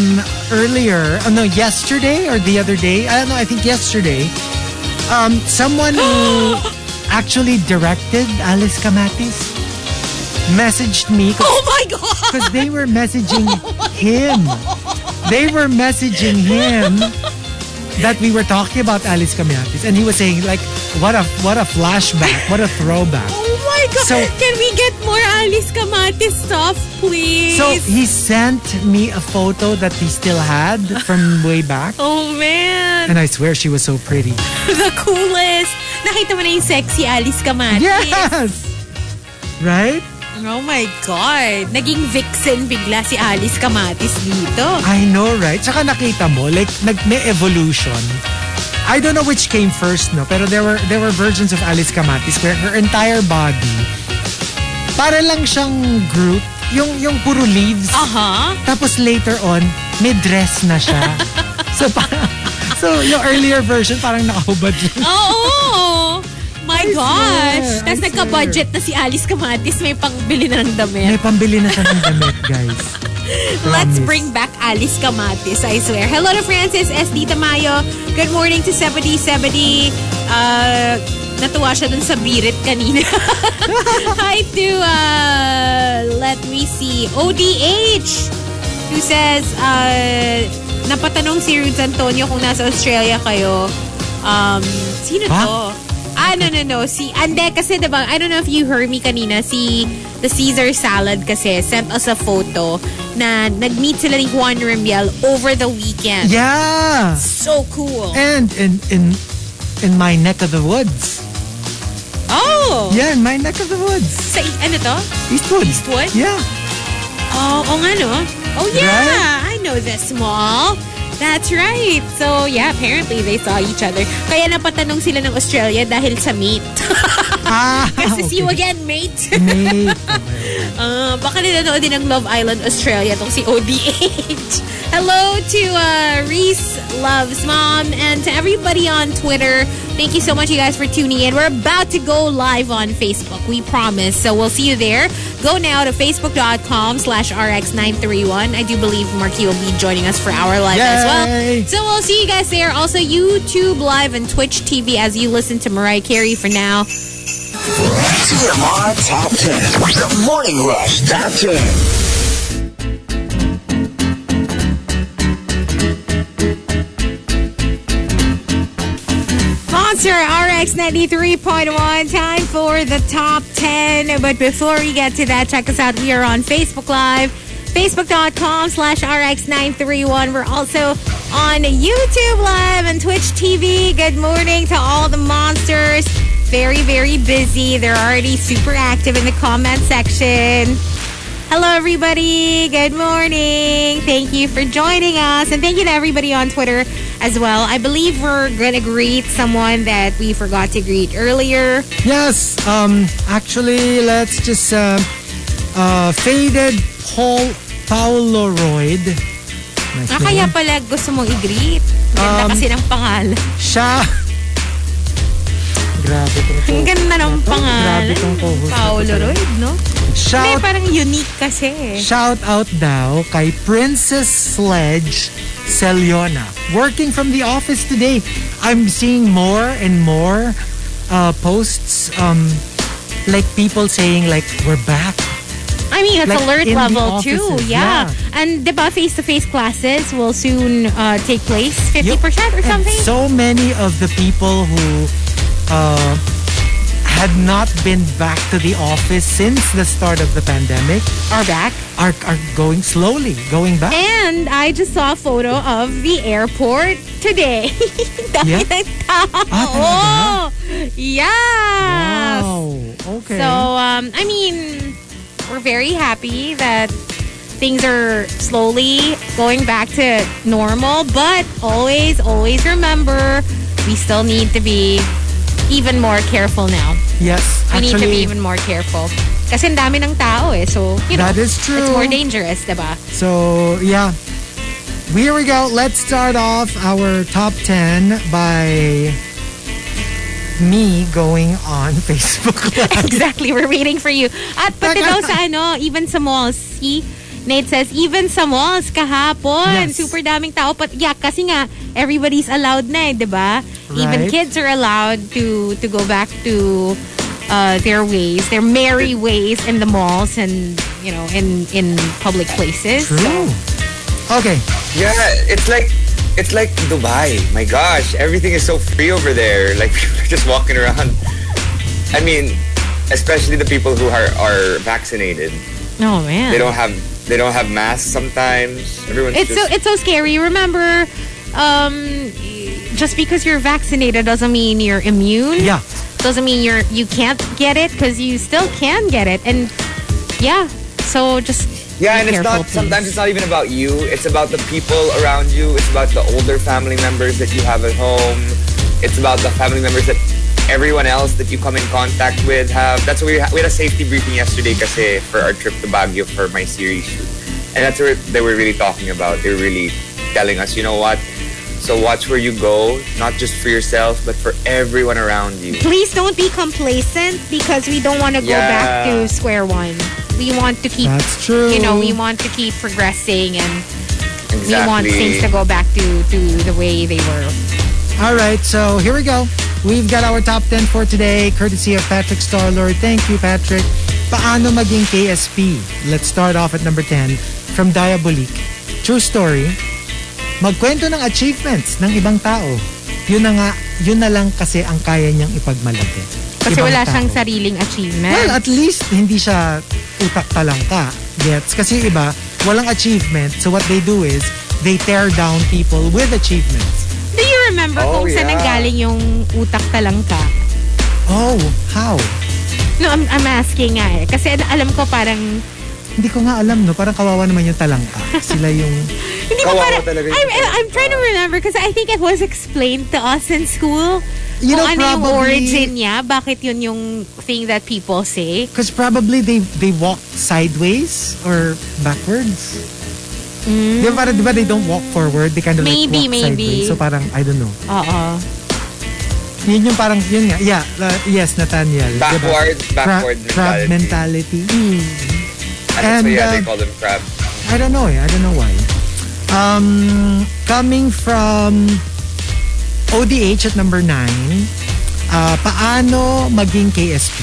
S4: earlier, oh no, yesterday or the other day, I don't know, I think yesterday, um, someone who actually directed Alice Kamatis messaged me.
S5: Oh my God!
S4: Because they were messaging him. They were messaging him that we were talking about Alice Kamiakis. And he was saying like, what a what a flashback, what a throwback.
S5: Oh my God!
S4: So-
S5: Can we get more Alice Kamate stuff, please?
S4: So he sent me a photo that he still had from way back.
S5: oh man!
S4: And I swear she was so pretty.
S5: the coolest. Nakita mo na yung sexy Alice Kamate.
S4: Yes! Right?
S5: Oh my God. Naging vixen bigla si Alice Kamatis dito.
S4: I know, right? Tsaka nakita mo, like, nag, may evolution. I don't know which came first, no? Pero there were there were versions of Alice Kamatis where her entire body, para lang siyang group, yung, yung puro leaves.
S5: Ah. Aha.
S4: Tapos later on, may dress na siya. so parang, so yung earlier version, parang nakahubad siya.
S5: Oo. My
S4: I
S5: gosh.
S4: swear,
S5: Tapos
S4: I
S5: nagka-budget na si Alice Kamatis. May pangbili na ng
S4: May
S5: damit.
S4: pambili na siya ng damit, guys. Promise.
S5: Let's bring back Alice Kamatis, I swear. Hello to Francis SD Tamayo. Good morning to 7070. Uh, natuwa siya dun sa birit kanina. Hi to, uh, let me see, ODH, who says, uh, napatanong si Rudes Antonio kung nasa Australia kayo. Um, sino
S4: Ha?
S5: to? Ah, no, no, no. Si Ande, kasi diba, I don't know if you heard me kanina, si the Caesar Salad kasi sent us a photo na nag-meet sila ni Juan Ramiel over the weekend.
S4: Yeah!
S5: So cool.
S4: And in, in, in my neck of the woods.
S5: oh!
S4: Yeah, in my neck of the woods.
S5: Sa, ano to?
S4: Eastwood.
S5: Eastwood?
S4: Yeah.
S5: Oh, oh nga no? Oh yeah, I know this mall. That's right. So yeah, apparently they saw each other. Kaya napatanong sila ng Australia dahil sa meet.
S4: Ah,
S5: Nice to see you
S4: okay.
S5: again, mate.
S4: Mate.
S5: Ah, baka nilanood din ng Love Island Australia tong si ODH. Hello to uh, Reese Loves Mom and to everybody on Twitter. Thank you so much, you guys, for tuning in. We're about to go live on Facebook. We promise. So we'll see you there. Go now to facebook.com slash rx931. I do believe Marky will be joining us for our live as well.
S4: Yay!
S5: So we'll see you guys there. Also, YouTube Live and Twitch TV as you listen to Mariah Carey for now.
S10: TMR Top 10. The Morning Rush Top 10.
S5: Monster RX 93.1, time for the top 10. But before we get to that, check us out. We are on Facebook Live, facebook.com slash RX931. We're also on YouTube Live and Twitch TV. Good morning to all the monsters. Very, very busy. They're already super active in the comment section. Hello, everybody. Good morning. Thank you for joining us. And thank you to everybody on Twitter as well. I believe we're going to greet someone that we forgot to greet earlier.
S4: Yes, um, actually, let's just uh, uh, faded Paul Paolo Royd. Nice
S5: Ah,
S4: name.
S5: kaya pala gusto mong i-greet. Ganda
S4: Um,
S5: kasi ng pangalan.
S4: Siya. Grabe ko
S5: Ang ganda ng pangalan.
S4: Grabe tong co-host na to
S5: Paolo
S4: talaga.
S5: Royd, no? Hindi,
S4: Shout,
S5: parang unique kasi.
S4: shout out daw kay Princess Sledge Celiona. Working from the office today. I'm seeing more and more uh, posts um, like people saying like, we're back.
S5: I mean, it's
S4: Like,
S5: alert
S4: in the
S5: level
S4: offices,
S5: too. Yeah.
S4: yeah.
S5: And the face-to-face classes will soon uh, take place. 50% or
S4: And
S5: something.
S4: so many of the people who uh, had not been back to the office since the start of the pandemic
S5: are back.
S4: are, are going slowly, going back.
S5: And I just saw a photo of the airport today. Dami
S4: Yeah?
S5: ng tao. Oh,
S4: Ah, talaga?
S5: Yes.
S4: Wow. Okay.
S5: So, um, I mean, we're very happy that things are slowly going back to normal. But always, always remember, we still need to be even more careful now.
S4: yes,
S5: We need to be
S4: actually,
S5: even more careful. Kasi ang dami ng tao eh. So, you know,
S4: That is true.
S5: it's more dangerous, diba?
S4: so yeah. Here we go. Let's start off our top 10 by me going on Facebook Live.
S5: exactly. We're waiting for you. At pati daw sa ano, even sa malls. See? Nate says, even sa malls kahapon.
S4: Yes.
S5: Super daming tao. But yeah, kasi nga, everybody's allowed na eh, di ba? Even
S4: Right.
S5: kids are allowed to to go back to uh, their ways, their merry ways in the malls and you know in in public places.
S12: True.
S4: Okay.
S12: Yeah, it's like it's like Dubai. My gosh, everything is so free over there. Like people are just walking around. I mean, especially the people who are are vaccinated.
S5: Oh man.
S12: They don't have they don't have masks sometimes. Everyone's
S5: It's so
S12: just,
S5: it's so scary. Remember, um, just because you're vaccinated doesn't mean you're immune.
S4: Yeah.
S5: Doesn't mean you're you can't get it because you still can get it. And yeah, so just be
S12: yeah, and it's
S5: careful,
S12: not
S5: please.
S12: sometimes it's not even about you. It's about the people around you. It's about the older family members that you have at home. It's about the family members that everyone else that you come in contact with have. That's why we, ha- we had a safety briefing yesterday kasi for our trip to Baguio for my series shoot. And that's what they were really talking about. They were really telling us, you know what? So watch where you go, not just for yourself, but for everyone around you.
S5: Please don't be complacent because we don't want to go
S12: Yeah.
S5: back to square one. We want to keep.
S12: That's true.
S5: You know, we want to keep progressing and we want
S12: Exactly.
S5: things to go back to to the way they were.
S4: All right, so here we go. We've got our top 10 for today, courtesy of Patrick Starlord. Thank you, Patrick. Paano maging KSP? Let's start off at number 10 from Diabolique. True story. Magkwento ng achievements ng ibang tao. Yun na nga, yun na lang kasi ang kaya niyang ipagmalaki.
S5: Kasi
S4: Ibang
S5: wala
S4: tao.
S5: siyang sariling achievement.
S4: Well, at least hindi siya utak talangka. Gets? Kasi yung iba, walang achievement. So what they do is, they tear down people with achievements.
S5: Do you remember
S4: Oh,
S5: kung saan
S4: yeah.
S5: nanggaling yung utak talangka?
S4: Oh, how?
S5: No, I'm, I'm asking nga eh. Kasi al- alam ko parang,
S4: Hindi ko nga alam, no? Parang kawawa naman yung talangka. Sila yung...
S5: hindi ba parang, I'm, I'm, I'm trying to remember because I think it was explained to us in school.
S4: You know,
S5: kung ano yung
S4: probably-
S5: origin niya, bakit yun yung thing that people say.
S4: Because probably they they walk sideways or backwards. Di ba, di ba they don't walk forward? They kind of
S5: Mm. Maybe,
S4: like walk
S5: maybe.
S4: sideways. So parang, I don't know.
S5: Oo.
S4: Yun yung parang, yun nga. Yeah, uh, yes, Nathaniel. Di ba?
S12: Backward- backward
S4: crab mentality. Hmm.
S12: And, so
S4: And,
S12: yeah,
S4: uh,
S12: they call them crab.
S4: I don't know eh. I don't know why. Um, coming from ODH at number 9, ah, paano maging KSP?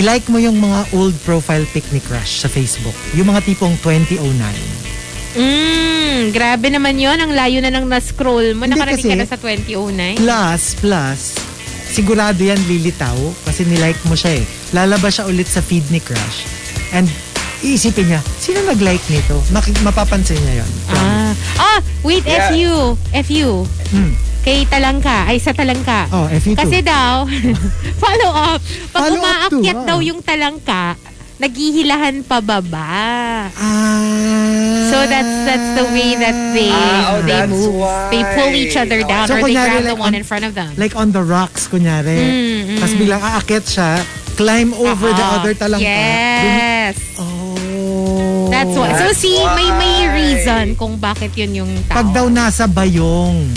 S4: I-like mo yung mga old profile pic ni Crush sa Facebook. Yung mga tipong 2009.
S5: Mm, grabe naman yon Ang layo na nang na-scroll mo.
S4: Hindi
S5: Nakarating
S4: kasi-
S5: ka na sa 2009.
S4: Plus, plus, sigurado yan lilitaw kasi nilike mo siya eh. Lalabas siya ulit sa feed ni Crush. And iisipin niya, sino nag-like nito? Maki- mapapansin niya yon.
S5: Ah, ah wait,
S4: Yeah. Hmm.
S5: FU. FU. Kay Talangka. Ay, sa Talangka.
S4: Oh, FU too.
S5: Kasi daw, follow up. Pag
S4: Follow up
S5: umaakyat
S4: too, ah.
S5: daw yung Talangka, naghihilahan pababa.
S12: Ah.
S5: so that's that's the way that they
S4: Ah, oh,
S5: they
S4: that's
S5: move. They pull each other
S4: why.
S5: down
S4: So,
S5: or they
S4: kunyari,
S5: grab the
S4: like,
S5: one
S4: on-
S5: in front of them.
S4: Like on the rocks, kunyari.
S5: Mm, mm.
S4: Tapos biglang aakit siya, climb over the
S5: Oo.
S4: other talangka.
S5: Ah, Yes.
S4: Oh.
S5: That's why. So see, may may reason kung bakit yun yung tao.
S4: Pag daw nasa bayong,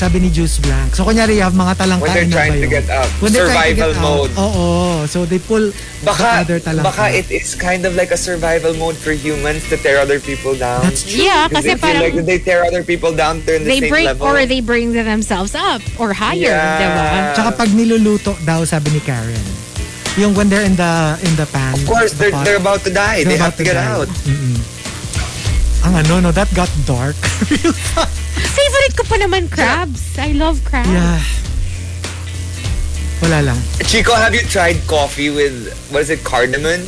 S4: sabi ni Juice Blank. So kunyari, you have mga talangka
S12: When they're
S4: in the
S12: trying to
S4: bayong.
S12: get up.
S4: When they're trying to
S12: Survival
S4: get out,
S12: mode.
S4: Oo. So they pull the
S12: Baka,
S4: other talangka.
S12: baka it is kind of like a survival mode for humans to tear other people down.
S4: That's
S5: true. Yeah, kasi
S12: they feel
S5: parang-
S12: like when they tear other people down, they're in the
S5: they
S12: same
S5: bring
S12: level.
S5: or they bring themselves up or higher,
S12: Yeah.
S5: diba?
S12: uh,
S4: Tsaka pag niluluto daw, sabi ni Karen. Yung when they're in the in the pan.
S12: Of course,
S4: the
S12: they're,
S4: pot.
S12: they're about to die.
S4: They're
S12: they
S4: about
S12: have to get
S4: die.
S12: out.
S4: Mm-mm. Ang ano, no, that got dark.
S5: Favorite ko pa naman crabs. I love crabs.
S4: yeah. Wala lang.
S12: Chico, have you tried coffee with, what is it, cardamom?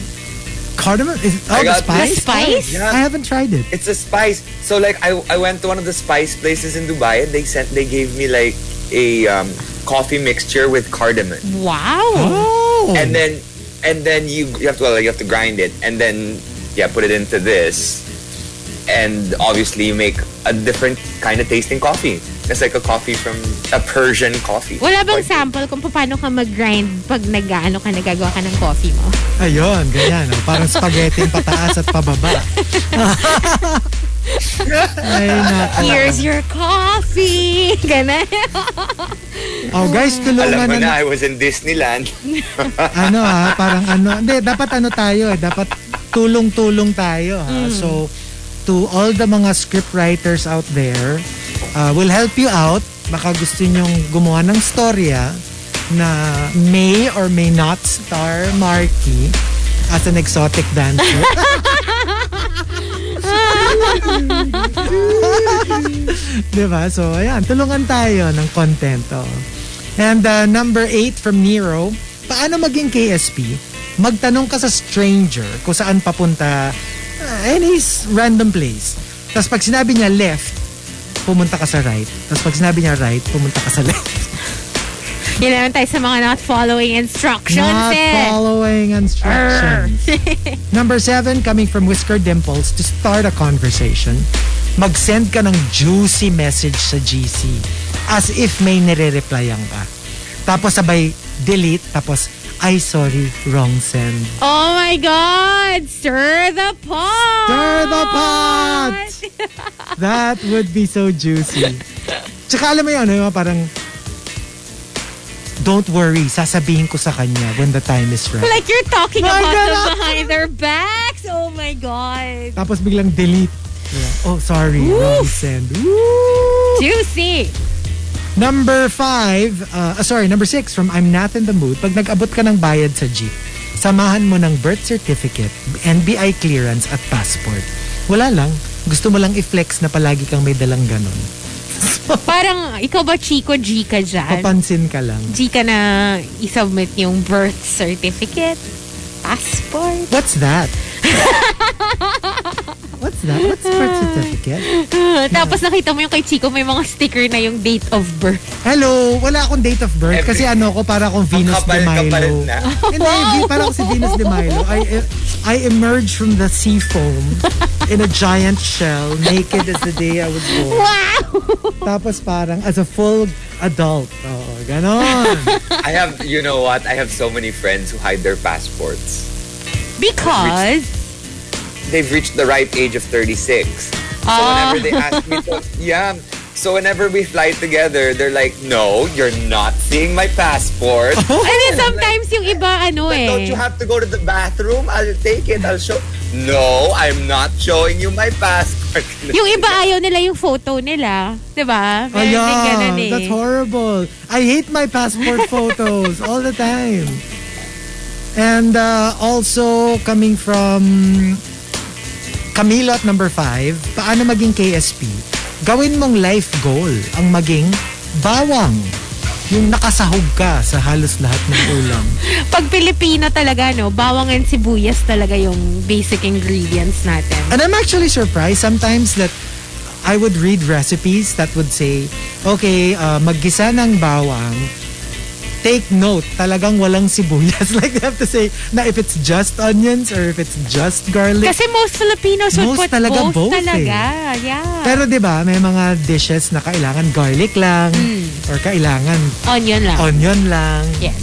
S4: Cardamom? Is, oh,
S12: I
S4: the
S12: got-
S4: spice? Oh,
S12: The spice?
S4: I haven't tried it.
S12: It's a spice. So like I, I went to one of the spice places in Dubai and they sent they gave me like a um, coffee mixture with cardamom.
S5: Wow.
S12: Oh.
S4: Oh.
S12: And then and then you you have to well, you have to grind it and then yeah put it into this and obviously you make a different kind of tasting coffee. It's like a coffee from a Persian coffee.
S5: Wala bang sample kung paano ka mag-grind pag nag-ano ka, nagagawa ka ng coffee mo?
S4: Ayun, ganyan. oh. Parang spaghetti yung pataas at pababa. Ay, nako.
S5: Here's your coffee. Ganun.
S4: Oh, guys, tulungan
S12: Alam mo
S4: na.
S12: na, I was in Disneyland.
S4: ano ha, parang ano. Hindi, dapat ano tayo. eh. Dapat tulong-tulong tayo. Ha?
S12: Mm.
S4: So, to all the mga script writers out there, uh, we'll help you out. Baka gusto nyong gumawa ng storya na may or may not star Marky as an exotic dancer. diba? So, ayan. Tulungan tayo ng content. oh. And uh, number eight from Nero, paano maging KSP? Magtanong ka sa stranger kung saan papunta uh, any s- random place. Tapos pag sinabi niya left, pumunta ka sa right. Tapos pag sinabi niya right, pumunta ka sa left.
S5: Yun naman tayo sa mga not following instructions
S4: Not
S5: eh.
S4: following
S5: Arr.
S4: instructions. Number seven, coming from Whisker Dimples, to start a conversation, mag-send ka ng juicy message sa GC as if may nire-replyan ka. Tapos sabay delete, tapos, ay sorry, wrong send.
S5: oh my God! Stir the pot!
S4: Stir the pot! That would be so juicy. Tsaka alam mo yun, ano, yung parang, don't worry, sasabihin ko sa kanya when the time is right.
S5: like you're talking
S4: My
S5: about
S4: God,
S5: them
S4: ah.
S5: behind their backs. Oh my God.
S4: Tapos biglang delete. Yeah. Oh, sorry. Wrong send. Woo!
S5: Juicy.
S4: Number five, uh, ah, sorry, number six from I'm Not in the Mood. Pag nag-abot ka ng bayad sa jeep, samahan mo ng birth certificate, NBI clearance at passport. Wala lang. Gusto mo lang i-flex na palagi kang may dalang ganun.
S5: Parang ikaw ba Chico G ka dyan?
S4: Papansin ka lang.
S5: G ka na isubmit yung birth certificate, passport.
S4: What's that? What's that? What's birth certificate?
S5: Tapos nakita mo yung kay Chico may mga sticker na yung date of birth.
S4: Hello, wala akong date of birth kasi ano ko para akong Venus de Milo.
S12: kapal-kapal na.
S4: Hindi, di- parang si Venus de Milo. I, I emerged from the sea foam in a giant shell, naked as the day I was born.
S5: Wow!
S4: Tapos parang as a full adult. Oo, ganon.
S12: I have, you know what? I have so many friends who hide their passports.
S5: Because,
S12: They've reached the right age of 36. So
S5: Ah.
S12: whenever they ask me to, yeah. So whenever we fly together, they're like, no, you're not seeing my passport.
S4: Oh.
S5: and then sometimes yung iba ano
S12: But don't
S5: eh.
S12: you have to go to the bathroom? I'll take it. I'll show. No, I'm not showing you my passport.
S5: Yung iba ayaw nila yung photo nila. Diba? Meron din ganun
S4: Ayan,
S5: eh.
S4: that's horrible. I hate my passport photos all the time. And uh, also coming from Camilo at number 5, paano maging KSP? Gawin mong life goal ang maging bawang. Yung nakasahog ka sa halos lahat ng ulam.
S5: Pag Pilipino talaga, no, bawang and sibuyas talaga yung basic ingredients natin.
S4: And I'm actually surprised sometimes that I would read recipes that would say, okay, uh, maggisa ng bawang, take note, talagang walang sibuyas. like they have to say, na if it's just onions or if it's just garlic.
S5: Kasi most Filipinos would
S4: Most
S5: put
S4: talaga
S5: both,
S4: both eh.
S5: talaga. Yeah.
S4: Pero 'di ba may mga dishes na kailangan garlic lang or kailangan
S5: Onion lang.
S4: onion lang.
S5: Yes.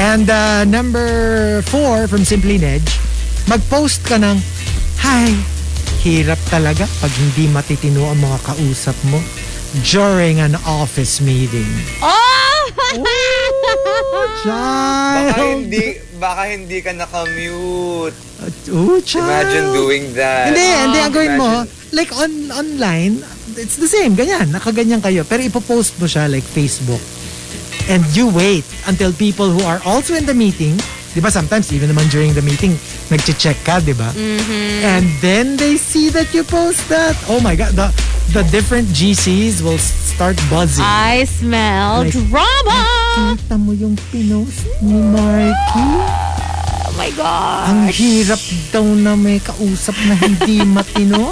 S4: And uh, number four from Simply Nedge, mag-post ka ng, Hi, hirap talaga pag hindi matitino ang mga kausap mo during an office meeting.
S5: Oh!
S12: Baka
S4: Child!
S12: hindi, baka hindi ka nakamute.
S4: Ooh, child!
S12: Imagine doing
S4: Ah.
S12: that.
S4: Hindi, hindi. Ang gawin mo,
S12: Ah, Imagine.
S4: like on online, it's the same. Ganyan. Nakaganyan kayo. Pero ipopost mo siya like Facebook. And you wait until people who are also in the meeting, di ba sometimes even naman during the meeting, nagche-check ka, di ba? And then they see that you post that. Oh my God. The, the different GCs will start buzzing.
S5: I smell
S4: Like-
S5: drama!
S4: Kita mo yung pinost ni Marky?
S5: Oh my God!
S4: Ang hirap daw na may kausap na hindi matino.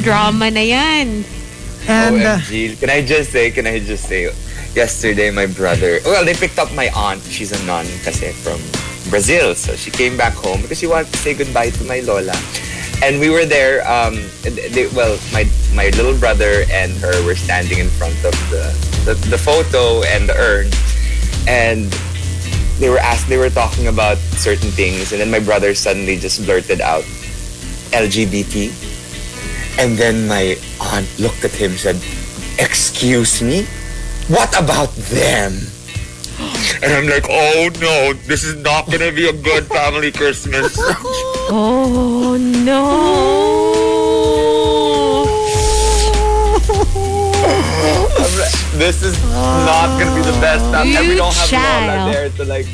S5: Drama na yan.
S4: And, uh,
S12: OMG. Can I just say, can I just say, yesterday my brother, well, they picked up my aunt. She's a nun kasi from Brazil. So she came back home because she wanted to say goodbye to my Lola. And we were there, um, and they, well, my, my little brother and her were standing in front of the, the, the photo and the urn. And they were asked, they were talking about certain things. And then my brother suddenly just blurted out, LGBT. And then my aunt looked at him and said, Excuse me? What about them? And I'm like, oh no, this is not gonna be a good family Christmas.
S5: Oh no!
S12: I'm like- this is not gonna be the best time. And we don't have Lola there to like.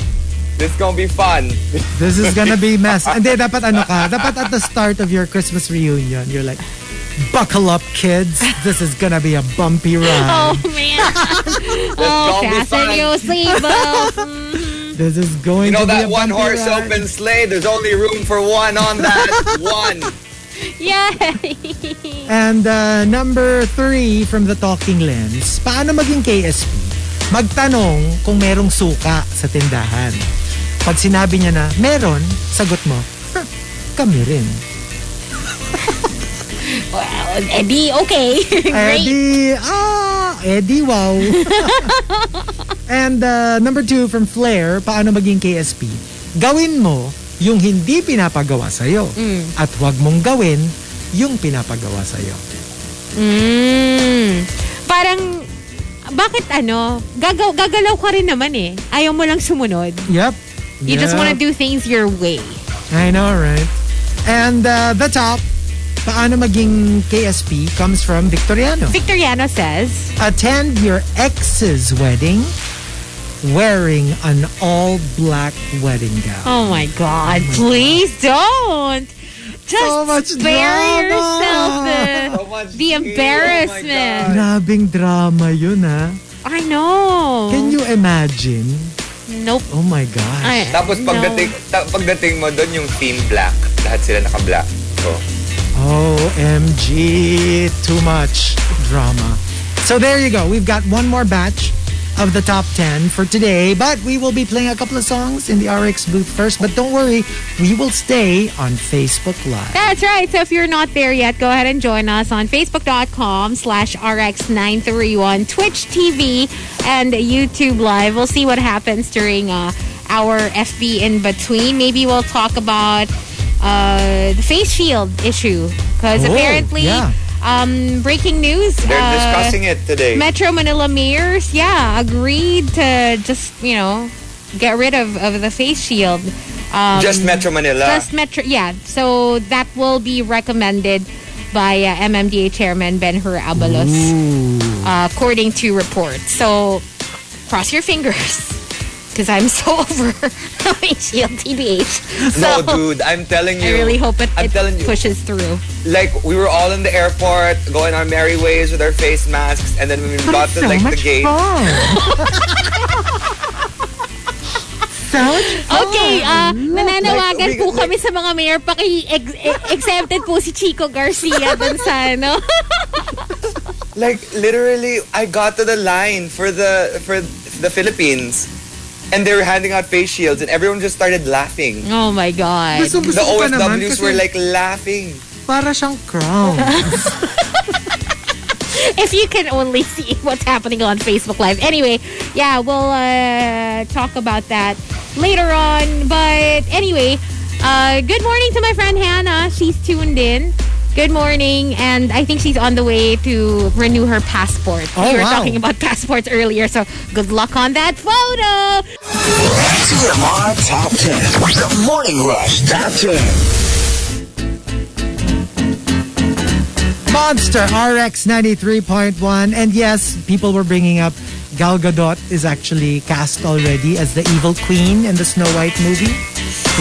S12: This gonna be fun.
S4: This is gonna be mess. Hindi, dapat ano ka, dapat at the start of your Christmas reunion, you're like, buckle up kids, this is gonna be a bumpy ride.
S5: Oh man. oh,
S12: gonna be
S5: fasten
S12: fun.
S5: your seatbelt.
S4: This is going to
S12: You know
S4: be
S12: that
S4: a
S12: one
S4: bumpy
S12: horse
S4: ride.
S12: open sleigh? There's only room for one on that one.
S5: Yay.
S4: And uh, number three from the Talking Lens, paano maging KSP? Magtanong kung merong suka sa tindahan. Pag sinabi niya na, meron, sagot mo, "Huh, kami rin.
S5: Wow, Eddie, okay. Great.
S4: Eddie, ah, Eddie, wow. And uh, number two from Flair, paano maging KSP? Gawin mo yung hindi pinapagawa sa'yo. At huwag mong gawin yung pinapagawa sa'yo.
S5: Mm. Parang, bakit ano, gagaw, gagalaw ka rin naman eh. Ayaw mo lang sumunod.
S4: Yep.
S5: You
S4: Yep.
S5: just wanna do things your way.
S4: I know, right? And uh, the top, paano maging KSP comes from Victoriano.
S5: Victoriano says,
S4: Attend your ex's wedding wearing an all-black wedding gown.
S5: Oh my God, please don't. Just
S4: So much
S5: spare
S4: drama.
S5: yourself the, the
S12: Oh
S5: embarrassment.
S4: Grabing drama yun, ha?
S5: I know.
S4: Can you imagine?
S5: Nope.
S4: Oh my gosh.
S5: I,
S12: Tapos
S5: no.
S12: pagdating ta- pagdating mo doon yung team black, lahat sila naka-black. So,
S4: OMG, too much drama. So there you go. We've got one more batch of the top 10 for today, but we will be playing a couple of songs in the RX booth first. But don't worry, we will stay on Facebook Live.
S5: That's right. So if you're not there yet, go ahead and join us on facebook.com slash rx931, Twitch TV, and YouTube Live. We'll see what happens during uh, our FB in between. Maybe we'll talk about uh, the face shield issue because
S12: Oh,
S5: apparently,
S12: yeah.
S5: um, breaking news.
S12: they're
S5: uh,
S12: discussing it today.
S5: Metro Manila mayors, yeah, agreed to just, you know, get rid of, of the face shield. Um,
S12: Just Metro Manila.
S5: Just Metro, yeah. So that will be recommended by uh, MMDA Chairman Ben-Hur Abalos, uh, according to reports. So cross your fingers. Because I'm so over the face shield, TBH. So
S12: no, dude, I'm telling you.
S5: I really hope it,
S12: I'm
S5: it
S12: telling you.
S5: pushes through.
S12: like we were all in the airport going our merry ways with our face masks and then when we got to
S4: so
S12: like the
S4: much
S12: gate
S4: fun. so
S5: Okay, ah, nananawagan
S12: Oh, Like, we-
S5: po
S12: like-
S5: kami sa mga mayor. Paki-exempted po si Chico Garcia dun sa, ano?
S12: like literally I got to the line for the for the Philippines and they were handing out face shields and everyone just started laughing.
S5: Oh my God.
S4: Gusto-
S12: The
S4: gusto ko pa naman
S12: OFWs
S4: kasi-
S12: were like laughing.
S4: para siyang crown.
S5: If you can only see what's happening on Facebook Live. Anyway, yeah, we'll uh, talk about that later on. But anyway, uh, good morning to my friend Hannah. She's tuned in. Good morning, and I think she's on the way to renew her passport.
S10: Oh,
S5: we were
S10: wow.
S5: talking about passports earlier, so good luck on that photo.
S10: TMR Top 10. The Morning Rush Top 10.
S4: Monster RX 93.1. And yes, people were bringing up Gal Gadot is actually cast already as the evil queen in the Snow White movie.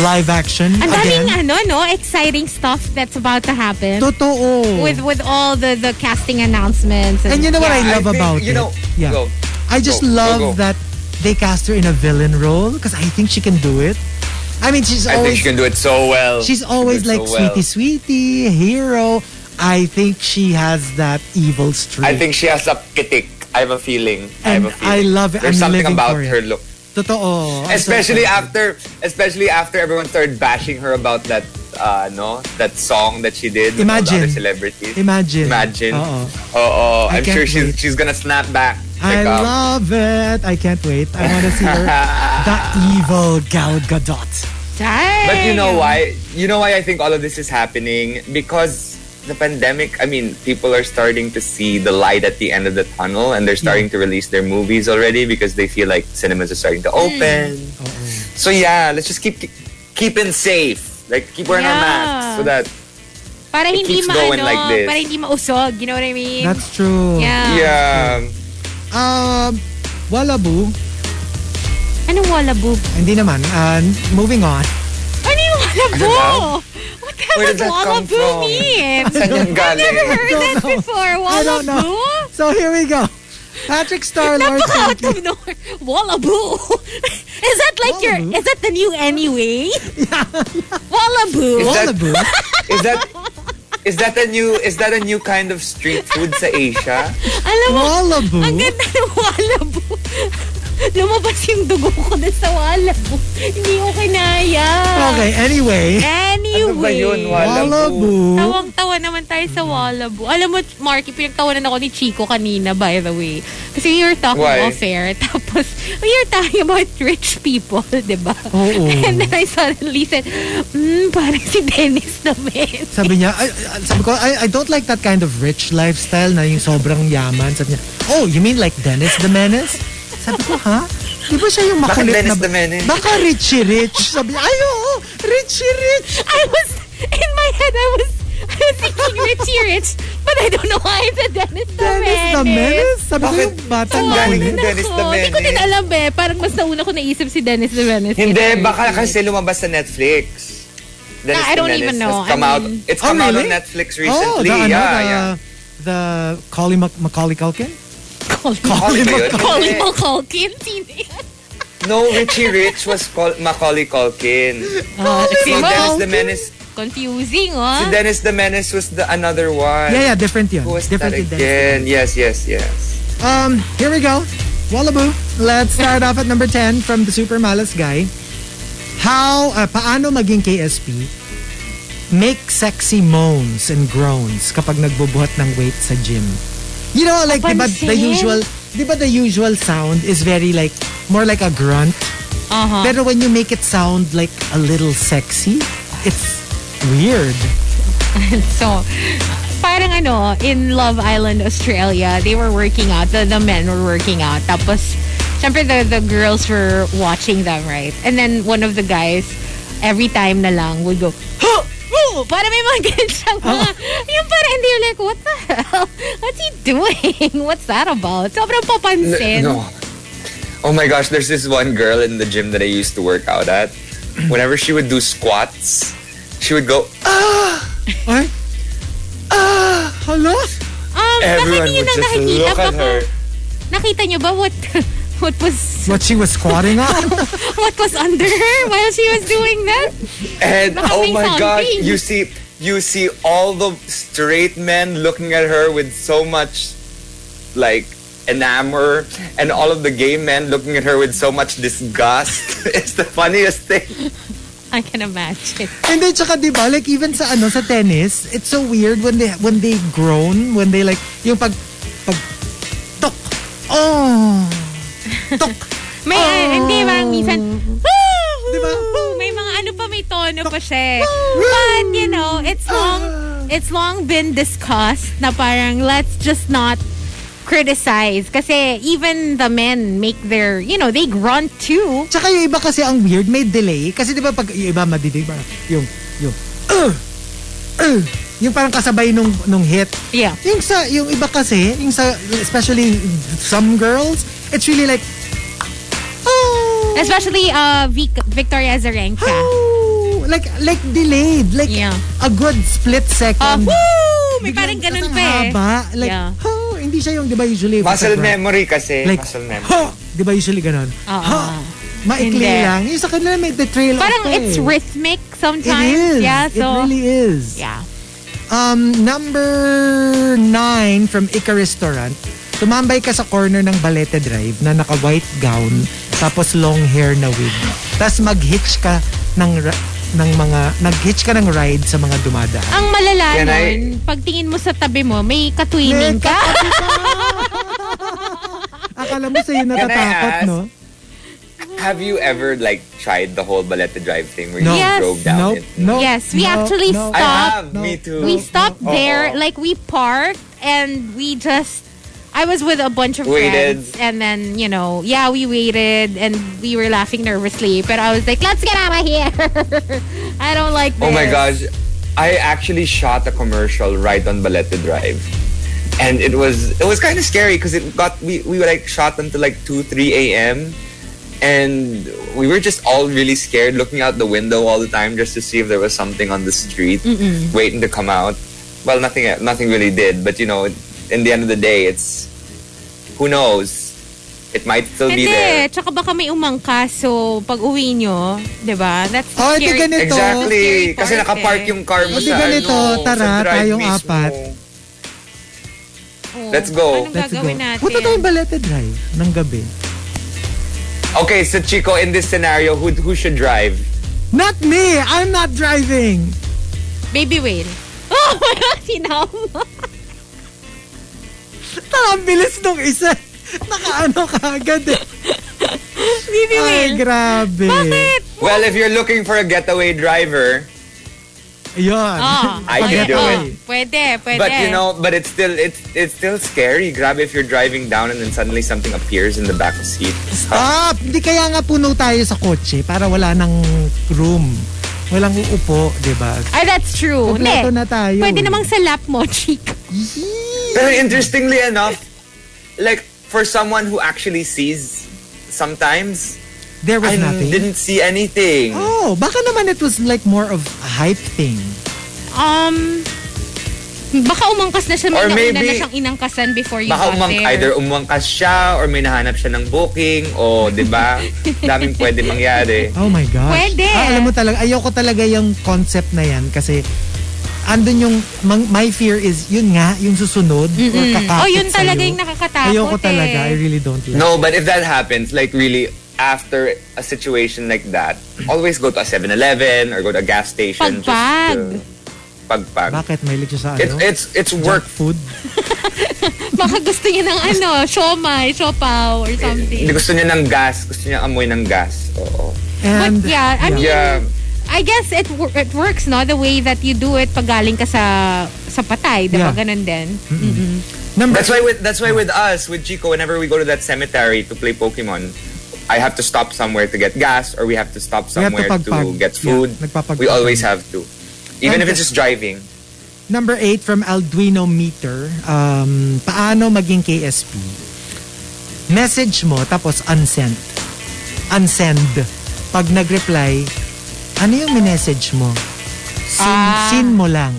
S4: Live action.
S5: Ang daming
S4: again.
S5: ano, no? Exciting stuff that's about to happen.
S4: Totoo.
S5: With with all the, the casting announcements. And,
S4: And you know what I
S5: Yeah.
S4: love about
S12: you
S4: it?
S12: know-
S4: yeah.
S12: go.
S4: I just
S12: Go, go,
S4: love
S12: go.
S4: that they cast her in a villain role because I think she can do it. I mean, she's
S12: I think
S4: always
S12: she can do it so well.
S4: she's
S12: She can do
S4: always
S12: it
S4: like
S12: so well.
S4: sweetie sweetie hero. I think she has that evil streak.
S12: I think she has a kitik. I have a feeling. I have a
S4: And I
S12: feeling.
S4: love it.
S12: There's
S4: I'm
S12: something
S4: living
S12: about
S4: for it.
S12: her look.
S4: Totoo. I'm so
S12: especially
S4: excited.
S12: after especially after everyone started bashing her about that uh no that song that she did with all the
S4: Imagine.
S12: other celebrities
S4: Imagine.
S12: imagine
S4: Oo.
S12: oh
S4: I
S12: i'm
S4: can't
S12: sure she's
S4: wait.
S12: she's gonna snap back
S4: I
S12: Like, um, uh,
S4: love it. I can't wait. I want to see her. the evil Gal Gadot.
S5: Dang.
S12: but you know why you know why i think all of this is happening because the pandemic i mean people are starting to see the light at the end of the tunnel and they're starting to release their movies already because they feel like cinemas are starting to
S4: Mm.
S12: open so yeah let's just keep keep keeping safe like keep wearing our
S5: Yeah.
S12: masks so that
S5: Para
S12: It
S5: hindi
S12: keeps
S5: maano,
S12: going like this.
S5: para hindi mausog. You know what I mean?
S4: That's true.
S5: Yeah.
S12: yeah
S4: Um, walaboo.
S5: Ano walaboo?
S4: Hindi naman. Uh, moving on.
S5: Ano yung walaboo? What the hell
S4: Where
S5: does
S4: did that come
S5: walaboo
S4: from?
S5: mean?
S4: Saan yung
S5: I've
S4: galing?
S5: never
S4: I
S5: heard
S4: don't
S5: that
S4: know.
S5: before.
S4: I don't know.
S5: Walaboo?
S4: So here we go. Patrick Starlord.
S5: Napaka out of nowhere. Wallaboo. Is that like your, is that the new anyway? Wallaboo.
S12: Is that- Is that is that a new is that a new kind of street food sa Asia?
S5: Alam mo,
S4: Wallaboo?
S5: ang ganda ng Wallaboo. Lumabas yung dugo ko na sa Wallaboo. Hindi ko kinaya.
S4: Okay, anyway.
S5: Anyway.
S4: Ano ba yun, Wallaboo?
S5: Tawang-tawa naman tayo sa Wallaboo. Alam mo, Marky, pinagtawanan ako ni Chico kanina, by the way. Kasi we were talking
S14: Why?
S5: off air. Tapos, we were talking about rich people, di ba?
S4: Oo.
S5: And then I suddenly said, hmm, parang si Dennis naman.
S4: Sabi niya, ay, ay, sabi ko, I, I don't like that kind of rich lifestyle na yung sobrang yaman. Sabi niya, oh, you mean like Dennis the Menace? Sabi ko, ha? Di ba siya yung
S12: Bakit
S4: makulit
S12: Dennis
S4: na...
S12: the Menace?
S4: Baka Richie Rich. Sabi niya, ay, oo, Richie Rich.
S5: I was, in my head, I was, I was thinking Richie Rich, but I don't know why it's a Dennis the
S4: Dennis
S5: Menace.
S4: the Menace? Sabi ko, yung batang
S12: Ang galing
S4: makulit.
S12: ng Dennis the
S5: Ako, Hindi ko din
S12: Menace.
S5: alam eh. Parang mas nauna ko naisip si Dennis the Menace.
S12: Hindi,
S5: kaysa
S12: baka
S5: Richie Rich.
S12: kasi lumabas sa Netflix. Dennis
S5: I
S12: the
S5: don't
S12: Menace
S5: even know.
S12: has come
S5: I
S12: out.
S5: mean-
S12: It's
S4: Oh,
S12: come out
S4: really?
S12: on Netflix recently.
S4: Oh, the, ano,
S12: yeah,
S4: the,
S12: yeah.
S4: the Collie Mac- Macaulay Culkin?
S12: Macaulay ba yun?
S5: Macaulay
S12: Hindi.
S5: Culkin? Sino yan?
S12: No, Richie Rich was called Macaulay Culkin.
S5: Ah,
S12: Oh, so
S5: si
S4: Diba?
S12: Dennis
S5: Macaulay.
S12: the Menace.
S5: Confusing, oh.
S12: Si Dennis the Menace was the another one.
S4: Yeah, yeah, different yun.
S12: Who was
S4: Different yun,
S12: that
S4: Dennis the
S12: again? Yes, yes, yes.
S4: Um, here we go. Wallaboo. Let's start off at number 10 from the Super Malas guy. How, uh, paano maging KSP? Make sexy moans and groans kapag nagbubuhat ng weight sa gym. You know, like, di ba the
S5: Kapansin.
S4: usual, di ba the usual sound is very like, more like a grunt?
S5: Uh-huh.
S4: Pero when you make it sound like a little sexy, it's weird.
S5: so, parang ano, in Love Island, Australia, they were working out. The, the men were working out. Tapos, syempre, the, the girls were watching them, right? And then, one of the guys, every time na lang, would go, huh! Woo! Para may mga ganun siyang
S12: Uh-huh.
S5: mga, yung parang hindi you're like, what the hell? What's he doing? What's that about? Sobrang papansin.
S12: No, no. Oh my gosh, there's this one girl in the gym that I used to work out at. Whenever she would do squats, she would go,
S4: Ay? Ah! Hala?
S5: Um, bakit
S12: everyone
S5: yun ang
S12: would just
S5: nakikita
S12: look
S5: pa
S12: at her.
S5: Nakita niyo ba what, what was
S4: What she was squatting on?
S5: what was under her while she was doing that?
S12: And
S5: Baka
S12: oh
S5: may
S12: my god,
S5: something.
S12: you see you see all the straight men looking at her with so much like enamor and all of the gay men looking at her with so much disgust. it's the funniest thing.
S5: I can imagine.
S4: And then, tsaka, di ba, like, even sa, ano, sa tennis, it's so weird when they, when they groan, when they, like, yung pag, pag, tok, oh,
S5: May, ah, hindi, parang minsan, "Woo!"
S4: Di ba?
S5: May mga ano pa, may tono pa siya. eh. But, you know, it's
S4: Ah.
S5: long, it's long been discussed na parang let's just not criticize. Kasi even the men make their, you know, they grunt too.
S4: Tsaka yung iba kasi ang weird, may delay. Kasi di ba pag yung iba madidig, parang yung, yung, uh, uh, yung parang kasabay nung, nung hit.
S5: Yeah.
S4: Yung sa, yung iba kasi, yung sa, especially some girls, it's really like, oh,
S5: Especially uh, Vic- Victoria Azarenka.
S4: oh, like, like delayed. Like,
S5: Yeah.
S4: a good split
S5: Uh,
S4: second.
S5: woo! May
S4: Biglang
S5: parang ganun
S4: tas ang
S5: pa eh.
S4: haba. Like,
S5: Yeah.
S4: oh, hindi siya yung, di ba usually,
S12: Muscle
S4: photograph-
S12: memory kasi.
S4: Like,
S12: muscle memory.
S4: ho! Di ba usually ganun?
S5: Oo.
S4: Ho! Maikli
S5: Hindi.
S4: lang. Yung sa kanila may the trail off
S5: Parang
S4: eh.
S5: it's rhythmic sometimes.
S4: It is.
S5: Yeah, so.
S4: It really is.
S5: Yeah.
S4: Um, number nine from Ica Restaurant. Tumambay ka sa corner ng Balete Drive na naka-white gown, tapos long hair na wig. Tapos mag-hitch ka ng, ra- ng mga, nag-hitch ka ng ride sa mga dumadaan.
S5: Ang malala
S12: Can I-
S5: nun, pag tingin mo sa tabi mo, may katwining ka.
S4: Akala mo sa'yo
S12: I
S4: natatakot,
S12: ask?
S4: no?
S12: Have you ever like tried the whole Baleta Drive thing where
S4: No.
S12: you
S5: Yes.
S12: drove down
S4: Nope.
S12: it?
S4: No.
S5: yes, we
S4: no,
S5: actually
S4: no.
S12: I
S5: stopped.
S12: have, me too.
S5: We stopped
S12: no.
S5: there.
S12: Oo.
S5: Like, we parked and we just... I was with a bunch of
S12: Waited.
S5: friends. And then, you know, yeah, we waited and we were laughing nervously. But I was like, let's get out of here. I don't like this.
S12: Oh my gosh. I actually shot a commercial right on Balete Drive. and it was it was kind of scary because it got we we were like shot until like two three a.m. and we were just all really scared, looking out the window all the time just to see if there was something on the street,
S15: Mm-mm.
S12: waiting to come out. Well, nothing nothing really did, but you know, in the end of the day, it's who knows. It might still be there.
S5: Hindi, tsaka baka may umangkas. So, pag uwi nyo, di ba? That's the
S12: Oh,
S5: scary.
S12: hindi ganito. Exactly. Kasi nakapark
S5: eh.
S12: yung car mo
S4: Hindi
S12: sa
S4: Oh, ganito,
S12: ano, sa
S4: tara,
S12: drive
S4: tayong
S12: mismo.
S4: apat.
S5: Oo.
S12: Let's
S5: Oh,
S12: go.
S5: Anong gagawin natin?
S4: Punta tayong Balete Drive ng gabi.
S12: Okay, so Chico, in this scenario, who who should drive?
S4: Not me! I'm not driving!
S5: Baby whale. Oh, sinaw mo.
S4: Tara, ang bilis nung isa. Nakaano ka agad eh.
S5: Baby
S4: Ay,
S12: eh.
S4: grabe. Bakit?
S12: Well, if you're looking for a getaway driver,
S4: Yun.
S5: Oh,
S12: I can do
S5: oh,
S12: it.
S5: Pwede, pwede.
S12: But you know, but it's still it's it's still scary. Grab if you're driving down and then suddenly something appears in the back seat.
S4: Stop! Ah, Hindi kaya nga puno tayo sa kotse para wala ng room. Walang uupo, di ba?
S5: Ay, that's true.
S4: Kompleto
S5: Hindi.
S4: na tayo. eh.
S5: Pwede namang sa lap mo, Chico.
S12: Pero interestingly enough, like for someone who actually sees, sometimes
S4: there was
S12: I
S4: nothing.
S12: Didn't see anything.
S4: Oh, baka naman it was like more of a hype thing.
S5: Um, baka umangkas na siya. May
S12: Or
S5: nauna
S12: maybe-
S5: na siyang inangkasan before you
S12: Baka
S5: got
S12: umang,
S5: there.
S12: either umangkas siya or may nahanap siya ng booking o, di ba? Daming pwede mangyari.
S4: Oh my gosh.
S5: Pwede.
S4: Ah, alam mo talaga, ayoko talaga yung concept na yan kasi andun yung, mang- my fear is, yun nga, yung susunod or
S5: Mm-mm.
S4: kakapit
S5: Oh, yun talaga
S4: sa'yo.
S5: yung nakakatakot
S4: Ayoko talaga.
S5: eh.
S4: I really don't like
S12: No, but if that happens, like really after a situation like that, always go to a 7-Eleven or go to a gas station. just
S5: Pagpag.
S12: to- Pagpag.
S4: Bakit? May siya sa ano?
S12: It's, it's, it's work.
S4: food?
S5: Baka gusto niya ng ano, siomay, siopaw, or something.
S12: Hindi gusto niya ng gas. Gusto niya amoy ng gas. Oo.
S4: And,
S5: But yeah, I mean,
S12: yeah.
S5: I guess it wor- it works, no? The way that you do it pag galing ka sa, sa patay. Diba?
S12: Yeah.
S5: Ganun din.
S12: That's why with that's why with us with Chico, whenever we go to that cemetery to play Pokemon, I have to stop somewhere to get gas, or we have to stop
S4: We have to
S12: somewhere to,
S4: pagpag.
S12: get
S4: Yeah,
S12: food.
S4: nagpapagpag.
S12: we always have to, even if it's just driving.
S4: Number 8 from Alduino Meter. Um, paano maging KSP? Message mo, tapos unsent. Unsend. Pag nag-reply, ano yung minessage mo? Sin,
S5: Ah.
S4: sin mo lang.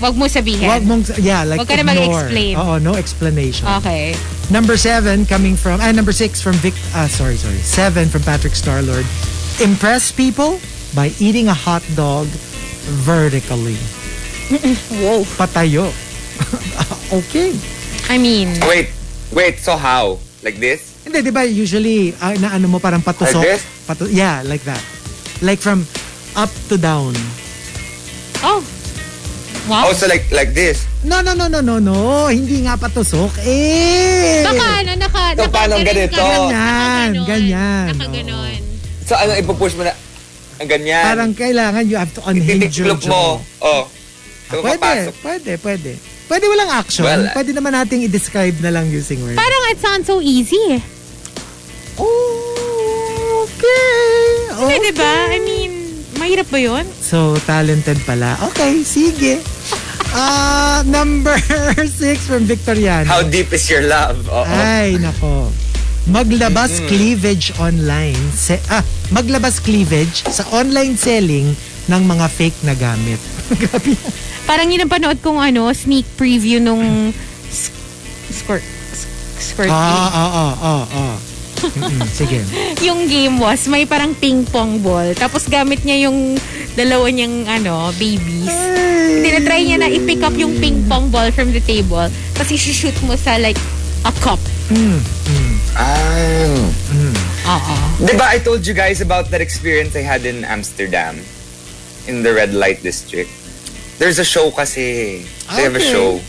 S5: Wag mo sabihin.
S4: Wag mong, yeah, like
S5: Wag ka na
S4: ignore.
S5: mag-explain. Ah,
S4: Oo, no explanation.
S5: Okay.
S4: Number seven coming from, ah, number six from Vic, ah, sorry, sorry. Seven from Patrick Starlord. Impress people by eating a hot dog vertically.
S5: Whoa.
S4: Patayo. okay.
S5: I mean,
S12: Wait, wait. So how? Like this?
S4: Hindi, di ba usually, ah, na ano mo, parang patusok.
S12: Like this?
S4: Patu- yeah, like that. Like from up to down.
S5: oh. Wow.
S12: Also like like this.
S4: No, no, no, no, no, no. Hindi nga patusok. Eh!
S5: Baka ano, naka, naka,
S12: So, paano
S5: ganun
S12: ganito?
S5: ka-
S4: Ganyan, ganyan.
S5: Naka ganon.
S12: So ano ipupush mo na ang ganyan?
S4: Parang kailangan you have to unhinge your
S12: Titiklop
S4: jaw.
S12: mo. Oh. So,
S4: Pwede,
S12: papasok.
S4: pwede, pwede. Pwede walang action.
S12: Well,
S4: pwede naman nating i-describe na lang using words.
S5: Parang it sounds so easy eh.
S4: Okay. Oh,
S5: Hindi, diba? I mean, mahirap ba yun?
S4: So, talented pala. Okay, sige. Ah, number 6 from Victoriano.
S12: How deep is your love? Oo.
S4: Ay, nako. Maglabas
S12: Mm-mm.
S4: cleavage online. Se- ah, maglabas cleavage sa online selling ng mga fake na gamit.
S5: Parang yun ang panood kong ano, sneak preview nung sk- squirt, sk- squirt
S4: Ah,
S5: game.
S4: ah, ah, ah, ah. Mm-mm, Sige.
S5: Yung game was, may parang ping pong ball. Tapos gamit niya yung dalawa niyang ano, babies. Tinatry niya na i-pick up yung ping pong ball from the table. Tapos isushoot mo sa like a cup.
S12: Ah.
S5: Oo.
S12: Diba I told you guys about that experience I had in Amsterdam in the red light district. There's a show kasi. They have a
S16: Okay.
S12: show.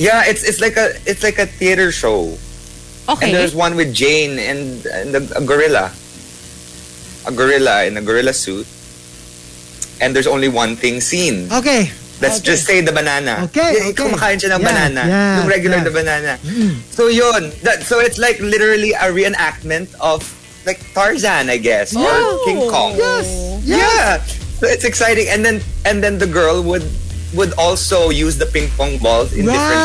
S12: Yeah, it's it's like a it's like a theater show.
S16: Okay.
S12: And there's one with Jane and, and a, a gorilla. A gorilla in a gorilla suit. And there's only one thing seen.
S4: Okay.
S12: Let's just say the banana.
S4: Okay,
S12: Eh,
S4: okay.
S12: Kumakain siya ng
S4: Yeah,
S12: banana.
S4: yeah,
S12: yung regular
S4: yeah.
S12: na banana. So yun. That, so it's like literally a reenactment of like Tarzan, I guess, or King Kong.
S4: Yes.
S12: Yeah. So it's exciting. And then and then the girl would would also use the ping pong balls in different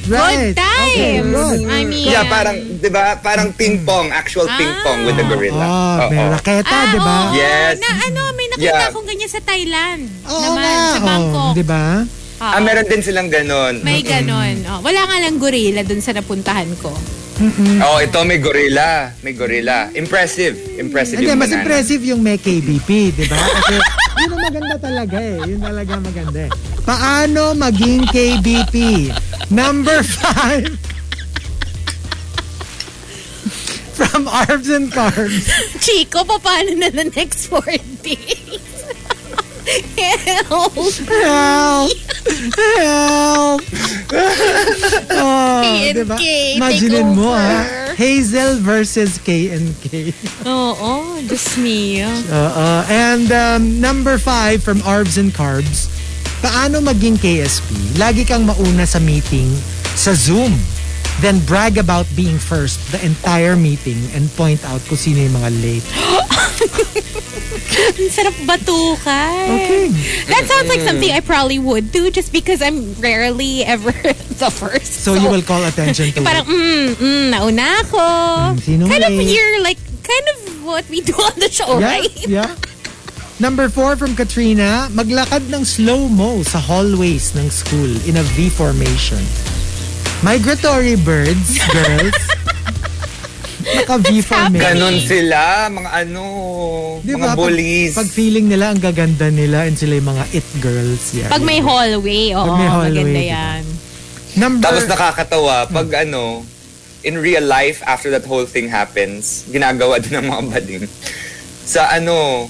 S4: Right, right.
S5: Good times. I mean,
S12: Yeah, parang, di ba? Parang ping pong, actual ping pong with the gorilla.
S4: Oh, may
S12: Oo.
S4: raketa, diba? di ba?
S5: Ah, oo.
S12: Yes.
S5: Na ano, may nakita
S12: Yeah.
S5: akong ganyan sa Thailand.
S4: Oo
S5: naman,
S4: nga,
S5: sa
S4: oo, diba?
S5: Bangkok.
S4: Oh, di ba?
S5: Oo.
S12: Ah, meron din silang ganon.
S5: May ganon. Oh, wala nga lang gorilla dun sa napuntahan ko.
S12: Oh, ito may gorilla. May gorilla. Impressive. Impressive
S4: Hindi,
S12: yung
S4: mas
S12: banana.
S4: impressive yung may KBP, di ba? diba? Kasi yun ang maganda talaga eh. Yun talaga ang maganda eh. Paano maging KBP? Number five. From Arms and Carbs.
S5: Chico, paano na the next four days? Help!
S4: Help! Help! Oh,
S5: P&K,
S4: diba?
S5: take
S4: Imaginin mo ha.
S5: over.
S4: Hazel versus K&K.
S5: Oo, Diyos me.
S4: Uh, and um, number five from Arbs and Carbs, paano maging KSP? Lagi kang mauna sa meeting sa Zoom. Then brag about being first the entire meeting and point out kung sino yung mga late.
S5: Ang sarap batukan.
S4: Okay.
S5: That sounds like something I probably would do just because I'm rarely ever the first.
S4: So you will call attention to
S5: Yung parang,
S4: it.
S5: mm, mm, nauna ako.
S4: Mm, sino
S5: kind of
S4: ulit?
S5: here, like, kind of what we do on the show,
S4: Yeah,
S5: right?
S4: yeah. Number four from Katrina, maglakad ng slow-mo sa hallways ng school in a V formation. Migratory birds, girls, naka-V formation.
S12: Ganon sila, mga ano,
S4: Di
S12: mga
S4: ba?
S12: bullies.
S4: Pag, pag feeling nila ang gaganda nila and sila yung mga it girls. Yeah.
S5: Pag may hallway, oo,
S4: Pag may hallway,
S5: maganda
S4: diba?
S5: yan.
S4: Number,
S12: Tapos nakakatawa, pag
S4: Hmm.
S12: ano, in real life, after that whole thing happens, ginagawa din ng mga bading. Sa ano,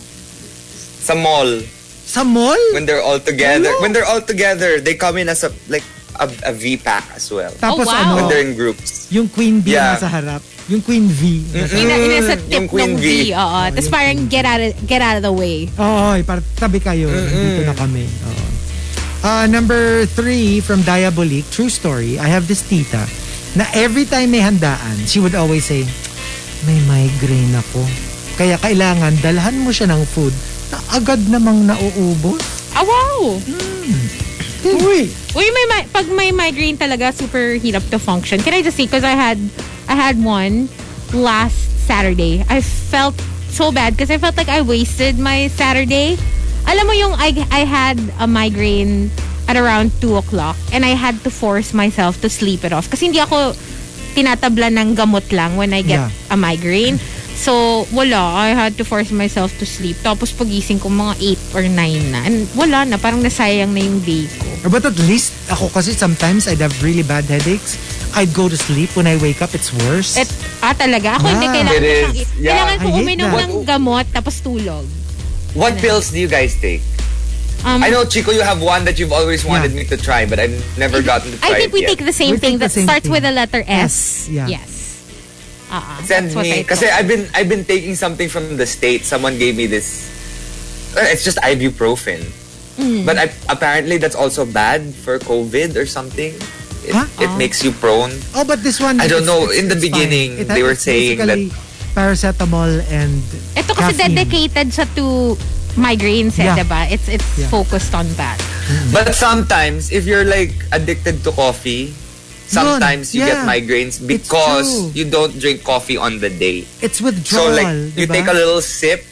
S12: sa mall,
S4: sa mall?
S5: Oh,
S12: when they're all together,
S4: Ano?
S12: when they're all together, they come in as a, like, a, a V-pack as well.
S4: Tapos
S5: Oh, wow.
S12: When
S4: ano,
S12: they're in groups.
S4: yung Queen B
S12: Yeah.
S4: na nasa harap. Yung Queen V. Nasa,
S5: Ina, ina sa
S12: Mm,
S5: tip
S12: yung Queen
S5: ng V,
S12: V.
S5: oo. Tapos parang get out, of, get out of the way.
S4: Oo, oh, para tabi kayo. Nandito na kami. Oo. Ah, number three from Diabolique, true story, I have this tita na every time may handaan, she would always say, may migraine ako. Kaya kailangan dalhan mo siya ng food na agad namang nauubos.
S5: Ah, wow!
S4: Uy!
S5: Uy, may, mi- pag may migraine talaga, super hirap to function. Can I just say, because I had, I had one last Saturday. I felt so bad because I felt like I wasted my Saturday. Alam mo yung I, I had a migraine at around 2 o'clock and I had to force myself to sleep it off. Kasi hindi ako tinatabla ng gamot lang when I get
S4: Yeah.
S5: a migraine. So, wala. I had to force myself to sleep. Tapos pagising ko mga 8 or 9 na. And wala na. Parang nasayang na yung day ko.
S4: Eh, But at least, ako kasi sometimes I'd have really bad headaches. I'd go to sleep. When I wake up, it's worse.
S5: Et, ah, talaga? Ako hindi
S4: Ah.
S5: kailangan ko
S12: It is.
S5: siyang i-
S12: Yeah.
S5: Kailangan ko
S4: I hate
S5: uminom
S4: that.
S5: ng gamot tapos tulog. Ano?
S12: What pills do you guys take?
S5: Um,
S12: I know, Chico, you have one that you've always wanted
S4: Yeah.
S12: me to try, but I've never gotten to try
S5: I think
S12: it
S5: we
S12: yet.
S5: take the same
S4: We
S5: thing
S4: take
S5: that
S4: the same
S5: starts
S4: thing.
S5: with the letter
S4: S,
S5: S.
S4: yeah.
S5: Yes. Ah, ah,
S12: Send
S5: that's what I
S12: me,
S5: took.
S12: kasi I've been, I've been taking something from the States. Someone gave me this. uh, It's just ibuprofen.
S4: Hmm.
S12: But I, apparently that's also bad for COVID or something. It,
S4: Huh?
S12: it makes you prone.
S4: oh, but this one...
S12: I
S4: it's-
S12: don't know.
S4: it's-
S12: In the
S4: it's fine.
S12: beginning,
S4: It-
S12: they were
S4: it's
S12: saying
S4: basically Paracetamol and
S5: Ito kasi
S4: caffeine.
S5: dedicated sa to migraines, eh,
S4: Yeah.
S5: diba? It's, it's
S4: Yeah.
S5: focused on that.
S12: But sometimes, if you're like addicted to coffee, sometimes you
S4: yeah.
S12: get migraines
S4: true.
S12: because you don't drink coffee on the day.
S4: It's
S12: So
S4: withdrawal,
S12: like, you
S4: diba?
S12: take a little sip,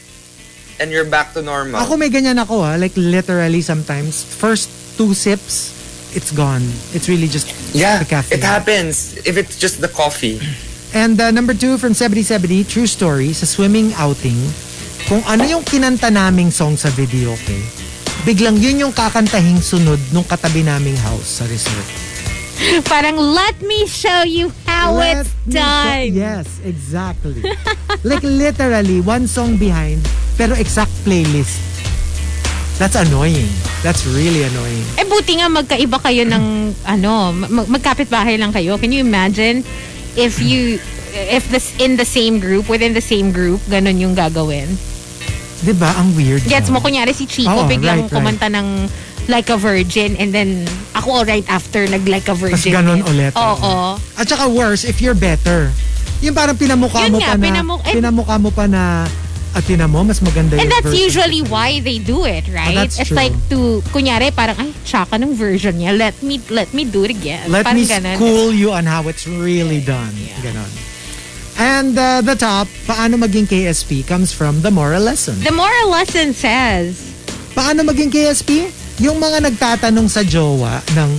S12: and you're back to normal.
S4: Ako may ganyan ako ha. Like literally sometimes, first two sips, it's gone. It's really just
S12: yeah,
S4: the caffeine.
S12: it happens if it's just the coffee.
S4: And uh, number two from 7070, True Story, sa swimming outing, kung ano yung kinanta naming song sa video, okay? Biglang yun yung kakantahing sunod nung katabi naming house sa resort.
S5: Parang, let me show you how
S4: Let
S5: it's
S4: me go-
S5: done.
S4: Yes, exactly. like literally, one song behind, pero exact playlist. That's annoying. That's really annoying.
S5: Eh buti nga magkaiba kayo ng ano, mag- magkapit bahay lang kayo. Can you imagine if you if this in the same group, within the same group, ganun yung gagawin?
S4: 'Di ba? Ang weird.
S5: Gets
S4: no?
S5: mo kunyari si
S4: Oo,
S5: Chico
S4: right, right.
S5: biglang kumanta ng Like a Virgin and then ako right after nag Like a
S4: Tapos
S5: Virgin.
S4: ganun ulit. ano?
S5: Oo.
S4: At saka worse, if you're better. Yung parang pinamukha
S5: Yun
S4: mo
S5: nga,
S4: pa na,
S5: pinamuk- eh.
S4: pinamukha mo pa na, At tinan mo, mas maganda yung
S5: And that's
S4: version.
S5: usually why they do it, right?
S4: Oh, that's
S5: It's
S4: true.
S5: like to, kunyari, parang, ay, tsaka ng version niya. Let me, let me do it again.
S4: Let
S5: parang
S4: me
S5: ganun.
S4: school you on how it's really done. Ganon. And uh, the top, paano maging KSP comes from the moral lesson.
S5: The moral lesson says,
S4: Paano maging KSP? Yung mga nagtatanong sa jowa ng,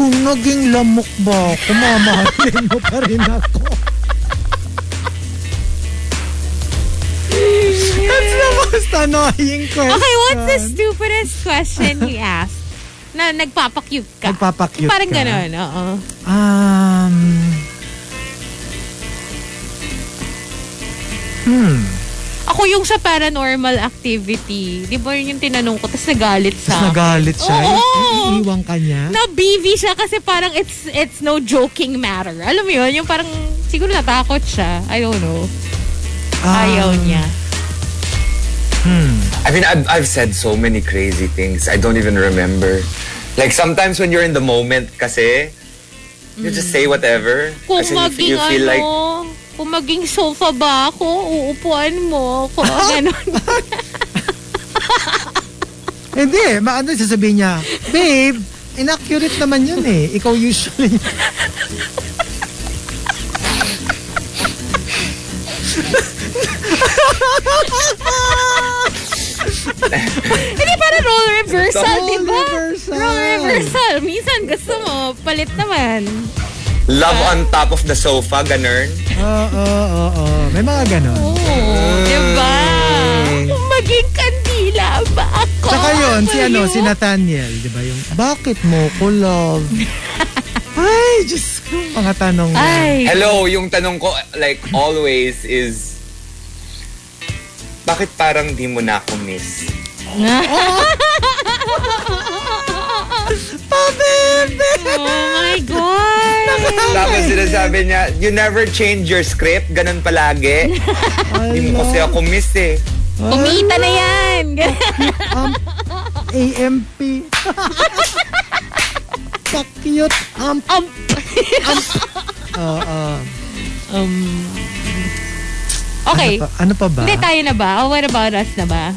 S4: kung naging lamok ba, kumamahalin mo pa rin ako. That's the most annoying question.
S5: Okay, what's the stupidest question you asked? Na nagpapakyut ka.
S4: Nagpapakyut
S5: Parang
S4: ka.
S5: ganun, oo.
S4: Um, hmm.
S5: Ako yung sa paranormal activity, di ba yun yung tinanong ko, tapos nagalit sa
S4: Tapos nagalit siya.
S5: Oo.
S4: I- Iiwan ka niya.
S5: Oh! na BV siya kasi parang it's it's no joking matter. Alam mo yun, yung parang siguro natakot siya. I don't know.
S4: Ah. Um,
S5: Ayaw niya.
S12: I mean, I've, I've said so many crazy things. I don't even remember. Like, sometimes when you're in the moment kasi, you just say whatever.
S5: Kung
S12: Kasi you, fe-
S5: maging
S12: you feel
S5: ano,
S12: like,
S5: kung maging sofa ba ako, uupuan mo ako. Ah, Ganun.
S4: Hindi, maano sasabihin niya, Babe, inaccurate naman yun eh. Ikaw usually.
S5: Hindi, para role reversal,
S4: Role
S5: Ah, di ba?
S4: reversal.
S5: Role reversal. Minsan gusto mo, palit naman.
S12: love on top of the sofa, ganern.
S4: Oo, oo, oo. May mga ganon.
S5: Oo, di ba? Kung maging kandila ba ako?
S4: Tsaka yun, si ano,
S5: Ayun.
S4: si Nathaniel, di ba yung, bakit mo ko love? Ay, Diyos ko. Mga tanong. na.
S12: Hello, yung tanong ko, like, always is, bakit parang di mo na ako miss?
S4: Pabebe!
S5: Oh my God!
S12: Tapos sinasabi niya, you never change your script, ganun palagi. Di mo kasi ako miss eh.
S5: Kumita na yan!
S4: Um, AMP. Pakyut. Um,
S5: um,
S4: Oo. oo.
S5: um,
S4: Ano
S5: okay.
S4: pa, ano pa ba?
S5: Hindi tayo na ba? Oh, what about us na ba?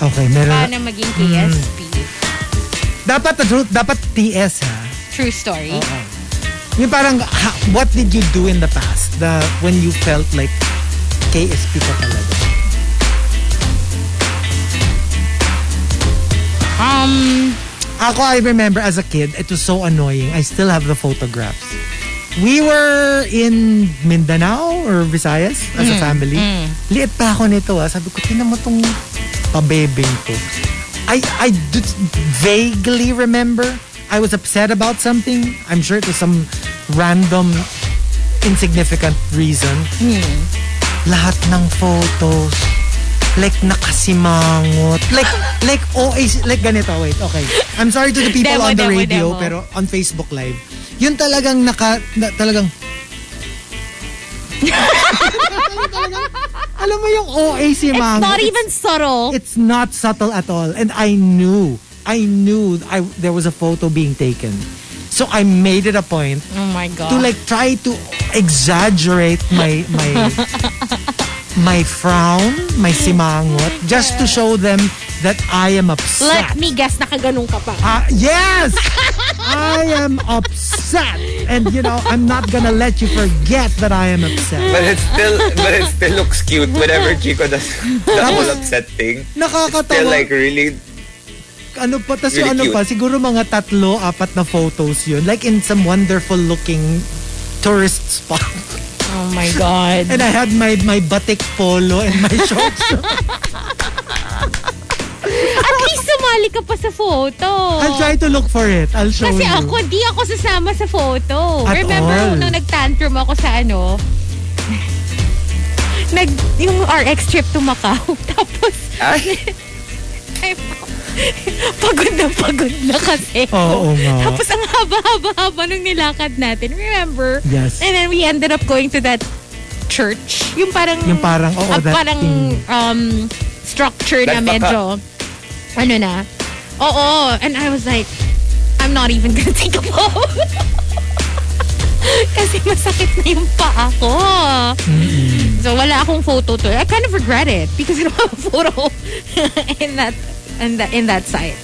S4: Okay, meron.
S5: Paano maging KSP?
S4: Dapat, dapat TS ha.
S5: True story.
S4: Yung parang, ha, what did you do in the past? The, when you felt like KSP ka talaga.
S5: Um,
S4: Ako, I remember as a kid, it was so annoying. I still have the photographs. We were in Mindanao or Visayas as a
S15: Mm,
S4: family.
S15: mm.
S4: Liit pa ako nito ah. Sabi ko, tinan mo tong pabebing to. I, I d- vaguely remember I was upset about something. I'm sure it was some random insignificant reason. Lahat ng photos like nakasimangot. Like, like, OA, like ganito. Wait, okay. I'm sorry to the people
S15: Demo,
S4: on the
S15: demo,
S4: radio,
S15: demo.
S4: pero on Facebook Live. Yun talagang naka, na- talagang, alam mo yung OA si
S15: It's
S4: Mango.
S15: not even
S5: subtle.
S4: It's not subtle at all. And I knew, I knew I, there was a photo being taken. So I made it a point
S5: oh my God.
S4: to like try to exaggerate my my my frown, my simangot, just to show them that I am upset.
S5: Let me guess, nakaganong ka pa.
S4: Uh, yes, I am upset, and you know I'm not gonna let you forget that I am upset.
S12: But it still, but it still looks cute whenever Chico does the whole upset thing.
S4: Nakakatawa.
S12: Still like really,
S4: ano pa, tas yung
S12: Really
S4: ano
S12: cute.
S4: pa, siguro mga tatlo, apat na photos yun. Like in some wonderful looking tourist spot.
S5: Oh my God.
S4: And I had my my batik polo and my shorts.
S5: At least sumali ka pa sa photo.
S4: I'll try to look for it. I'll show
S5: Kasi
S4: you.
S5: ako, di ako sasama sa photo.
S4: At
S5: Remember
S4: all.
S5: nung nag-tantrum ako sa ano? Nag, yung RX trip to Macau. Tapos,
S12: ah,
S5: ay, pagod na pagod na kasi.
S4: Oh.
S15: Oo nga.
S5: Tapos ang haba-haba-haba nung nilakad natin. Remember?
S15: Yes.
S5: And then we ended up going to that church. Yung parang,
S15: Yung parang, oo,
S5: ah,
S15: that
S5: parang
S15: thing.
S5: um, structure na
S15: That baka-
S5: medyo, ano na. Oo. And I was like, I'm not even gonna take a bow. Kasi masakit na yung paa ko. So wala akong photo to. I kind of regret it because I don't have a photo in that in that in that site.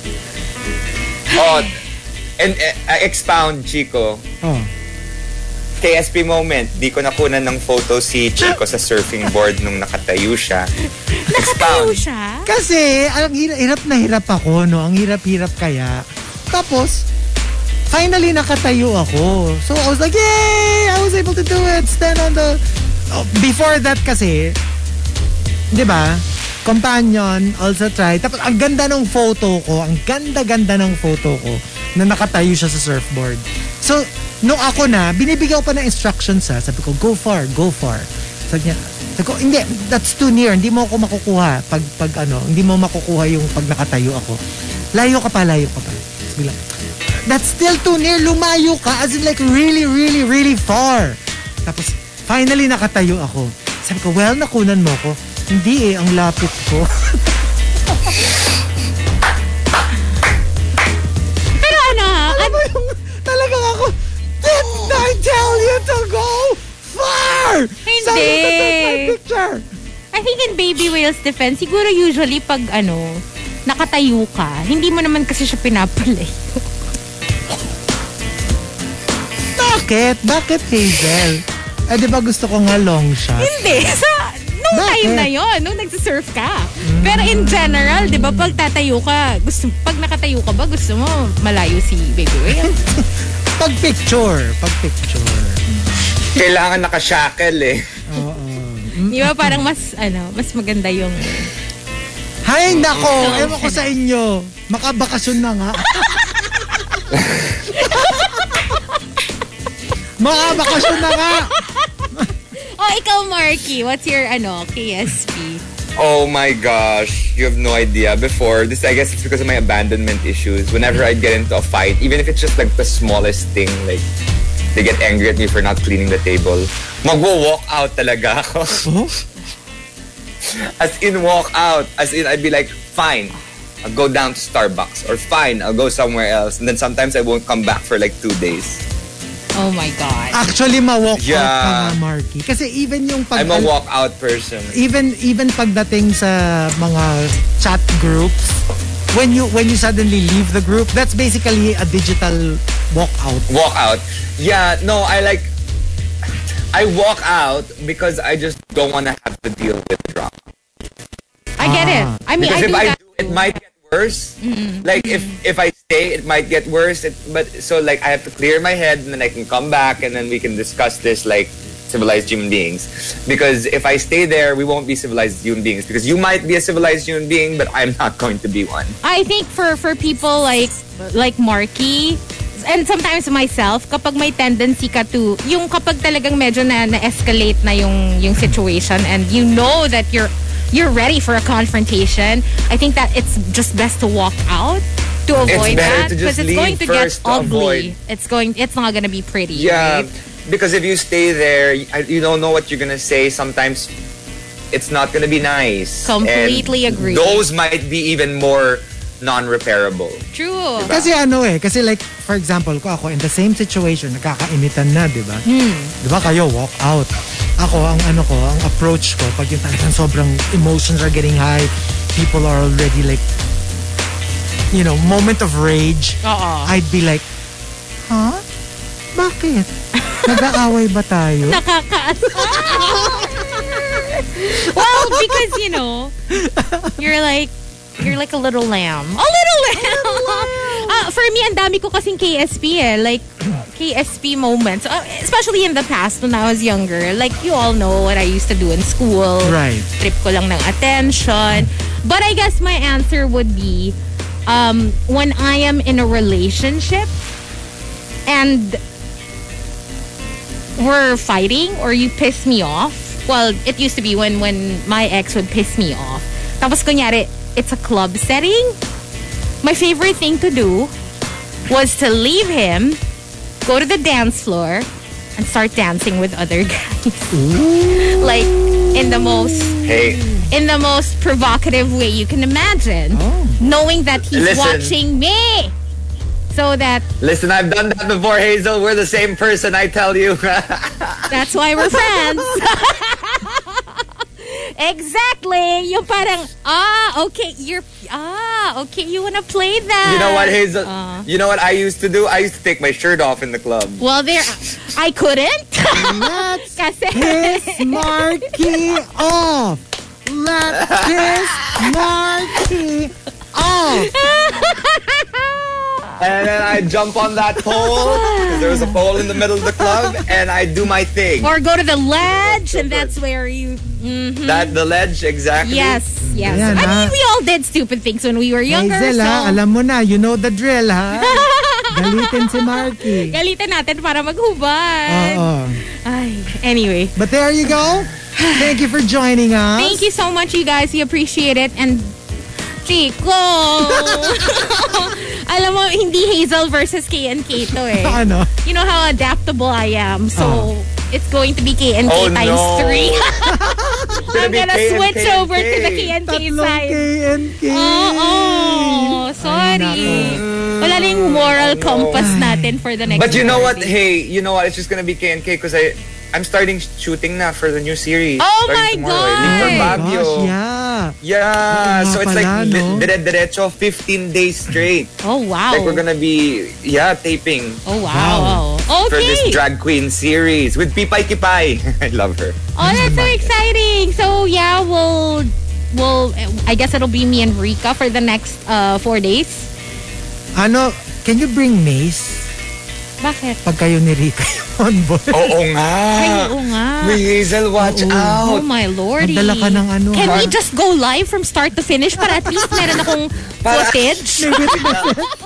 S12: Oh, and eh, I expound, Chico.
S4: Oh.
S12: KSP moment, di ko nakunan ng photo si Chico sa surfing board nung nakatayo siya. Expound.
S5: siya?
S4: Kasi, ang hirap, hirap na hirap ako, no? Ang hirap-hirap kaya. Tapos, finally nakatayo ako. So, I was like, yay! I was able to do it! Stand on the... Oh, before that kasi, di ba, companion, also try. Tapos, ang ganda ng photo ko, ang ganda-ganda ng photo ko, na nakatayo siya sa surfboard. So, nung ako na, binibigyan ko pa ng instructions ha. Sabi ko, go far, go far. Sabi niya, sabi ko, hindi, that's too near. Hindi mo ako makukuha pag, pag ano, hindi mo makukuha yung pag nakatayo ako. Layo ka pa, layo ka pa. Sabi lang, that's still too near. Lumayo ka. As in like really, really, really far. Tapos, finally nakatayo ako. Sabi ko, well, nakunan mo ko. Hindi eh, ang lapit ko.
S5: Pero ano ha?
S4: Alam mo yung, talagang ako, did I tell you to go far?
S5: Hindi.
S4: Sabi ko, "Take my picture.
S5: I think in baby whale's defense, siguro usually pag ano, nakatayo ka, hindi mo naman kasi siya pinapalay.
S4: Bakit? Bakit, Hazel? Eh, di ba gusto ko nga long shot?
S5: Hindi. Sa, no
S4: Bakit?
S5: time na yon nung nagsisurf ka. Pero in general, di ba, pag tatayo ka, gusto, pag nakatayo ka ba, gusto mo malayo si baby whale?
S4: Pag picture. Pag picture.
S12: Kailangan nakashackle eh.
S5: di ba, parang mas, ano, mas maganda yung...
S4: Hay, nako! Ewan ko sa inyo. Makabakasyon na nga. Makabakasyon na nga!
S5: Oh, ikaw, Marky, what's your, ano, KSP?
S12: Oh my gosh, you have no idea. Before, this I guess it's because of my abandonment issues. Whenever I'd get into a fight, even if it's just like the smallest thing, like they get angry at me for not cleaning the table, magwo-walk out talaga ako. as in walk out. As in I'd be like, fine, I'll go down to Starbucks or fine, I'll go somewhere else. And then sometimes I won't come back for like two days.
S5: Oh my God.
S4: Actually, ma-walk out ka
S12: Yeah.
S4: nga, Marky. Kasi even yung pag...
S12: I'm a walk out person.
S4: even even pagdating sa mga chat groups when you when you suddenly leave the group that's basically a digital walkout
S12: walk out. Yeah, no, I like I walk out because I just don't want to have to deal with drama.
S5: I get it. I mean,
S12: Ah. because
S5: I
S12: if
S5: do that. Mm-hmm.
S12: I do, it might get worse.
S5: Mm-mm.
S12: Like if if I stay, it might get worse. It, but so like I have to clear my head and then I can come back and then we can discuss this like civilized human beings. Because if I stay there, we won't be civilized human beings. Because you might be a civilized human being, but I'm not going to be one.
S5: I think for for people like like Marky and sometimes myself kapag may tendency ka to yung kapag talagang medyo na na-escalate na yung yung situation and you know that you're you're ready for a confrontation I think that it's just best to walk out to
S12: It's
S5: avoid
S12: better
S5: that
S12: to just
S5: because it's
S12: leave
S5: going to get
S12: first to
S5: ugly
S12: avoid.
S5: it's going it's not going to be pretty
S12: Yeah,
S5: right?
S12: because if you stay there, you you don't know what you're gonna say. Sometimes it's not gonna be nice. And
S5: Completely agree.
S12: Those might be even more non-repairable.
S5: true
S4: kasi ano eh kasi like for example ko ako in the same situation nagkakainitan na di ba
S5: Hmm.
S4: di ba kayo walk out ako ang ano ko ang approach ko pag yung talagang sobrang emotions are getting high people are already like you know moment of rage
S12: Uh-uh.
S4: I'd be like huh bakit nag-aaway ba tayo
S5: Nakaka- well, because you know, you're like you're like a little lamb. A little lamb. Ah, for me, ang dami ko kasing KSP eh. Like, KSP moments. Ah, especially in the past when I was younger. Like, you all know what I used to do in school.
S4: Right.
S5: Trip ko lang ng attention. But I guess my answer would be, um, when I am in a relationship and we're fighting or you piss me off. Well, it used to be when when my ex would piss me off. Tapos kunyari, it's a club setting. My favorite thing to do was to leave him, go to the dance floor, and start dancing with other guys. like in the most
S12: Hey,
S5: in the most provocative way you can imagine.
S4: Oh.
S5: Knowing that he's
S12: Listen.
S5: watching me. So that
S12: listen, I've done that before, Hazel. We're the same person, I tell you.
S5: that's why we're friends. Exactly. Yung parang, ah, okay, you're, ah, okay, you wanna play that.
S12: You know what, Hazel?
S5: Ah.
S12: You know what I used to do? I used to take my shirt off in the club.
S5: Well, there, I couldn't. Kasi,
S4: Piss Marky off. Let piss Marky off.
S12: And then I jump on that pole. 'cause There was a pole in the middle of the club, and I do my thing.
S5: or go to the ledge, and that's where you, mhm.
S12: That the ledge exactly.
S5: Yes, yes.
S4: Ayan,
S5: I
S4: ah.
S5: mean, we all did stupid things when we were younger.
S4: Hazel, ha?
S5: so,
S4: Alam mo na, you know the drill, ha? Galitin si Marky.
S5: galitan natin para maghubad.
S4: Oo.
S5: Ay, anyway.
S4: But there you go. Thank you for joining us.
S5: Thank you so much, you guys. We appreciate it. And Chico! Alam mo, hindi Hazel versus K and K to eh.
S4: Ano?
S5: You know how adaptable I am. So,
S4: Oh.
S5: it's going to be K and K
S12: Oh,
S5: times
S12: no.
S5: three.
S12: It's gonna
S5: I'm
S12: be
S5: gonna
S12: K and
S5: switch
S12: K and
S5: over to the K and K side.
S4: K&K.
S5: Oo, sorry. Wala na yung moral compass natin for the next
S12: Mm, oh, But you know what?
S5: party.
S12: Hey, you know what? It's just gonna be K and K because I I'm starting shooting now for the new series.
S5: Oh
S12: starting
S5: my
S12: tomorrow. I leave for
S5: God!
S4: Oh
S12: Baguio.
S4: Gosh, yeah.
S12: Yeah,
S4: Oo
S12: so
S4: nga
S12: it's like
S4: pala,
S12: di-
S4: no?
S12: dire- diretso 15 days straight.
S5: Oh, wow.
S12: Like we're gonna be yeah taping
S5: Oh, wow.
S12: for this
S5: Okay.
S12: drag queen series with Pipay Kipay. I love her.
S5: Oh, that's so exciting. So yeah, we'll we'll I guess it'll be me and Rika for the next uh, four days.
S4: Ano, can you bring Mace
S5: Bakit?
S4: pag kayo ni Rico yung on board?
S12: Oo nga.
S5: Ay,
S12: Ah,
S5: oo nga.
S12: Hazel, Oh, watch
S5: Oh
S12: out.
S5: my lordy.
S4: Magdala ka ng ano,
S5: Can
S4: ha?
S5: we just go live from start to finish para at least meron akong
S12: Para-
S5: footage?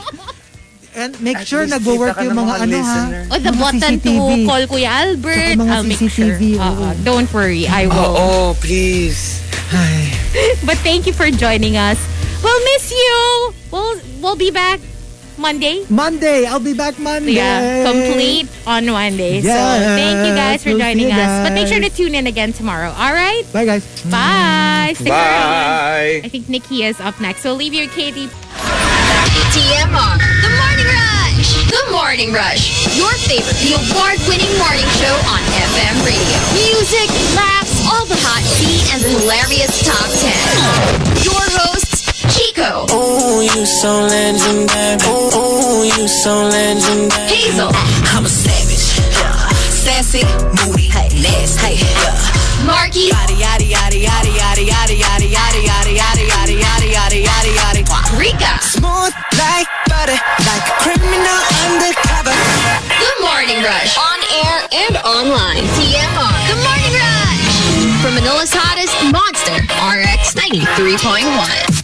S4: And make
S12: At
S4: sure
S12: least
S4: nag-work
S12: kita ka
S4: yung
S12: ng
S4: mga,
S12: mga
S4: ano ha.
S12: listener.
S5: O Oh, the
S4: Mga
S5: button
S4: CCTV.
S5: to call Kuya Albert.
S4: Saka mga
S5: I'll make sure.
S4: CCTV, oo.
S5: Uh-uh. don't worry, I
S12: Oh,
S5: will.
S12: oh, please.
S4: Ay,
S5: But thank you for joining us. We'll miss you. We'll we'll be back Monday.
S4: Monday, I'll be back Monday.
S5: Yeah, complete on Monday. so
S4: Yes,
S5: thank you guys
S4: we'll
S5: for
S4: see
S5: joining
S4: you
S5: us. But make sure to
S4: guys.
S5: tune in again tomorrow. All right?
S4: Bye guys.
S5: Bye. Stick around.
S12: Bye.
S5: I think Nikki is up next. So leave your KD
S1: TMR. The Morning Rush. The Morning Rush. Your favorite, the award-winning morning show on FM radio. Music, laughs, all the hot tea, and the hilarious top 10. Your hosts, Chico,
S2: Ooh, you so legendary. Ooh, ooh, you so legendary.
S1: Hazel,
S3: I'm a savage. Yeah. Sassy, moody, hey, nasty. Yeah.
S1: Marky,
S3: Yada yada yada yada yada yada yada yada yada yada yada yada yada yada yada.
S1: Rika.
S2: Smooth like butter, like a criminal undercover.
S1: The Morning Rush. On air and online. TMR. The Morning Rush. From Manila's hottest monster, RX 93.1.